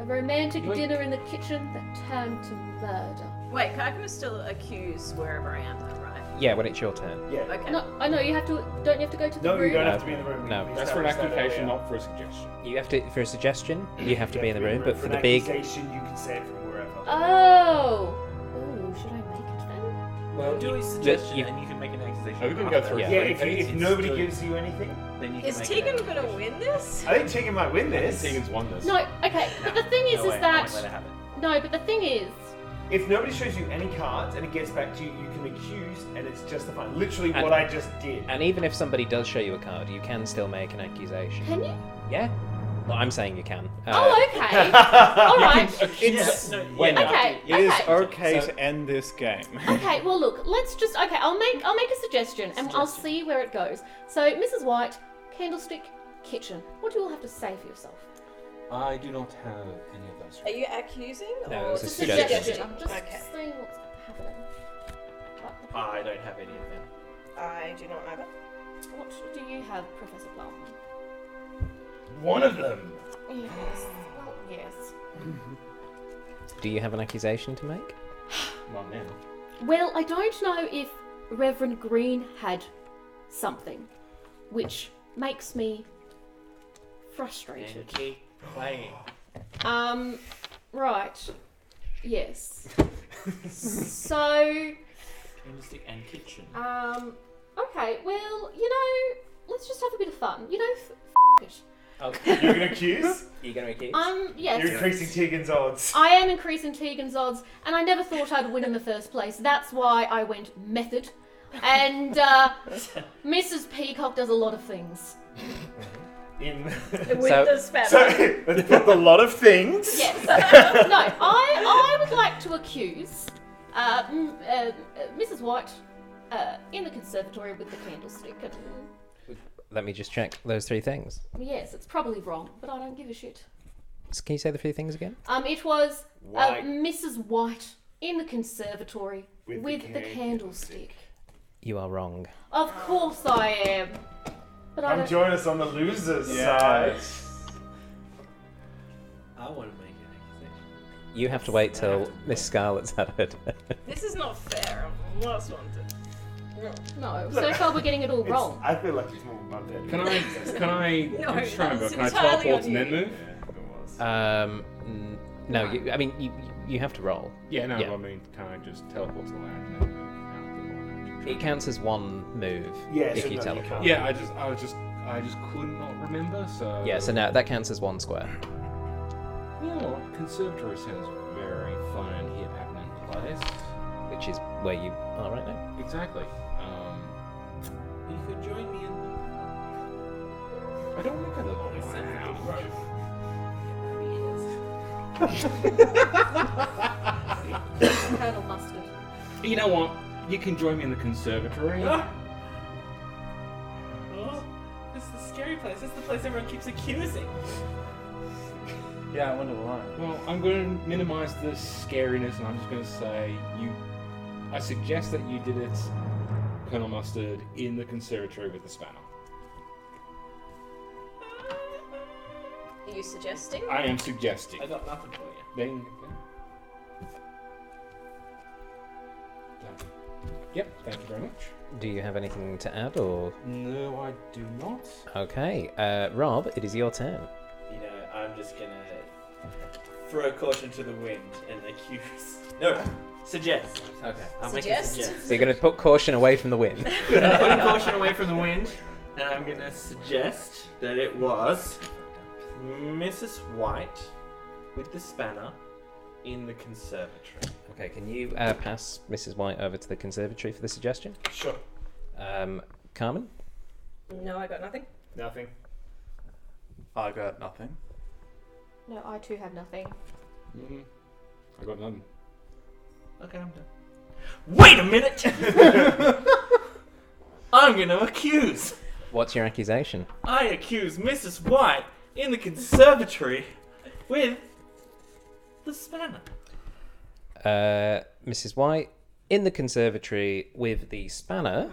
Speaker 7: A romantic
Speaker 6: Yoink.
Speaker 7: dinner in the kitchen that turned to murder.
Speaker 4: Wait, Karkum is still accused wherever I am, though, right?
Speaker 1: Yeah, when it's your turn.
Speaker 2: Yeah.
Speaker 4: Okay.
Speaker 7: No, I know you have to. Don't you have to go to the
Speaker 2: No,
Speaker 7: room?
Speaker 2: you don't
Speaker 1: No.
Speaker 2: have to be in the room.
Speaker 1: No.
Speaker 2: We
Speaker 6: That's for an
Speaker 2: established that
Speaker 6: application,
Speaker 2: earlier.
Speaker 6: not for a suggestion.
Speaker 1: You have to for a suggestion. You have to be in the room, but for
Speaker 2: an
Speaker 1: the big,
Speaker 2: accusation, you can say it from wherever.
Speaker 7: Oh. Ooh, should I make it then?
Speaker 5: Well, do a suggestion,
Speaker 1: you-
Speaker 5: and you can make an accusation.
Speaker 6: Oh, we can go
Speaker 5: after.
Speaker 6: through
Speaker 2: yeah,
Speaker 6: it.
Speaker 2: if, you, if nobody gives you anything,
Speaker 5: Then you can
Speaker 4: Is
Speaker 5: make
Speaker 4: Tegan
Speaker 5: an
Speaker 4: gonna
Speaker 5: accusation.
Speaker 4: win this?
Speaker 2: I think Tegan might win
Speaker 6: I think
Speaker 2: this.
Speaker 6: Tegan's won this.
Speaker 7: No, okay. But the thing is,
Speaker 5: No way, I
Speaker 7: is
Speaker 5: won't let it
Speaker 7: that
Speaker 5: happen.
Speaker 7: no. But the thing is,
Speaker 2: If nobody shows you any cards and it gets back to you, you can accuse, and it's justified. Literally
Speaker 1: And-
Speaker 2: what I just did.
Speaker 1: and even if somebody does show you a card, you can still make an accusation.
Speaker 7: can you?
Speaker 1: Yeah. Well, I'm saying you can. Uh,
Speaker 7: oh, okay. All right.
Speaker 6: It's
Speaker 5: Yeah, no,
Speaker 6: when
Speaker 5: yeah,
Speaker 7: okay.
Speaker 5: yeah.
Speaker 3: It is
Speaker 7: okay.
Speaker 3: okay
Speaker 6: So-
Speaker 3: to end this game.
Speaker 7: Okay. Well, look. Let's just. Okay. I'll make. I'll make a suggestion, and I'll see where it goes. So, Mrs. White, candlestick, kitchen. What do you all have to say for yourself?
Speaker 6: I do not have any of those.
Speaker 4: Are you accusing?
Speaker 1: No,
Speaker 4: or
Speaker 1: it was a
Speaker 4: just
Speaker 1: suggestion.
Speaker 7: I'm just
Speaker 4: Okay.
Speaker 7: saying what's happening. But
Speaker 5: I don't have any of them.
Speaker 4: I do not either.
Speaker 7: what do you have, Professor Plum?
Speaker 2: One of them.
Speaker 7: Yes. Well, yes.
Speaker 1: Do you have an accusation to make?
Speaker 6: Not now.
Speaker 7: Well, I don't know if Reverend Green had something, which makes me
Speaker 5: And
Speaker 7: frustrated.
Speaker 5: keep playing.
Speaker 7: Um, right. Yes. so,
Speaker 5: Candlestick and kitchen.
Speaker 7: um, okay, well, you know, let's just have a bit of fun. You know, f- f- it.
Speaker 2: You're going to accuse?
Speaker 1: Are you going to accuse?
Speaker 7: Um, yes.
Speaker 2: You're increasing Tegan's odds.
Speaker 7: I am increasing Tegan's odds, and I never thought I'd win in the first place. That's why I went method. And uh, Mrs. Peacock does a lot of things.
Speaker 2: In.
Speaker 4: With
Speaker 1: So-
Speaker 4: the spell.
Speaker 2: so, let's put a lot of things.
Speaker 7: Yes. no, I, I would like to accuse uh, m- uh, uh, Mrs. White uh, in the conservatory with the candlestick. And,
Speaker 1: Let me just check those three things.
Speaker 7: yes, it's probably wrong, but I don't give a shit.
Speaker 1: So Can you say the three things again?
Speaker 7: Um, it was uh,
Speaker 2: White.
Speaker 7: Mrs. White in the conservatory with,
Speaker 2: With
Speaker 7: the,
Speaker 2: the
Speaker 7: candlestick.
Speaker 1: You are wrong.
Speaker 7: Of course I am. But I
Speaker 8: I'm
Speaker 7: don't-
Speaker 8: joining us on the losers
Speaker 2: Yeah.
Speaker 8: side.
Speaker 5: I want to make an
Speaker 1: You have to wait till Miss Scarlet's had her turn.
Speaker 4: This is not fair. I'm last wanted.
Speaker 7: no. So far we're getting it all wrong.
Speaker 2: I feel like it's more about that.
Speaker 6: Can I? Can I?
Speaker 4: No,
Speaker 6: I'm just trying to remember.
Speaker 4: that's
Speaker 6: Can I
Speaker 4: entirely
Speaker 6: teleport
Speaker 4: on
Speaker 6: and then
Speaker 4: you.
Speaker 6: move?
Speaker 1: Um, n- no, you, I mean you. You have to roll.
Speaker 6: Yeah, no.
Speaker 1: Yeah.
Speaker 6: I mean, can I just teleport to the lounge and then move out of the lounge?
Speaker 1: It counts as one move
Speaker 2: Yeah,
Speaker 1: if
Speaker 2: so
Speaker 1: you
Speaker 2: no,
Speaker 1: teleport.
Speaker 2: you can't.
Speaker 6: Yeah, I just, I was just, I just could not remember. So
Speaker 1: yeah, so now that counts as one square.
Speaker 6: Well, conservatory sounds very fun and hip happening place.
Speaker 1: which is where you are right now.
Speaker 6: Exactly. Um,
Speaker 5: extension. You could join me in
Speaker 6: I don't want to go to the lounge.
Speaker 7: Colonel Mustard.
Speaker 6: You know what? You can join me in the conservatory.
Speaker 5: Oh, this is the scary place. This is the place everyone keeps accusing.
Speaker 3: Yeah, I wonder why.
Speaker 6: Well, I'm going to minimize the scariness, and I'm just going to say you. I suggest that you did it, Colonel Mustard, in the conservatory with the spanner.
Speaker 4: Are you suggesting?
Speaker 6: I am suggesting.
Speaker 5: I got nothing for you.
Speaker 6: Then. Yep. Thank you very much.
Speaker 1: Do you have anything to add, or
Speaker 6: No, I do not.
Speaker 1: okay, uh, Rob? It is your turn.
Speaker 5: You know, I'm just gonna throw caution to the wind and accuse. No, suggest. Okay. I'll
Speaker 4: Suggest?
Speaker 5: make a suggest.
Speaker 1: So you're going to put caution away from the wind.
Speaker 5: I'm putting caution away from the wind, and I'm gonna suggest that it was Mrs. White with the spanner in the conservatory.
Speaker 1: okay, can you uh, pass Mrs. White over to the conservatory for the suggestion?
Speaker 5: Sure.
Speaker 1: Um, Carmen,
Speaker 4: No, I got nothing.
Speaker 2: Nothing.
Speaker 3: I got nothing.
Speaker 7: No, I too have nothing.
Speaker 6: hmm I got none.
Speaker 5: Okay, I'm done. Wait a minute! I'm gonna accuse!
Speaker 1: what's your accusation?
Speaker 5: I accuse Mrs. White in the conservatory with the spanner.
Speaker 1: Uh, Mrs. White in the conservatory with the spanner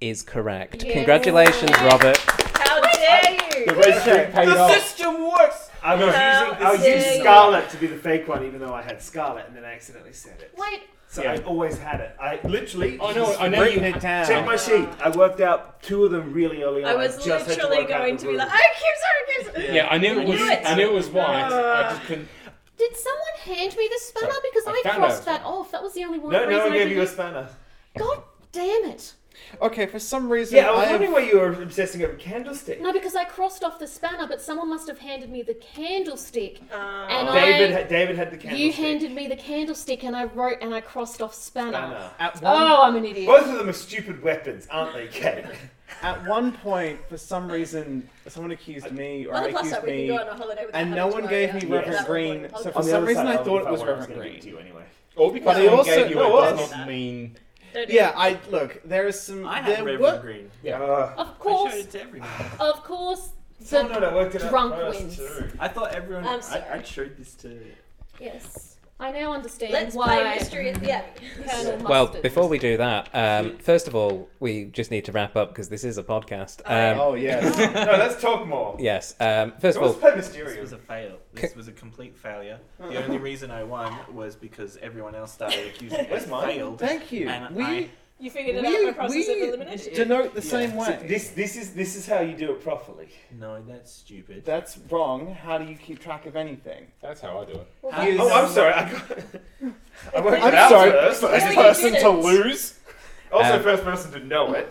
Speaker 1: is correct. Congratulations, Robert.
Speaker 4: How dare you?
Speaker 2: The race check paid
Speaker 5: The
Speaker 2: off.
Speaker 5: system works!
Speaker 2: I was
Speaker 4: How
Speaker 2: using, I was
Speaker 4: dare
Speaker 2: using
Speaker 4: you.
Speaker 2: Scarlet to be the fake one, even though I had Scarlet, and then I accidentally said it.
Speaker 7: Wait,
Speaker 2: So
Speaker 6: Yeah.
Speaker 2: I always had it. I literally.
Speaker 6: I know-
Speaker 2: just
Speaker 6: I know you
Speaker 2: written
Speaker 6: had-
Speaker 2: it down. Check my sheet. I worked out two of them really early on.
Speaker 4: I was
Speaker 2: just had
Speaker 4: literally
Speaker 2: work out
Speaker 4: going
Speaker 2: the
Speaker 4: to be
Speaker 2: rules.
Speaker 4: like, I accuse her, accuse her.
Speaker 6: Yeah, I knew it was.
Speaker 4: knew it. Uh,
Speaker 6: I knew it was white. I just couldn't.
Speaker 7: did someone hand me the spanner?
Speaker 6: Sorry,
Speaker 7: Because
Speaker 6: I
Speaker 7: I,
Speaker 6: found
Speaker 7: crossed
Speaker 6: out.
Speaker 7: that off. That was the only one.
Speaker 2: No,
Speaker 7: reason
Speaker 2: no one
Speaker 7: I
Speaker 2: gave you a
Speaker 7: didn't-
Speaker 2: spanner.
Speaker 7: God damn it!
Speaker 3: Okay, for some reason,
Speaker 2: Yeah, I was
Speaker 3: I
Speaker 2: wondering
Speaker 3: have...
Speaker 2: why you were obsessing over candlestick.
Speaker 7: No, because I crossed off the spanner, but someone must have handed me the candlestick,
Speaker 4: um,
Speaker 7: and
Speaker 2: David,
Speaker 7: I.
Speaker 2: had, David had the candlestick.
Speaker 7: You handed me the candlestick, and I wrote and I crossed off spanner.
Speaker 2: Spanner.
Speaker 3: At one,
Speaker 7: Oh, I'm an idiot.
Speaker 2: Both of them are stupid weapons, aren't they, Kate?
Speaker 3: at one point, for some reason, someone accused me or
Speaker 4: On the plus
Speaker 3: accused
Speaker 4: side, we can
Speaker 3: me.
Speaker 4: go on a holiday with
Speaker 3: and
Speaker 4: the
Speaker 3: no one gave me
Speaker 4: Hunter-Toria.
Speaker 2: Reverend
Speaker 4: That would be
Speaker 3: Green,
Speaker 4: fun.
Speaker 3: so
Speaker 2: On the
Speaker 3: for some
Speaker 2: other
Speaker 3: reason
Speaker 2: side,
Speaker 3: I
Speaker 2: would
Speaker 3: thought
Speaker 2: if
Speaker 3: it was
Speaker 2: I were, I
Speaker 3: Reverend
Speaker 2: gonna give
Speaker 3: Green.
Speaker 2: it to you anyway.
Speaker 6: Or because
Speaker 3: But
Speaker 6: they
Speaker 3: they
Speaker 6: also,
Speaker 3: also-
Speaker 6: gave you
Speaker 2: no,
Speaker 6: it does
Speaker 2: also-
Speaker 6: not mean.
Speaker 4: Don't do
Speaker 3: Yeah, I look. There is some.
Speaker 5: I had
Speaker 3: there
Speaker 5: Reverend
Speaker 3: were-
Speaker 5: Green.
Speaker 2: Uh,
Speaker 7: Of
Speaker 5: I showed
Speaker 7: course,
Speaker 5: it to everyone.
Speaker 7: of course.
Speaker 2: oh
Speaker 7: The
Speaker 2: no, no, I worked it out
Speaker 7: drunk
Speaker 2: first,
Speaker 7: wins.
Speaker 2: too.
Speaker 5: I thought everyone.
Speaker 4: I'm
Speaker 5: I, I
Speaker 4: sorry.
Speaker 5: showed this to.
Speaker 7: Yes, I now understand
Speaker 4: Let's
Speaker 7: why.
Speaker 4: play mystery at the end.
Speaker 7: Colonel
Speaker 1: Well,
Speaker 7: Mustard
Speaker 1: before we do that, um, first of all, we just need to wrap up because this is a podcast. Um,
Speaker 3: Oh yes.
Speaker 2: No, let's talk more.
Speaker 1: Yes. Um, first of all,
Speaker 2: Let's play
Speaker 5: This
Speaker 2: Mysterious.
Speaker 5: was a fail. This was a complete failure.
Speaker 4: Uh-huh.
Speaker 5: The only reason I won was because everyone else started accusing me. I
Speaker 2: Where's mine?
Speaker 5: failed.
Speaker 3: Thank you.
Speaker 5: And
Speaker 3: we
Speaker 5: I-
Speaker 4: You figured it
Speaker 3: we,
Speaker 4: out in the process
Speaker 3: we
Speaker 4: of elimination.
Speaker 3: denote the same
Speaker 2: See,
Speaker 3: way.
Speaker 2: this, this is this is how you do it properly.
Speaker 5: No, that's stupid.
Speaker 3: That's wrong. How do you keep track of anything?
Speaker 6: That's how I do it.
Speaker 5: How-
Speaker 3: Use-
Speaker 2: Oh, I'm sorry. I got. I worked
Speaker 3: I'm
Speaker 2: it out
Speaker 3: sorry,
Speaker 2: first.
Speaker 4: No,
Speaker 3: First
Speaker 4: you
Speaker 3: person to
Speaker 4: didn't.
Speaker 3: lose.
Speaker 2: Also,
Speaker 1: Um,
Speaker 2: first person to know it.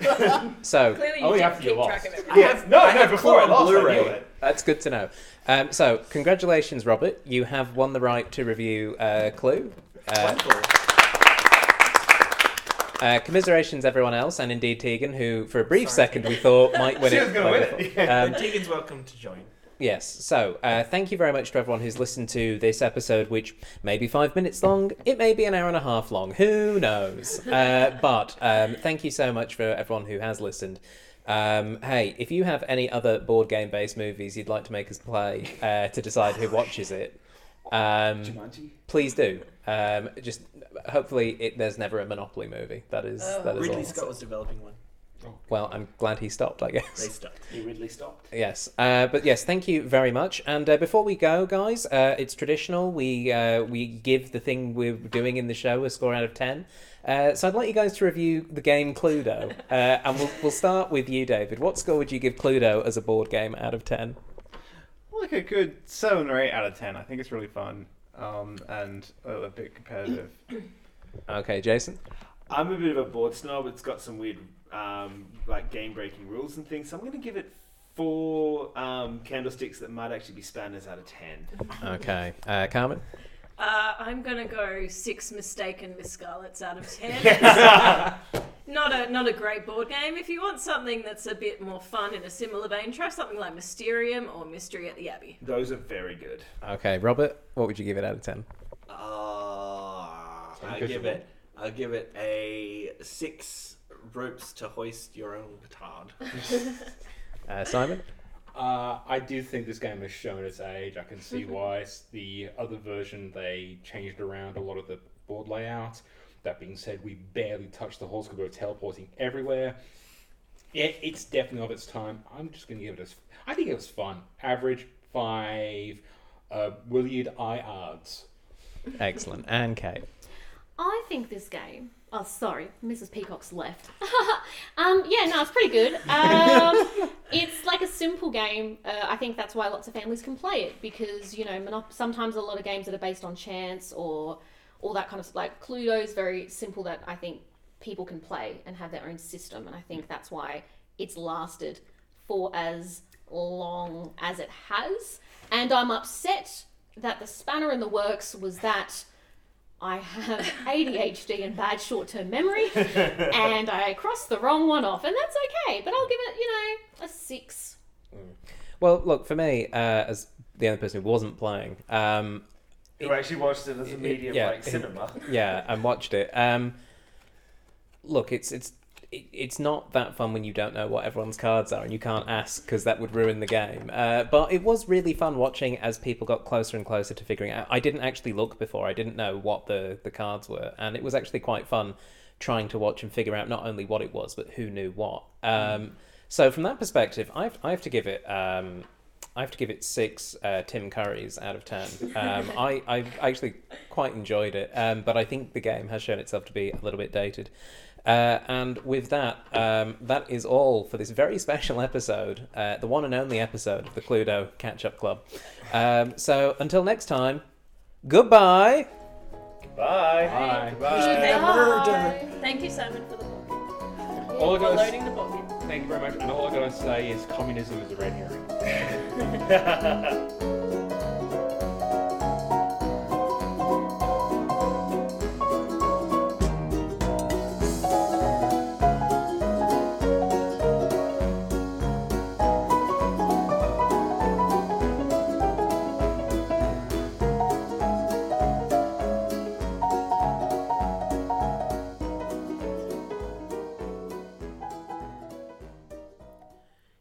Speaker 1: so
Speaker 4: Clearly, you
Speaker 6: Only
Speaker 4: didn't
Speaker 6: after you
Speaker 4: keep
Speaker 6: lost.
Speaker 4: track of everything.
Speaker 2: yeah, no,
Speaker 5: I
Speaker 2: no.
Speaker 5: have
Speaker 2: Before I
Speaker 5: Claw on
Speaker 2: lost, I knew
Speaker 5: Blu-ray.
Speaker 2: it.
Speaker 1: That's good to know. Um, so, congratulations, Robert. You have won the right to review uh, Clue. Uh,
Speaker 5: Wonderful.
Speaker 1: uh, commiserations, everyone else, and indeed Tegan, who for a brief second we thought might win
Speaker 2: She
Speaker 1: it.
Speaker 2: was gonna
Speaker 1: by
Speaker 2: win
Speaker 1: default.
Speaker 2: it. Yeah.
Speaker 1: Um,
Speaker 5: and Tegan's welcome to join.
Speaker 1: yes. So, uh, thank you very much to everyone who's listened to this episode, which may be five minutes long. It may be an hour and a half long. Who knows? Uh, but um, thank you so much for everyone who has listened. Um, hey, if you have any other board game based movies you'd like to make us play uh, to decide who watches it, um,
Speaker 2: Jumanji.
Speaker 1: please do. Um, just hopefully it, there's never a Monopoly movie. That is
Speaker 4: Oh.
Speaker 1: that is
Speaker 5: Ridley
Speaker 1: all.
Speaker 5: Scott was developing one.
Speaker 1: Well, I'm glad he stopped. I
Speaker 5: They
Speaker 1: guess.
Speaker 5: stopped.
Speaker 2: He Ridley stopped.
Speaker 1: Yes, uh, but yes, thank you very much. And uh, before we go, guys, uh, it's traditional. We uh, we give the thing we're doing in the show a score out of ten. Uh, so I'd like you guys to review the game Cluedo, uh, and we'll we'll start with you, David. What score would you give Cluedo as a board game out of ten?
Speaker 3: Like a good seven or eight out of ten. I think it's really fun um, and uh, a bit competitive.
Speaker 1: Okay, Jason.
Speaker 2: I'm a bit of a board snob. It's got some weird, um, like game breaking rules and things. So I'm going to give it four um, candlesticks that might actually be spanners out of ten.
Speaker 1: Okay, uh, Carmen.
Speaker 4: Uh, I'm gonna go six mistaken Miss Scarlets out of ten. not a not a great board game. If you want something that's a bit more fun in a similar vein, try something like Mysterium or Mystery at the Abbey.
Speaker 2: Those are very good.
Speaker 1: Okay, Robert. What would you give it out of ten?
Speaker 5: Ah, I
Speaker 6: good
Speaker 5: give
Speaker 6: for
Speaker 5: it. I give it a six ropes to hoist your own petard.
Speaker 1: Uh, Simon.
Speaker 6: Uh, I do think this game has shown its age. I can see
Speaker 4: Mm-hmm.
Speaker 6: why S- the other version they changed around a lot of the board layout. That being said, we barely touched the horse because we were teleporting everywhere. It, it's definitely of its time. I'm just going to give it a. s- I think it was fun. Average five. Uh, Williard I odds.
Speaker 1: Excellent. And Kate.
Speaker 7: I think this game. Oh, sorry, Mrs. Peacock's left. um, yeah, no, it's pretty good. Um, it's like a simple game. Uh, I think that's why lots of families can play it because you know monop- sometimes a lot of games that are based on chance or all that kind of like Cluedo is very simple that I think people can play and have their own system, and I think that's why it's lasted for as long as it has. And I'm upset that the spanner in the works was that. I have ADHD and bad short term memory, and I crossed the wrong one off, and that's okay, but I'll give it, you know, a six.
Speaker 1: Well, look for me uh, as the only person who wasn't playing. Um,
Speaker 2: Who actually watched it as a medium
Speaker 1: yeah.
Speaker 2: like cinema?
Speaker 1: yeah, and watched it. Um, look, it's it's it, it's not that fun when you don't know what everyone's cards are and you can't ask because that would ruin the game. Uh, but it was really fun watching as people got closer and closer to figuring out. I didn't actually look before; I didn't know what the the cards were, and it was actually quite fun trying to watch and figure out not only what it was but who knew what.
Speaker 2: Mm.
Speaker 1: Um, so from that perspective, I have, I have to give it. Um, I have to give it six uh, Tim Currys out of ten. Um, I, I actually quite enjoyed it, um, but I think the game has shown itself to be a little bit dated. Uh, and with that, um, that is all for this very special episode, uh, the one and only episode of the Cluedo Catch Up Club. Um, so until next time, goodbye.
Speaker 2: Bye.
Speaker 6: Bye.
Speaker 7: Bye.
Speaker 4: Thank you, Simon, for the book.
Speaker 6: All I
Speaker 4: For
Speaker 6: gotta,
Speaker 4: loading the book. in.
Speaker 6: thank you very much. And all I gotta say is communism is a red herring.